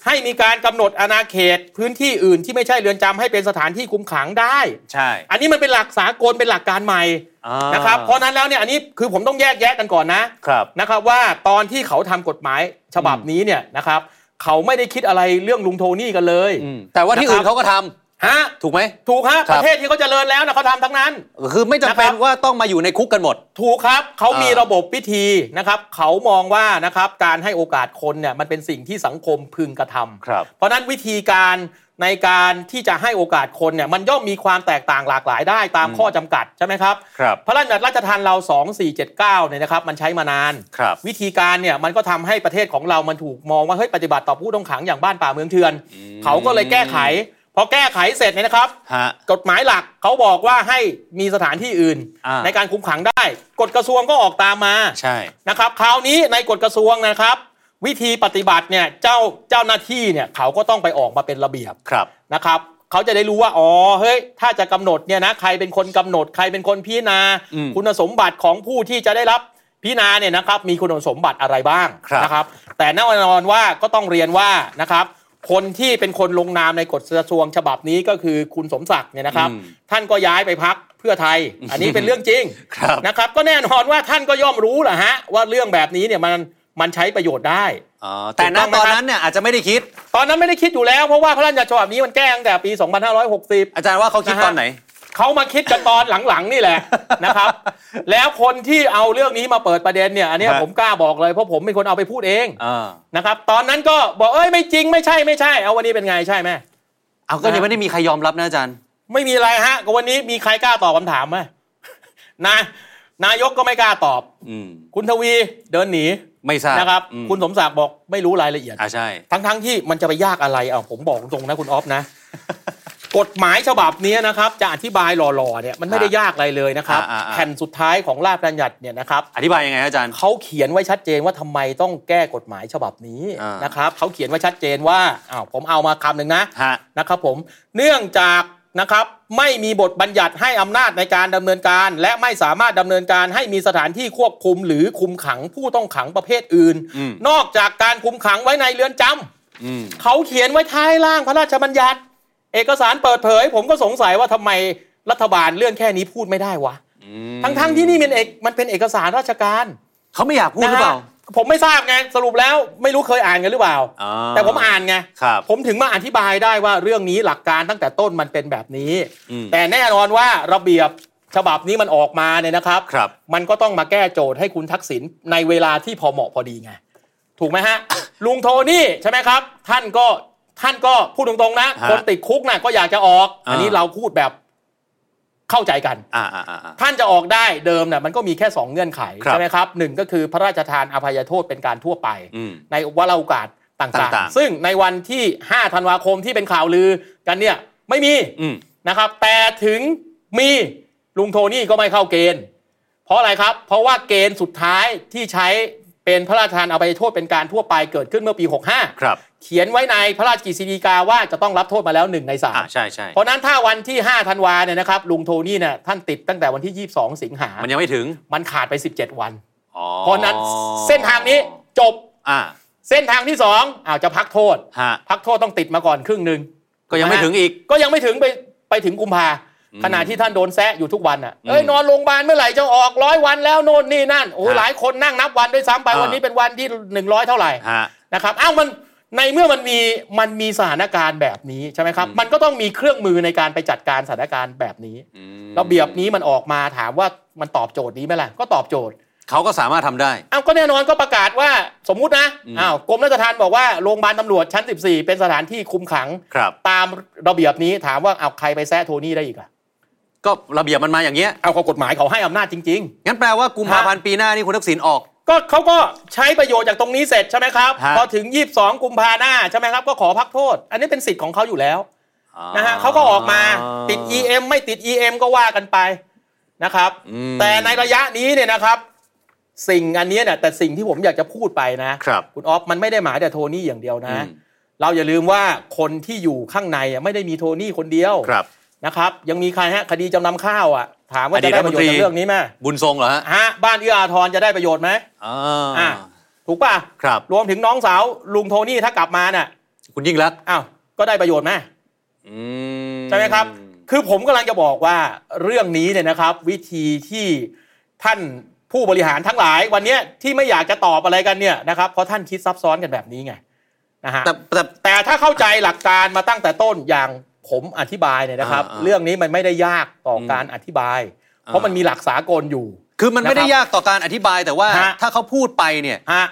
S5: ให้มีการกำหนดอาณาเขตพื้นที่อื่นที่ไม่ใช่เรือนจำให้เป็นสถานที่คุมขังได้
S2: ใช่
S5: อันนี้มันเป็นหลักสากลเป็นหลักการใหม่
S2: อ่าน
S5: นะครับเพราะฉะนั้นแล้วเนี่ยอันนี้คือผมต้องแยกแยะกันก่อนนะครับ นะครับว่าตอนที่เขาทำกฎหมายฉบับนี้เนี่ยนะครับเขาไม่ได้คิดอะไรเรื่องลุงโทนี่กันเลย
S2: แต่ว่าที่
S5: นะครับ
S2: อื่นเขาก็ทำ
S5: ฮะ
S2: ถูกไหม
S5: ถูกฮะ
S2: ค
S5: ป
S2: รับ
S5: ระเทศที่เขาเจริญแล้วนะเขาทำทั้งนั้น
S2: คือไม่จำเป็น
S5: นะครับ
S2: ว่าต้องมาอยู่ในคุกกันหมด
S5: ถูกครับเขามี
S2: อ่า
S5: ระบบวิธีนะครับเขามองว่านะครับการให้โอกาสคนเนี่ยมันเป็นสิ่งที่สังคมพึงกระทำ
S2: ครับ
S5: เพราะฉะนั้นวิธีการในการที่จะให้โอกาสคนเนี่ยมันย่อมมีความแตกต่างหลากหลายได้ตามข้อจำกัดใช่ไหมครับ
S2: ครับ
S5: พระราชบัญญัติราชทานเรา 2479เนี่ยนะครับมันใช้มานาน
S2: ครับ
S5: วิธีการเนี่ยมันก็ทำให้ประเทศของเรามันถูกมองว่าเฮ้ยปฏิบัติต่อผู้ต้องขังอย่างบ้านป่าเมืองเถื่อน เขาก็เลยแก้ไข พอแก้ไขเสร็จเนี่ยนะครับ
S2: ฮะ
S5: กฎหมายหลักเขาบอกว่าให้มีสถานที่อื่น
S2: อ่า
S5: ในการคุมขังได้กฎกระทรวงก็ออกตามมา
S2: ใช่
S5: นะครับคราวนี้ในกฎกระทรวงนะครับ วิธีปฏิบัติเนี่ยเจ้าเจ้าหน้าที่เนี่ยเขาก็ต้องไปออกมาเป็นระเบียบ
S2: ครับ
S5: นะครับเขาจะได้รู้ว่าอ๋อเฮ้ยถ้าจะกำหนดเนี่ยนะใครเป็นคนกำหนดใครเป็นคนพิจารณา
S2: อืม
S5: คุณสมบัติของผู้ที่จะได้รับพิจารณาเนี่ยนะครับมีคุณสมบัติอะไรบ้าง
S2: ครับ
S5: นะครับแต่แน่นอนว่าก็ต้องเรียนว่านะครับคนที่เป็นคนลงนามในกฎกระทรวงฉบับนี้ก็คือคุณสมศักดิ์เนี่ยนะครับ ท่านก็ย้ายไปพักเพื่อไทย อันนี้เป็นเรื่องจริง
S2: ครับ
S5: นะครับก็แน่นอนว่าท่านก็ย่อมรู้แหละฮะว่าเรื่องแบบนี้เนี่ยมันมันใช้ประโยชน์ได้
S2: อ๋อ แต่ณ
S5: ถูกต้องไหม
S2: ตอบ
S5: ครั
S2: นนั้นเนี่ยอาจจะไม่ได้คิด
S5: ตอนนั้นไม่ได้คิดอยู่แล้วเพราะว่าพระราชบัญญัติฉบับนี้มันแก้ตั้งแต่ปี 2560
S2: อาจารย์ว่าเขาคิด
S5: นะฮะ
S2: ตอนไหน
S5: เขามาคิดกันตอนหลังๆ
S2: [laughs]
S5: นี่แหละ นะครับ แล้วคนที่เอาเรื่องนี้มาเปิดประเด็นเนี่ยอันเนี้ย
S2: ครับ
S5: ผมกล้าบอกเลยเพราะผมเป็นคนเอาไปพูดเอง
S2: อ่า
S5: นะครับตอนนั้นก็บอกเอ้ยไม่จริงไม่ใช่ไม่ใช่ เอาวันนี้เป็นไงใช่ไหม
S2: เอาก็
S5: นะฮะ
S2: ยังไม่ได้มีใครยอมรับนะอาจารย์
S5: ไม่มีอะไรฮะก็วันนี้มีใครกล้าตอบคำถามไหม นายนายกก็ไม่กล้าตอบ
S2: อืม
S5: คุณทวีเดินหนี
S2: ไม่ทราบ
S5: นะครับ
S2: อืม
S5: คุณสมศักดิ์บอกไม่รู้รายละเอียด
S2: อ่าใช่
S5: ทั้งๆที่มันจะไปยากอะไรอ่ะผมบอกตรงๆนะคุณออ
S2: [laughs]
S5: ฟนะ กฎหมายฉบับนี้นะครับ จะอธิบายหล่อๆเนี่ยมันไม่ได้ยากอะไรเลยนะครับ
S2: อ่าๆๆ
S5: แผ่นสุดท้ายของราชบัญญัติเนี่ยนะครับ
S2: อธิบายยังไงฮะอาจารย์
S5: เขาเขียนไว้ชัดเจนว่าทำไมต้องแก้กฎหมายฉบับนี้
S2: อ่าน
S5: นะครับเขาเขียนไว้ชัดเจนว่าอ้าวผมเอามาคำหนึ่งนะ
S2: ฮะ
S5: นะครับผมเนื่องจากนะครับไม่มีบทบัญญัติให้อำนาจในการดำเนินการ และไม่สามารถดำเนินการให้มีสถานที่ควบคุมหรือคุมขังผู้ต้องขังประเภทอื่น
S2: อืม
S5: นอกจากการคุมขังไว้ในเรือนจ
S2: อืม
S5: ำเขาเขียนไว้ท้ายร่างพระราชบัญญัติ เอกสารเปิดเผย ผมก็สงสัยว่าทำไมรัฐบาลเรื่องแค่นี้พูดไม่ได้วะทั้งๆที่นี่มันเอกมันเป็นเอกสารราชการ
S2: เขาไม่อยากพูดหรือเปล่า
S5: นะฮะผมไม่ทราบไงสรุปแล้วไม่รู้เคยอ่านกันหรือเปล่า
S2: อ่า
S5: แต่ผมอ่านไง
S2: ครับ
S5: ผมถึงมาอธิบายได้ว่าเรื่องนี้หลักการตั้งแต่ต้นมันเป็นแบบนี้
S2: อืม
S5: แต่แน่นอนว่าระเบียบฉบับนี้มันออกมาเนี่ยนะครับ
S2: ครับ
S5: มันก็ต้องมาแก้โจทย์ให้คุณทักษิณในเวลาที่พอเหมาะพอดีไง ถูกไหมฮะ ลุงโทนี่ใช่ไหมครับ ท่านก็ท่านก็พูดตรงๆนะ
S2: ฮะ
S5: คนติดคุกน่ะก็อยากจะออก
S2: อ่า
S5: อันนี้เราพูดแบบเข้าใจกัน
S2: อ่าอ่าอ่าอ่า
S5: ท่านจะออกได้เดิมน่ะมันก็มีแค่สองเงื่อนไข
S2: ครับ
S5: ใช่ไหมครับหนึ่งก็คือพระราชทานอภัยโทษเป็นการทั่วไป
S2: อืม
S5: ในวาระโอกาสต่าง
S2: ต่างๆ
S5: ๆ ซึ่งในวันที่ 5 ธันวาคมที่เป็นข่าวลือกันเนี่ยไม่มี
S2: อืม
S5: นะครับ แต่ถึงมีลุงโทนี่ก็ไม่เข้าเกณฑ์ เพราะอะไรครับ เพราะว่าเกณฑ์สุดท้ายที่ใช้เป็นพระราชทานอภัยโทษเป็นการทั่วไปเกิดขึ้นเมื่อปี 65
S2: ครับ
S5: เขียนไว้ในพระราชกฤษฎีกาว่าจะต้องรับโทษมาแล้ว 1 ใน
S2: อ่า
S5: 3
S2: ใช่ใช่
S5: เพราะนั้นถ้าวันที่ 5 ธันวาเนี่ยนะครับลุงโทนี่เนี่ยท่านติดตั้งแต่วันที่ 22 สิงหา
S2: มันยังไม่ถึง
S5: มันขาดไป 17 วัน
S2: อ๋อ
S5: เพราะนั้นเส้นทางนี้จบ
S2: อ่า
S5: เส้นทางที่สองอ้าวจะพักโทษ
S2: ฮะ
S5: พักโทษต้องติดมาก่อนครึ่งหนึ่ง
S2: ก็ยังไม่ถึงอีก
S5: ก็ยังไม่ถึงไปไป ไปถึงกุมภา
S2: อืม
S5: ขณะที่ท่านโดนแซะอยู่ทุกวันอ่ะ
S2: อืม
S5: เอ้ยนอนโรงพยาบาลเมื่อไหร่จะออกร้อยวันแล้วโน่นนี่นั่นโอ้โห
S2: ฮะ
S5: หลายคนนั่งนับวันด้วยซ้ำไป
S2: อ่า
S5: วันนี้เป็นวันที่หนึ่งร้อยเท่าไหร่
S2: ฮะ
S5: นะครับอ้าวมันในเมื่อมันมีมันมีสถานการณ์แบบนี้ใช่ไหมครับ
S2: อืม
S5: มันก็ต้องมีเครื่องมือในการไปจัดการสถานการณ์แบบนี้
S2: อืม
S5: ระเบียบนี้มันออกมาถามว่ามันตอบโจทย์นี้ไหมล่ะ ก็ตอบโจทย์
S2: เขาก็สามารถทำได้
S5: อ้าวก็แน่นอนก็ประกาศว่าสมมุตินะ
S2: อืม
S5: อ้าวกรมราชทัณฑ์บอกว่าโรงพยาบาลตำรวจชั้น 14 เป็นสถานที่คุมขัง
S2: ครับ
S5: ตามระเบียบนี้ถามว่าเอาใครไปแซะโทนี่ได้อีกอะ
S2: ก็ระเบียบมันมาอย่างเงี้ย
S5: เอาข้อกฎหมายเขาให้อำนาจจริง
S2: งั้นแปลว่ากุมภาพันธ์ปีหน้านี่คุณทักษิณออก
S5: ๆ ก็เขาก็ใช้ประโยชน์จากตรงนี้เสร็จใช่ไหมครับ
S2: ฮะ
S5: พอถึง 22 กุมภาหน้าใช่ไหมครับก็ขอพักโทษ อันนี้เป็นสิทธิ์ของเขาอยู่แล้ว นะฮะเขาก็ออกมาติด EM ไม่ติด EM ก็ว่ากันไปนะครับ
S2: อืม
S5: แต่ในระยะนี้เนี่ยนะครับ สิ่งอันเนี้ยเนี่ยแต่สิ่งที่ผมอยากจะพูดไปนะครับ ณออฟมันไม่ได้หมายแต่โทนี่อย่างเดียวนะ
S2: อืม
S5: เราอย่าลืมว่าคนที่อยู่ข้างในอ่ะไม่ได้มีโทนี่คนเดียว
S2: ครับ
S5: นะครับ ยังมีใครฮะคดีจำนำข้าวอ่ะ ถามว่า
S2: อดี
S5: จะ
S2: ต
S5: ได้ประโยชน์
S2: รัฐมนตรี
S5: จากเรื่องนี้ไหม
S2: บุญทรงเหรอฮะ
S5: ฮะบ้านเอื้ออาทรจะได้ประโยชน์ไหม
S2: อ่
S5: อ่ะ
S2: า
S5: ถูกป่ะ
S2: ครับ
S5: รวมถึงน้องสาวลุงโทนี่ถ้ากลับมาน่ะ
S2: คุณยิ่งรักษณ์
S5: อ้าวก็ได้ประโยชน์ไหม
S2: อืม
S5: ใช่ไหมครับ คือผมกำลังจะบอกว่าเรื่องนี้เนี่ยนะครับ วิธีที่ท่านผู้บริหารทั้งหลายวันเนี้ยที่ไม่อยากจะตอบอะไรกันเนี่ยนะครับเพราะท่านคิดซับซ้อนกันแบบนี้ไงนะฮะ
S2: แต่แต่
S5: แต่ถ้าเข้าใจหลักการมาตั้งแต่ต้นอย่างผมอธิบายเนี่ยนะครับ
S2: อ่าอ่า
S5: เรื่องนี้มันไม่ได้ยากต่ออ
S2: ม
S5: การอธิบาย
S2: อ่า
S5: เพราะมันมีหลักสากลอยู่
S2: คือมันไม่ได้
S5: นะครับ
S2: ยากต่อการอธิบายแต่ว่า
S5: ฮะ
S2: ถ้าเขาพูดไปเนี่ย
S5: ฮะ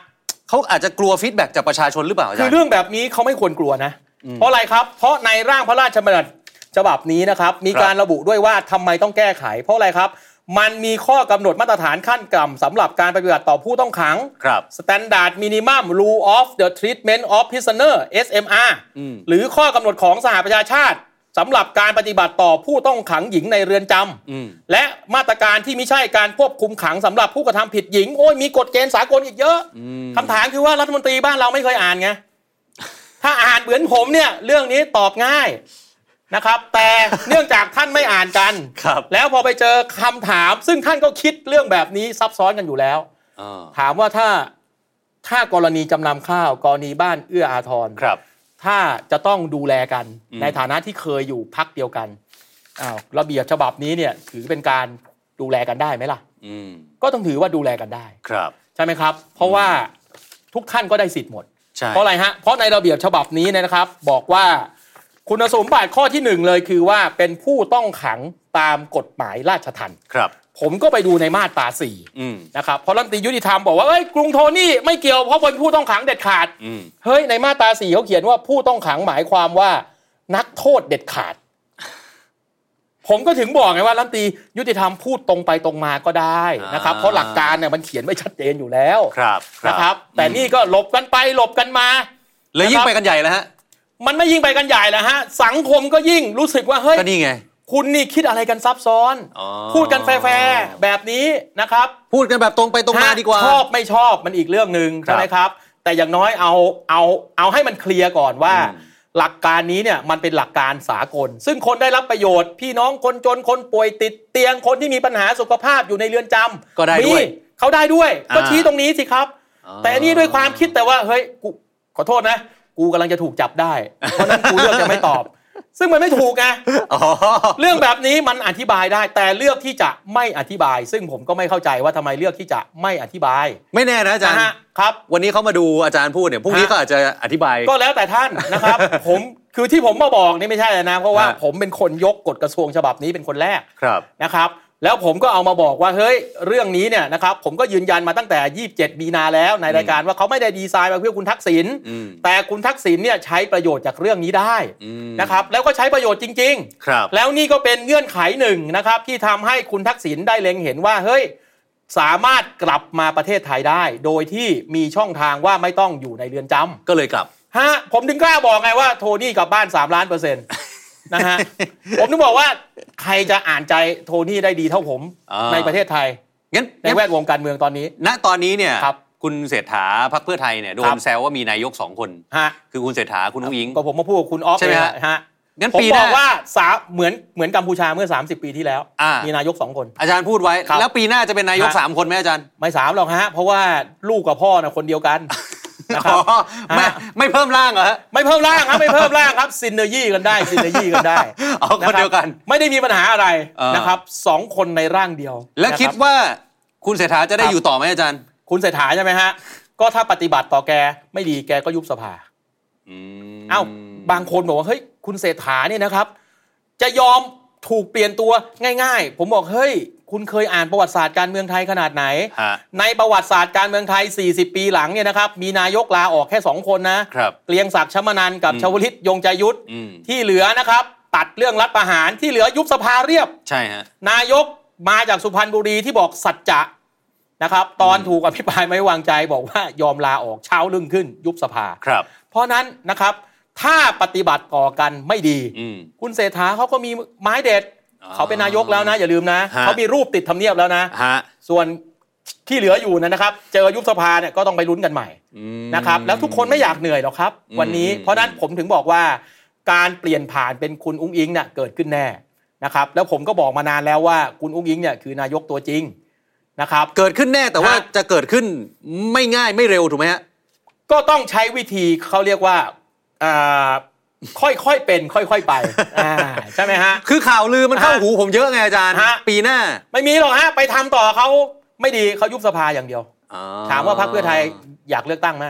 S2: เขาอาจจะกลัวฟีดแบ็กจากประชาชนหรือเปล่าาจา
S5: คือ
S2: รย์
S5: เรื่องแบบนี้เขาไม่ควรกลัวนะ เพราะอะไรครับ เพราะในร่างพระราชบัญญัติฉบับนี้นะครับ มี
S2: ครับ
S5: การระบุด้วยว่าทำไมต้องแก้ไข เพราะอะไรครับ มันมีข้อกำหนดมาตรฐานขั้นต่ำสำหรับการปฏิบัติต่อผู้ต้องขัง
S2: ครับ
S5: Standard Minimum Rule of the Treatment of Prisoner SMR
S2: อืม
S5: หรือข้อกำหนดของสหประชาชาติสำหรับการปฏิบัติต่อผู้ต้องขังหญิงในเรือนจ
S2: อืม
S5: ำและมาตรการที่ไม่ใช่การควบคุมขังสำหรับผู้กระทำผิดหญิง โอ้ยมีกฎเกณฑ์สากลอีกเยอะ
S2: ม
S5: คำถามคือว่ารัฐมนตรีบ้านเราไม่เคยอ่านไง ถ้าอ่านเหมือนผมเนี่ยเรื่องนี้ตอบง่ายนะครับ แต่เนื่องจากท่านไม่อ่านกัน
S2: ครับ
S5: แล้วพอไปเจอคำถาม ซึ่งท่านก็คิดเรื่องแบบนี้ซับซ้อนกันอยู่แล้ว
S2: อ่า
S5: ถามว่าถ้าถ้ากรณีจำนำข้าว กรณีบ้านเอื้ออาทร
S2: ครับ
S5: ถ้าจะต้องดูแลกัน
S2: อืม
S5: ในฐานะที่เคยอยู่พักเดียวกันอ้าวระเบียบฉบับนี้เนี่ยถือเป็นการดูแลกันได้ไหมล่ะ
S2: อืม
S5: ก็ต้องถือว่าดูแลกันได้
S2: ครับ
S5: ใช่ไหมครับ เพราะว่าทุกท่านก็ได้สิทธิ์หมด
S2: ใช่
S5: เพราะอะไรฮะ เพราะในระเบียบฉบับนี้เนี่ยนะครับ บอกว่าคุณสมบัติข้อที่หนึ่งเลยคือว่าเป็นผู้ต้องขังตามกฎหมายราชทัณฑ์
S2: ครับ
S5: ผมก็ไปดูในมาตราสี่
S2: อืม
S5: นะครับเพราะรัฐมนตรียุติธรรมบอกว่าเอ้ยกรุงโทนี่ไม่เกี่ยวเพราะเป็นผู้ต้องขังเด็ดขาด
S2: อืม
S5: เฮ้ยในมาตราสี่เขาเขียนว่าผู้ต้องขังหมายความว่านักโทษเด็ดขาด ผมก็ถึงบอกไงว่ารัฐมนตรียุติธรรมพูดตรงไปตรงมาก็ได้นะครับ เพราะหลักการเนี่ยมันเขียนไว้ชัดเจนอยู่แล้ว
S2: ครับ
S5: นะครับ แต่นี่ก็หลบกันไปหลบกันมา
S2: เลยยิ่ง
S5: นะครับ
S2: ไปกันใหญ่แล้วฮะ
S5: มันไม่ยิ่งไปกันใหญ่แล้วฮะสังคมก็ยิ่งรู้สึกว่าเฮ้ย
S2: ก็นี่ไง
S5: คุณนี่คิดอะไรกันซับซ้อน
S2: อ๋อ
S5: พูดกันแฟร์ๆแบบนี้นะครับ
S2: พูดกันแบบตรงไปตรงมาดีกว่า
S5: ชอบไม่ชอบมันอีกเรื่องหนึ่ง
S2: ครับ
S5: ใช่ไหมครับ แต่อย่างน้อยเอาเอาเอาให้มันเคลียร์ก่อนว่า
S2: อืม
S5: หลักการนี้เนี่ยมันเป็นหลักการสากล ซึ่งคนได้รับประโยชน์ พี่น้องคนจนคนป่วยติดเตียงคนที่มีปัญหาสุขภาพอยู่ในเรือนจำ
S2: ก็ได้ด้วย
S5: มีเขาได้ด้วย
S2: อ่า
S5: ก็ชี้ตรงนี้สิครับ
S2: อ๋อ
S5: แต่อันนี่ด้วยความคิดแต่ว่าเฮ้ยกูขอโทษนะ กูกำลังจะถูกจับได้ เพราะฉะนั้นกูเลือกจะไม่ตอบ ซึ่งมันไม่ถูกไง
S2: อ๋อ
S5: เรื่องแบบนี้มันอธิบายได้ แต่เลือกที่จะไม่อธิบาย ซึ่งผมก็ไม่เข้าใจว่าทำไมเลือกที่จะไม่อธิบาย
S2: ไม่แน่นะอาจาร
S5: นะ
S2: ย์
S5: ฮะครับ
S2: วันนี้เขามาดูอาจารย์พูดเนี่ยพรุ่งนี้
S5: ฮะ
S2: ก็อาจจะอธิบาย
S5: ก็แล้วแต่ท่านนะครับ ผมคือที่ผมมาบอกนี่ไม่ใช่นะเพราะว่า
S2: ฮะ
S5: ผมเป็นคนยกกฎกระทรวงฉบับนี้เป็นคนแรก
S2: ครับ
S5: นะครับ แล้วผมก็เอามาบอกว่าเฮ้ยเรื่องนี้เนี่ยนะครับผมก็ยืนยันมาตั้งแต่ 27 มีนาแล้วในรายการว่าเขาไม่ได้ดีไซน์มาเพื่อคุณทักษิณ
S2: อืม
S5: แต่คุณทักษิณเนี่ยใช้ประโยชน์จากเรื่องนี้ได้
S2: อืม
S5: นะครับแล้วก็ใช้ประโยชน์จริง ๆ
S2: ครับ
S5: แล้วนี่ก็เป็นเงื่อนไขหนึ่งนะครับ ที่ทำให้คุณทักษิณได้เล็งเห็นว่า เฮ้ย สามารถกลับมาประเทศไทยได้ โดยที่มีช่องทางว่าไม่ต้องอยู่ในเรือนจำ
S2: ก็เลยกลับ
S5: ฮะผมถึงกล้าบอกไงว่าโทนี่กลับบ้าน 3 ล้านเปอร์เซ็นต์นะ
S2: [laughs]
S5: ฮะ ผมถึงบอกว่าใครจะอ่านใจโทนี่ได้ดีเท่าผม
S2: อ่า
S5: ในประเทศไทย
S2: งั้น
S5: ในแวดวงการเมืองตอนนี้
S2: ณตอนนี้เนี่ย
S5: ครับ
S2: ณเศรษฐาพรรคเพื่อไทยเนี่ยโด
S5: ครั
S2: น
S5: บ
S2: แซวว่ามีนายกสองคน
S5: ฮะ
S2: คือคุณเศรษฐาคุณอุ้งอิง
S5: ก็ผมมาพูดกับคุณออฟ
S2: ใช่ไหมฮะ
S5: เองอฮะ
S2: งั้น
S5: ผม
S2: ปีห
S5: บ
S2: น้า
S5: อกว่าสามเหมือนเหมือนกัมพูชาเมื่อ 30 ปีที่แล้ว
S2: อ่ามี
S5: มีนายกสองคน
S2: อาจารย์พูดไว้
S5: ครับ
S2: แล้วปีหน้าจะเป็นนายก
S5: ฮะ
S2: สามคนไหมอาจารย์
S5: ไม่สามหรอกฮะ เพราะว่าลูกกับพ่อนะคนเดียวกัน [laughs] นะครับ
S2: อ๋อไม่
S5: ฮะ
S2: ไม่เพิ่มร่างเหรอฮะ
S5: ไม่เพิ่มร่างครับไม่เพิ่มร่างครับซินเนอร์ยี่กันได้ซินเนอร์ยี่กันได้
S2: [laughs] เอาคน
S5: รับ
S2: เดียวกัน
S5: ไม่ได้มีปัญหาอะไร
S2: เออ
S5: นะครับสองคนในร่างเดียว
S2: และคิด
S5: นะครับ
S2: ว่าคุณเศรษฐาจะได้
S5: ครับ
S2: อยู่ต่อไหมอาจารย์
S5: คุณเศรษฐาใช่ไหมฮะ ก็ถ้าปฏิบัติต่อแกไม่ดีแกก็ยุบสภา เอ้าบางคนบอกว่า เฮ้ย คุณเศรษฐาเนี่ยนะครับ จะยอมถูกเปลี่ยนตัวง่าย ๆ ผมบอกเฮ้ย คุณเคยอ่านประวัติศาสตร์การเมืองไทยขนาดไหน
S2: ฮะ
S5: ในประวัติศาสตร์การเมืองไทย 40 ปีหลังเนี่ยนะครับ มีนายกลาออกแค่ 2 คนนะครับเกลียงศักดิ์ชมานันท์กับ
S2: อืม
S5: ชวลิตยงใจยุทธ
S2: อืม
S5: ที่เหลือนะครับ ตัดเรื่องรัฐประหารที่เหลือยุบสภาเรียบ
S2: ใช่ฮะ
S5: นายกมาจากสุพรรณบุรีที่บอกสัจจะนะครับ ตอนถูกอภิปรายไม่ไว้วางใจบอกว่ายอมลาออกเช้าลุ่งขึ้น ยุบสภา
S2: ครับ
S5: เพราะนั้นนะครับถ้าปฏิบัติต่อกันไม่ดี
S2: อืม
S5: คุณเศรษฐาเขาก็มีไม้เด็ด
S2: อ๋อ
S5: เขาเป็นนายกแล้วนะ อย่าลืมนะ
S2: ฮะ
S5: เขามีรูปติดทำเนียบแล้วนะ
S2: ฮะ
S5: ส่วนที่เหลืออยู่นะนะครับ เจอยุบสภาเนี่ยก็ต้องไปลุ้นกันใหม่
S2: อืม
S5: นะครับแล้วทุกคนไม่อยากเหนื่อยหรอกครับ
S2: อืม
S5: วันนี้
S2: อืม
S5: เพราะฉะนั้นผมถึงบอกว่าการเปลี่ยนผ่านเป็นคุณอุ้งอิงเนี่ยเกิดขึ้นแน่นะครับแล้วผมก็บอกมานานแล้วว่าคุณอุ้งอิงเนี่ยคือนายกตัวจริงนะครับ
S2: เกิดขึ้นแน่แต่ว่า
S5: ฮะ
S2: จะเกิดขึ้นไม่ง่ายไม่เร็วถูกไหมฮะ
S5: ก็ต้องใช้วิธีเขาเรียกว่าอ่าค่อยๆเป็นค่อยๆไปอ่าใช่ไหมฮะ
S2: คือข่าวลือมันเข้า
S5: ฮะ
S2: หูผมเยอะไงอาจารย์
S5: ฮะ
S2: ปีหน้า
S5: ไม่มีหรอกฮะไปทำต่อเขาไม่ดีเขายุบสภาอย่างเดียว
S2: อ๋อ
S5: ถามว่าพรรคเพื่อไทยอยากเลือกตั้งไหม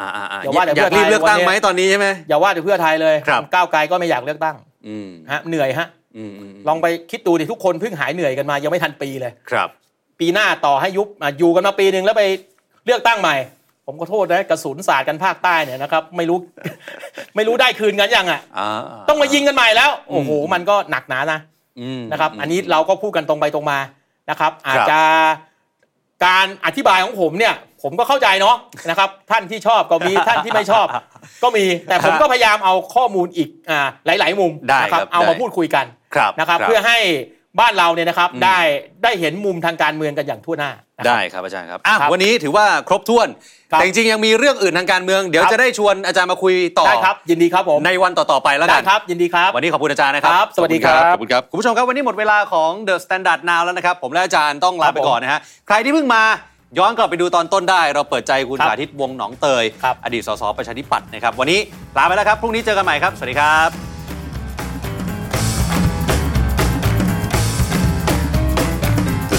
S2: อ่าๆๆ
S5: อย่าว่าแต่
S2: อยาก
S5: เพื่
S2: รี
S5: อบ ไทย
S2: เลือกตั้ง
S5: วันนี้
S2: ไหมตอนนี้ใช่ไหม
S5: อย่าว่าแต่เพื่อไทยเลย
S2: ครับ
S5: ก้าวไกลก็ไม่อยากเลือกตั้ง
S2: อืม
S5: ฮะเหนื่อยฮะ
S2: อืมๆๆ
S5: ลองไปคิดดูดิทุกคนเพิ่งหายเหนื่อยกันมายังไม่ทันปีเลย
S2: ครับ
S5: ปีหน้าต่อให้ยุบอ่ะอยู่กันมาปีหนึ่งแล้วไปเลือกตั้งใหม่ ผมก็โทษนะกระสุนสาดกันภาคใต้เนี่ยนะครับ ไม่รู้ [laughs] ไม่รู้ได้คืนกันยังอ่ะ
S2: อ่า
S5: ต้องมายิงกันใหม่แล้ว โอ้โห มันก็หนักหนานะ
S2: อืม
S5: นะครับ อันนี้เราก็พูดกันตรงไปตรงมานะครับ อาจ
S2: ครับ
S5: จะการอธิบายของผมเนี่ย ผมก็เข้าใจเนาะนะครับ ท่านที่ชอบก็ [laughs] มีท่านที่ไม่ชอบ ก็มีแต่ผมก็พยายามเอาข้อมูลอีกอ่าหลาย ๆ มุม
S2: ได้
S5: นะ
S2: ค
S5: ค
S2: รั
S5: รั
S2: บบ
S5: เอา
S2: ได้
S5: มาพูดคุยกัน
S2: ครับ
S5: นะครับเพื่อให้บ้านเราเนี่ยนะครับได้ได้เห็นมุมทางการเมืองกันอย่างทั่วหน้านะครับ
S2: ได้ครับอาจารย์ครับอ่ะ
S5: ครับ
S2: วันนี้ถือว่าครบถ้วน
S5: ครับ
S2: แต่จริงๆยังมีเรื่องอื่นทางการเมือง เดี๋ยว
S5: ครับ
S2: จะได้ชวนอาจารย์มาคุยต่อ
S5: ได้ครับ ยินดีครับผม
S2: ในวันต่อๆไปแล้วกั
S5: ได้
S2: น
S5: ครับ ยินดีครับ
S2: วันนี้ขอบคุณอาจารย์นะครับ
S5: ครับสวัสดีครับ
S2: ขอบคุณครับ คุณผู้ชมครับ วันนี้หมดเวลาของ The Standard Now แล้วนะครับ ผมและอาจารย์ต้องลาไป
S5: ครับผม
S2: ก่อนนะฮะ ใครที่เพิ่งมาย้อนกลับไปดูตอนต้นได้ เราเปิดใจคุณ
S5: ครับ
S2: สาธิตวงศ์หนองเตย
S5: ครับ
S2: อดีตสสประชาธิปัตย์นะครับ วันนี้ลาไปแล้วครับ พรุ่งนี้เจอกันใหม่ครับ สวัสดีครับ
S1: The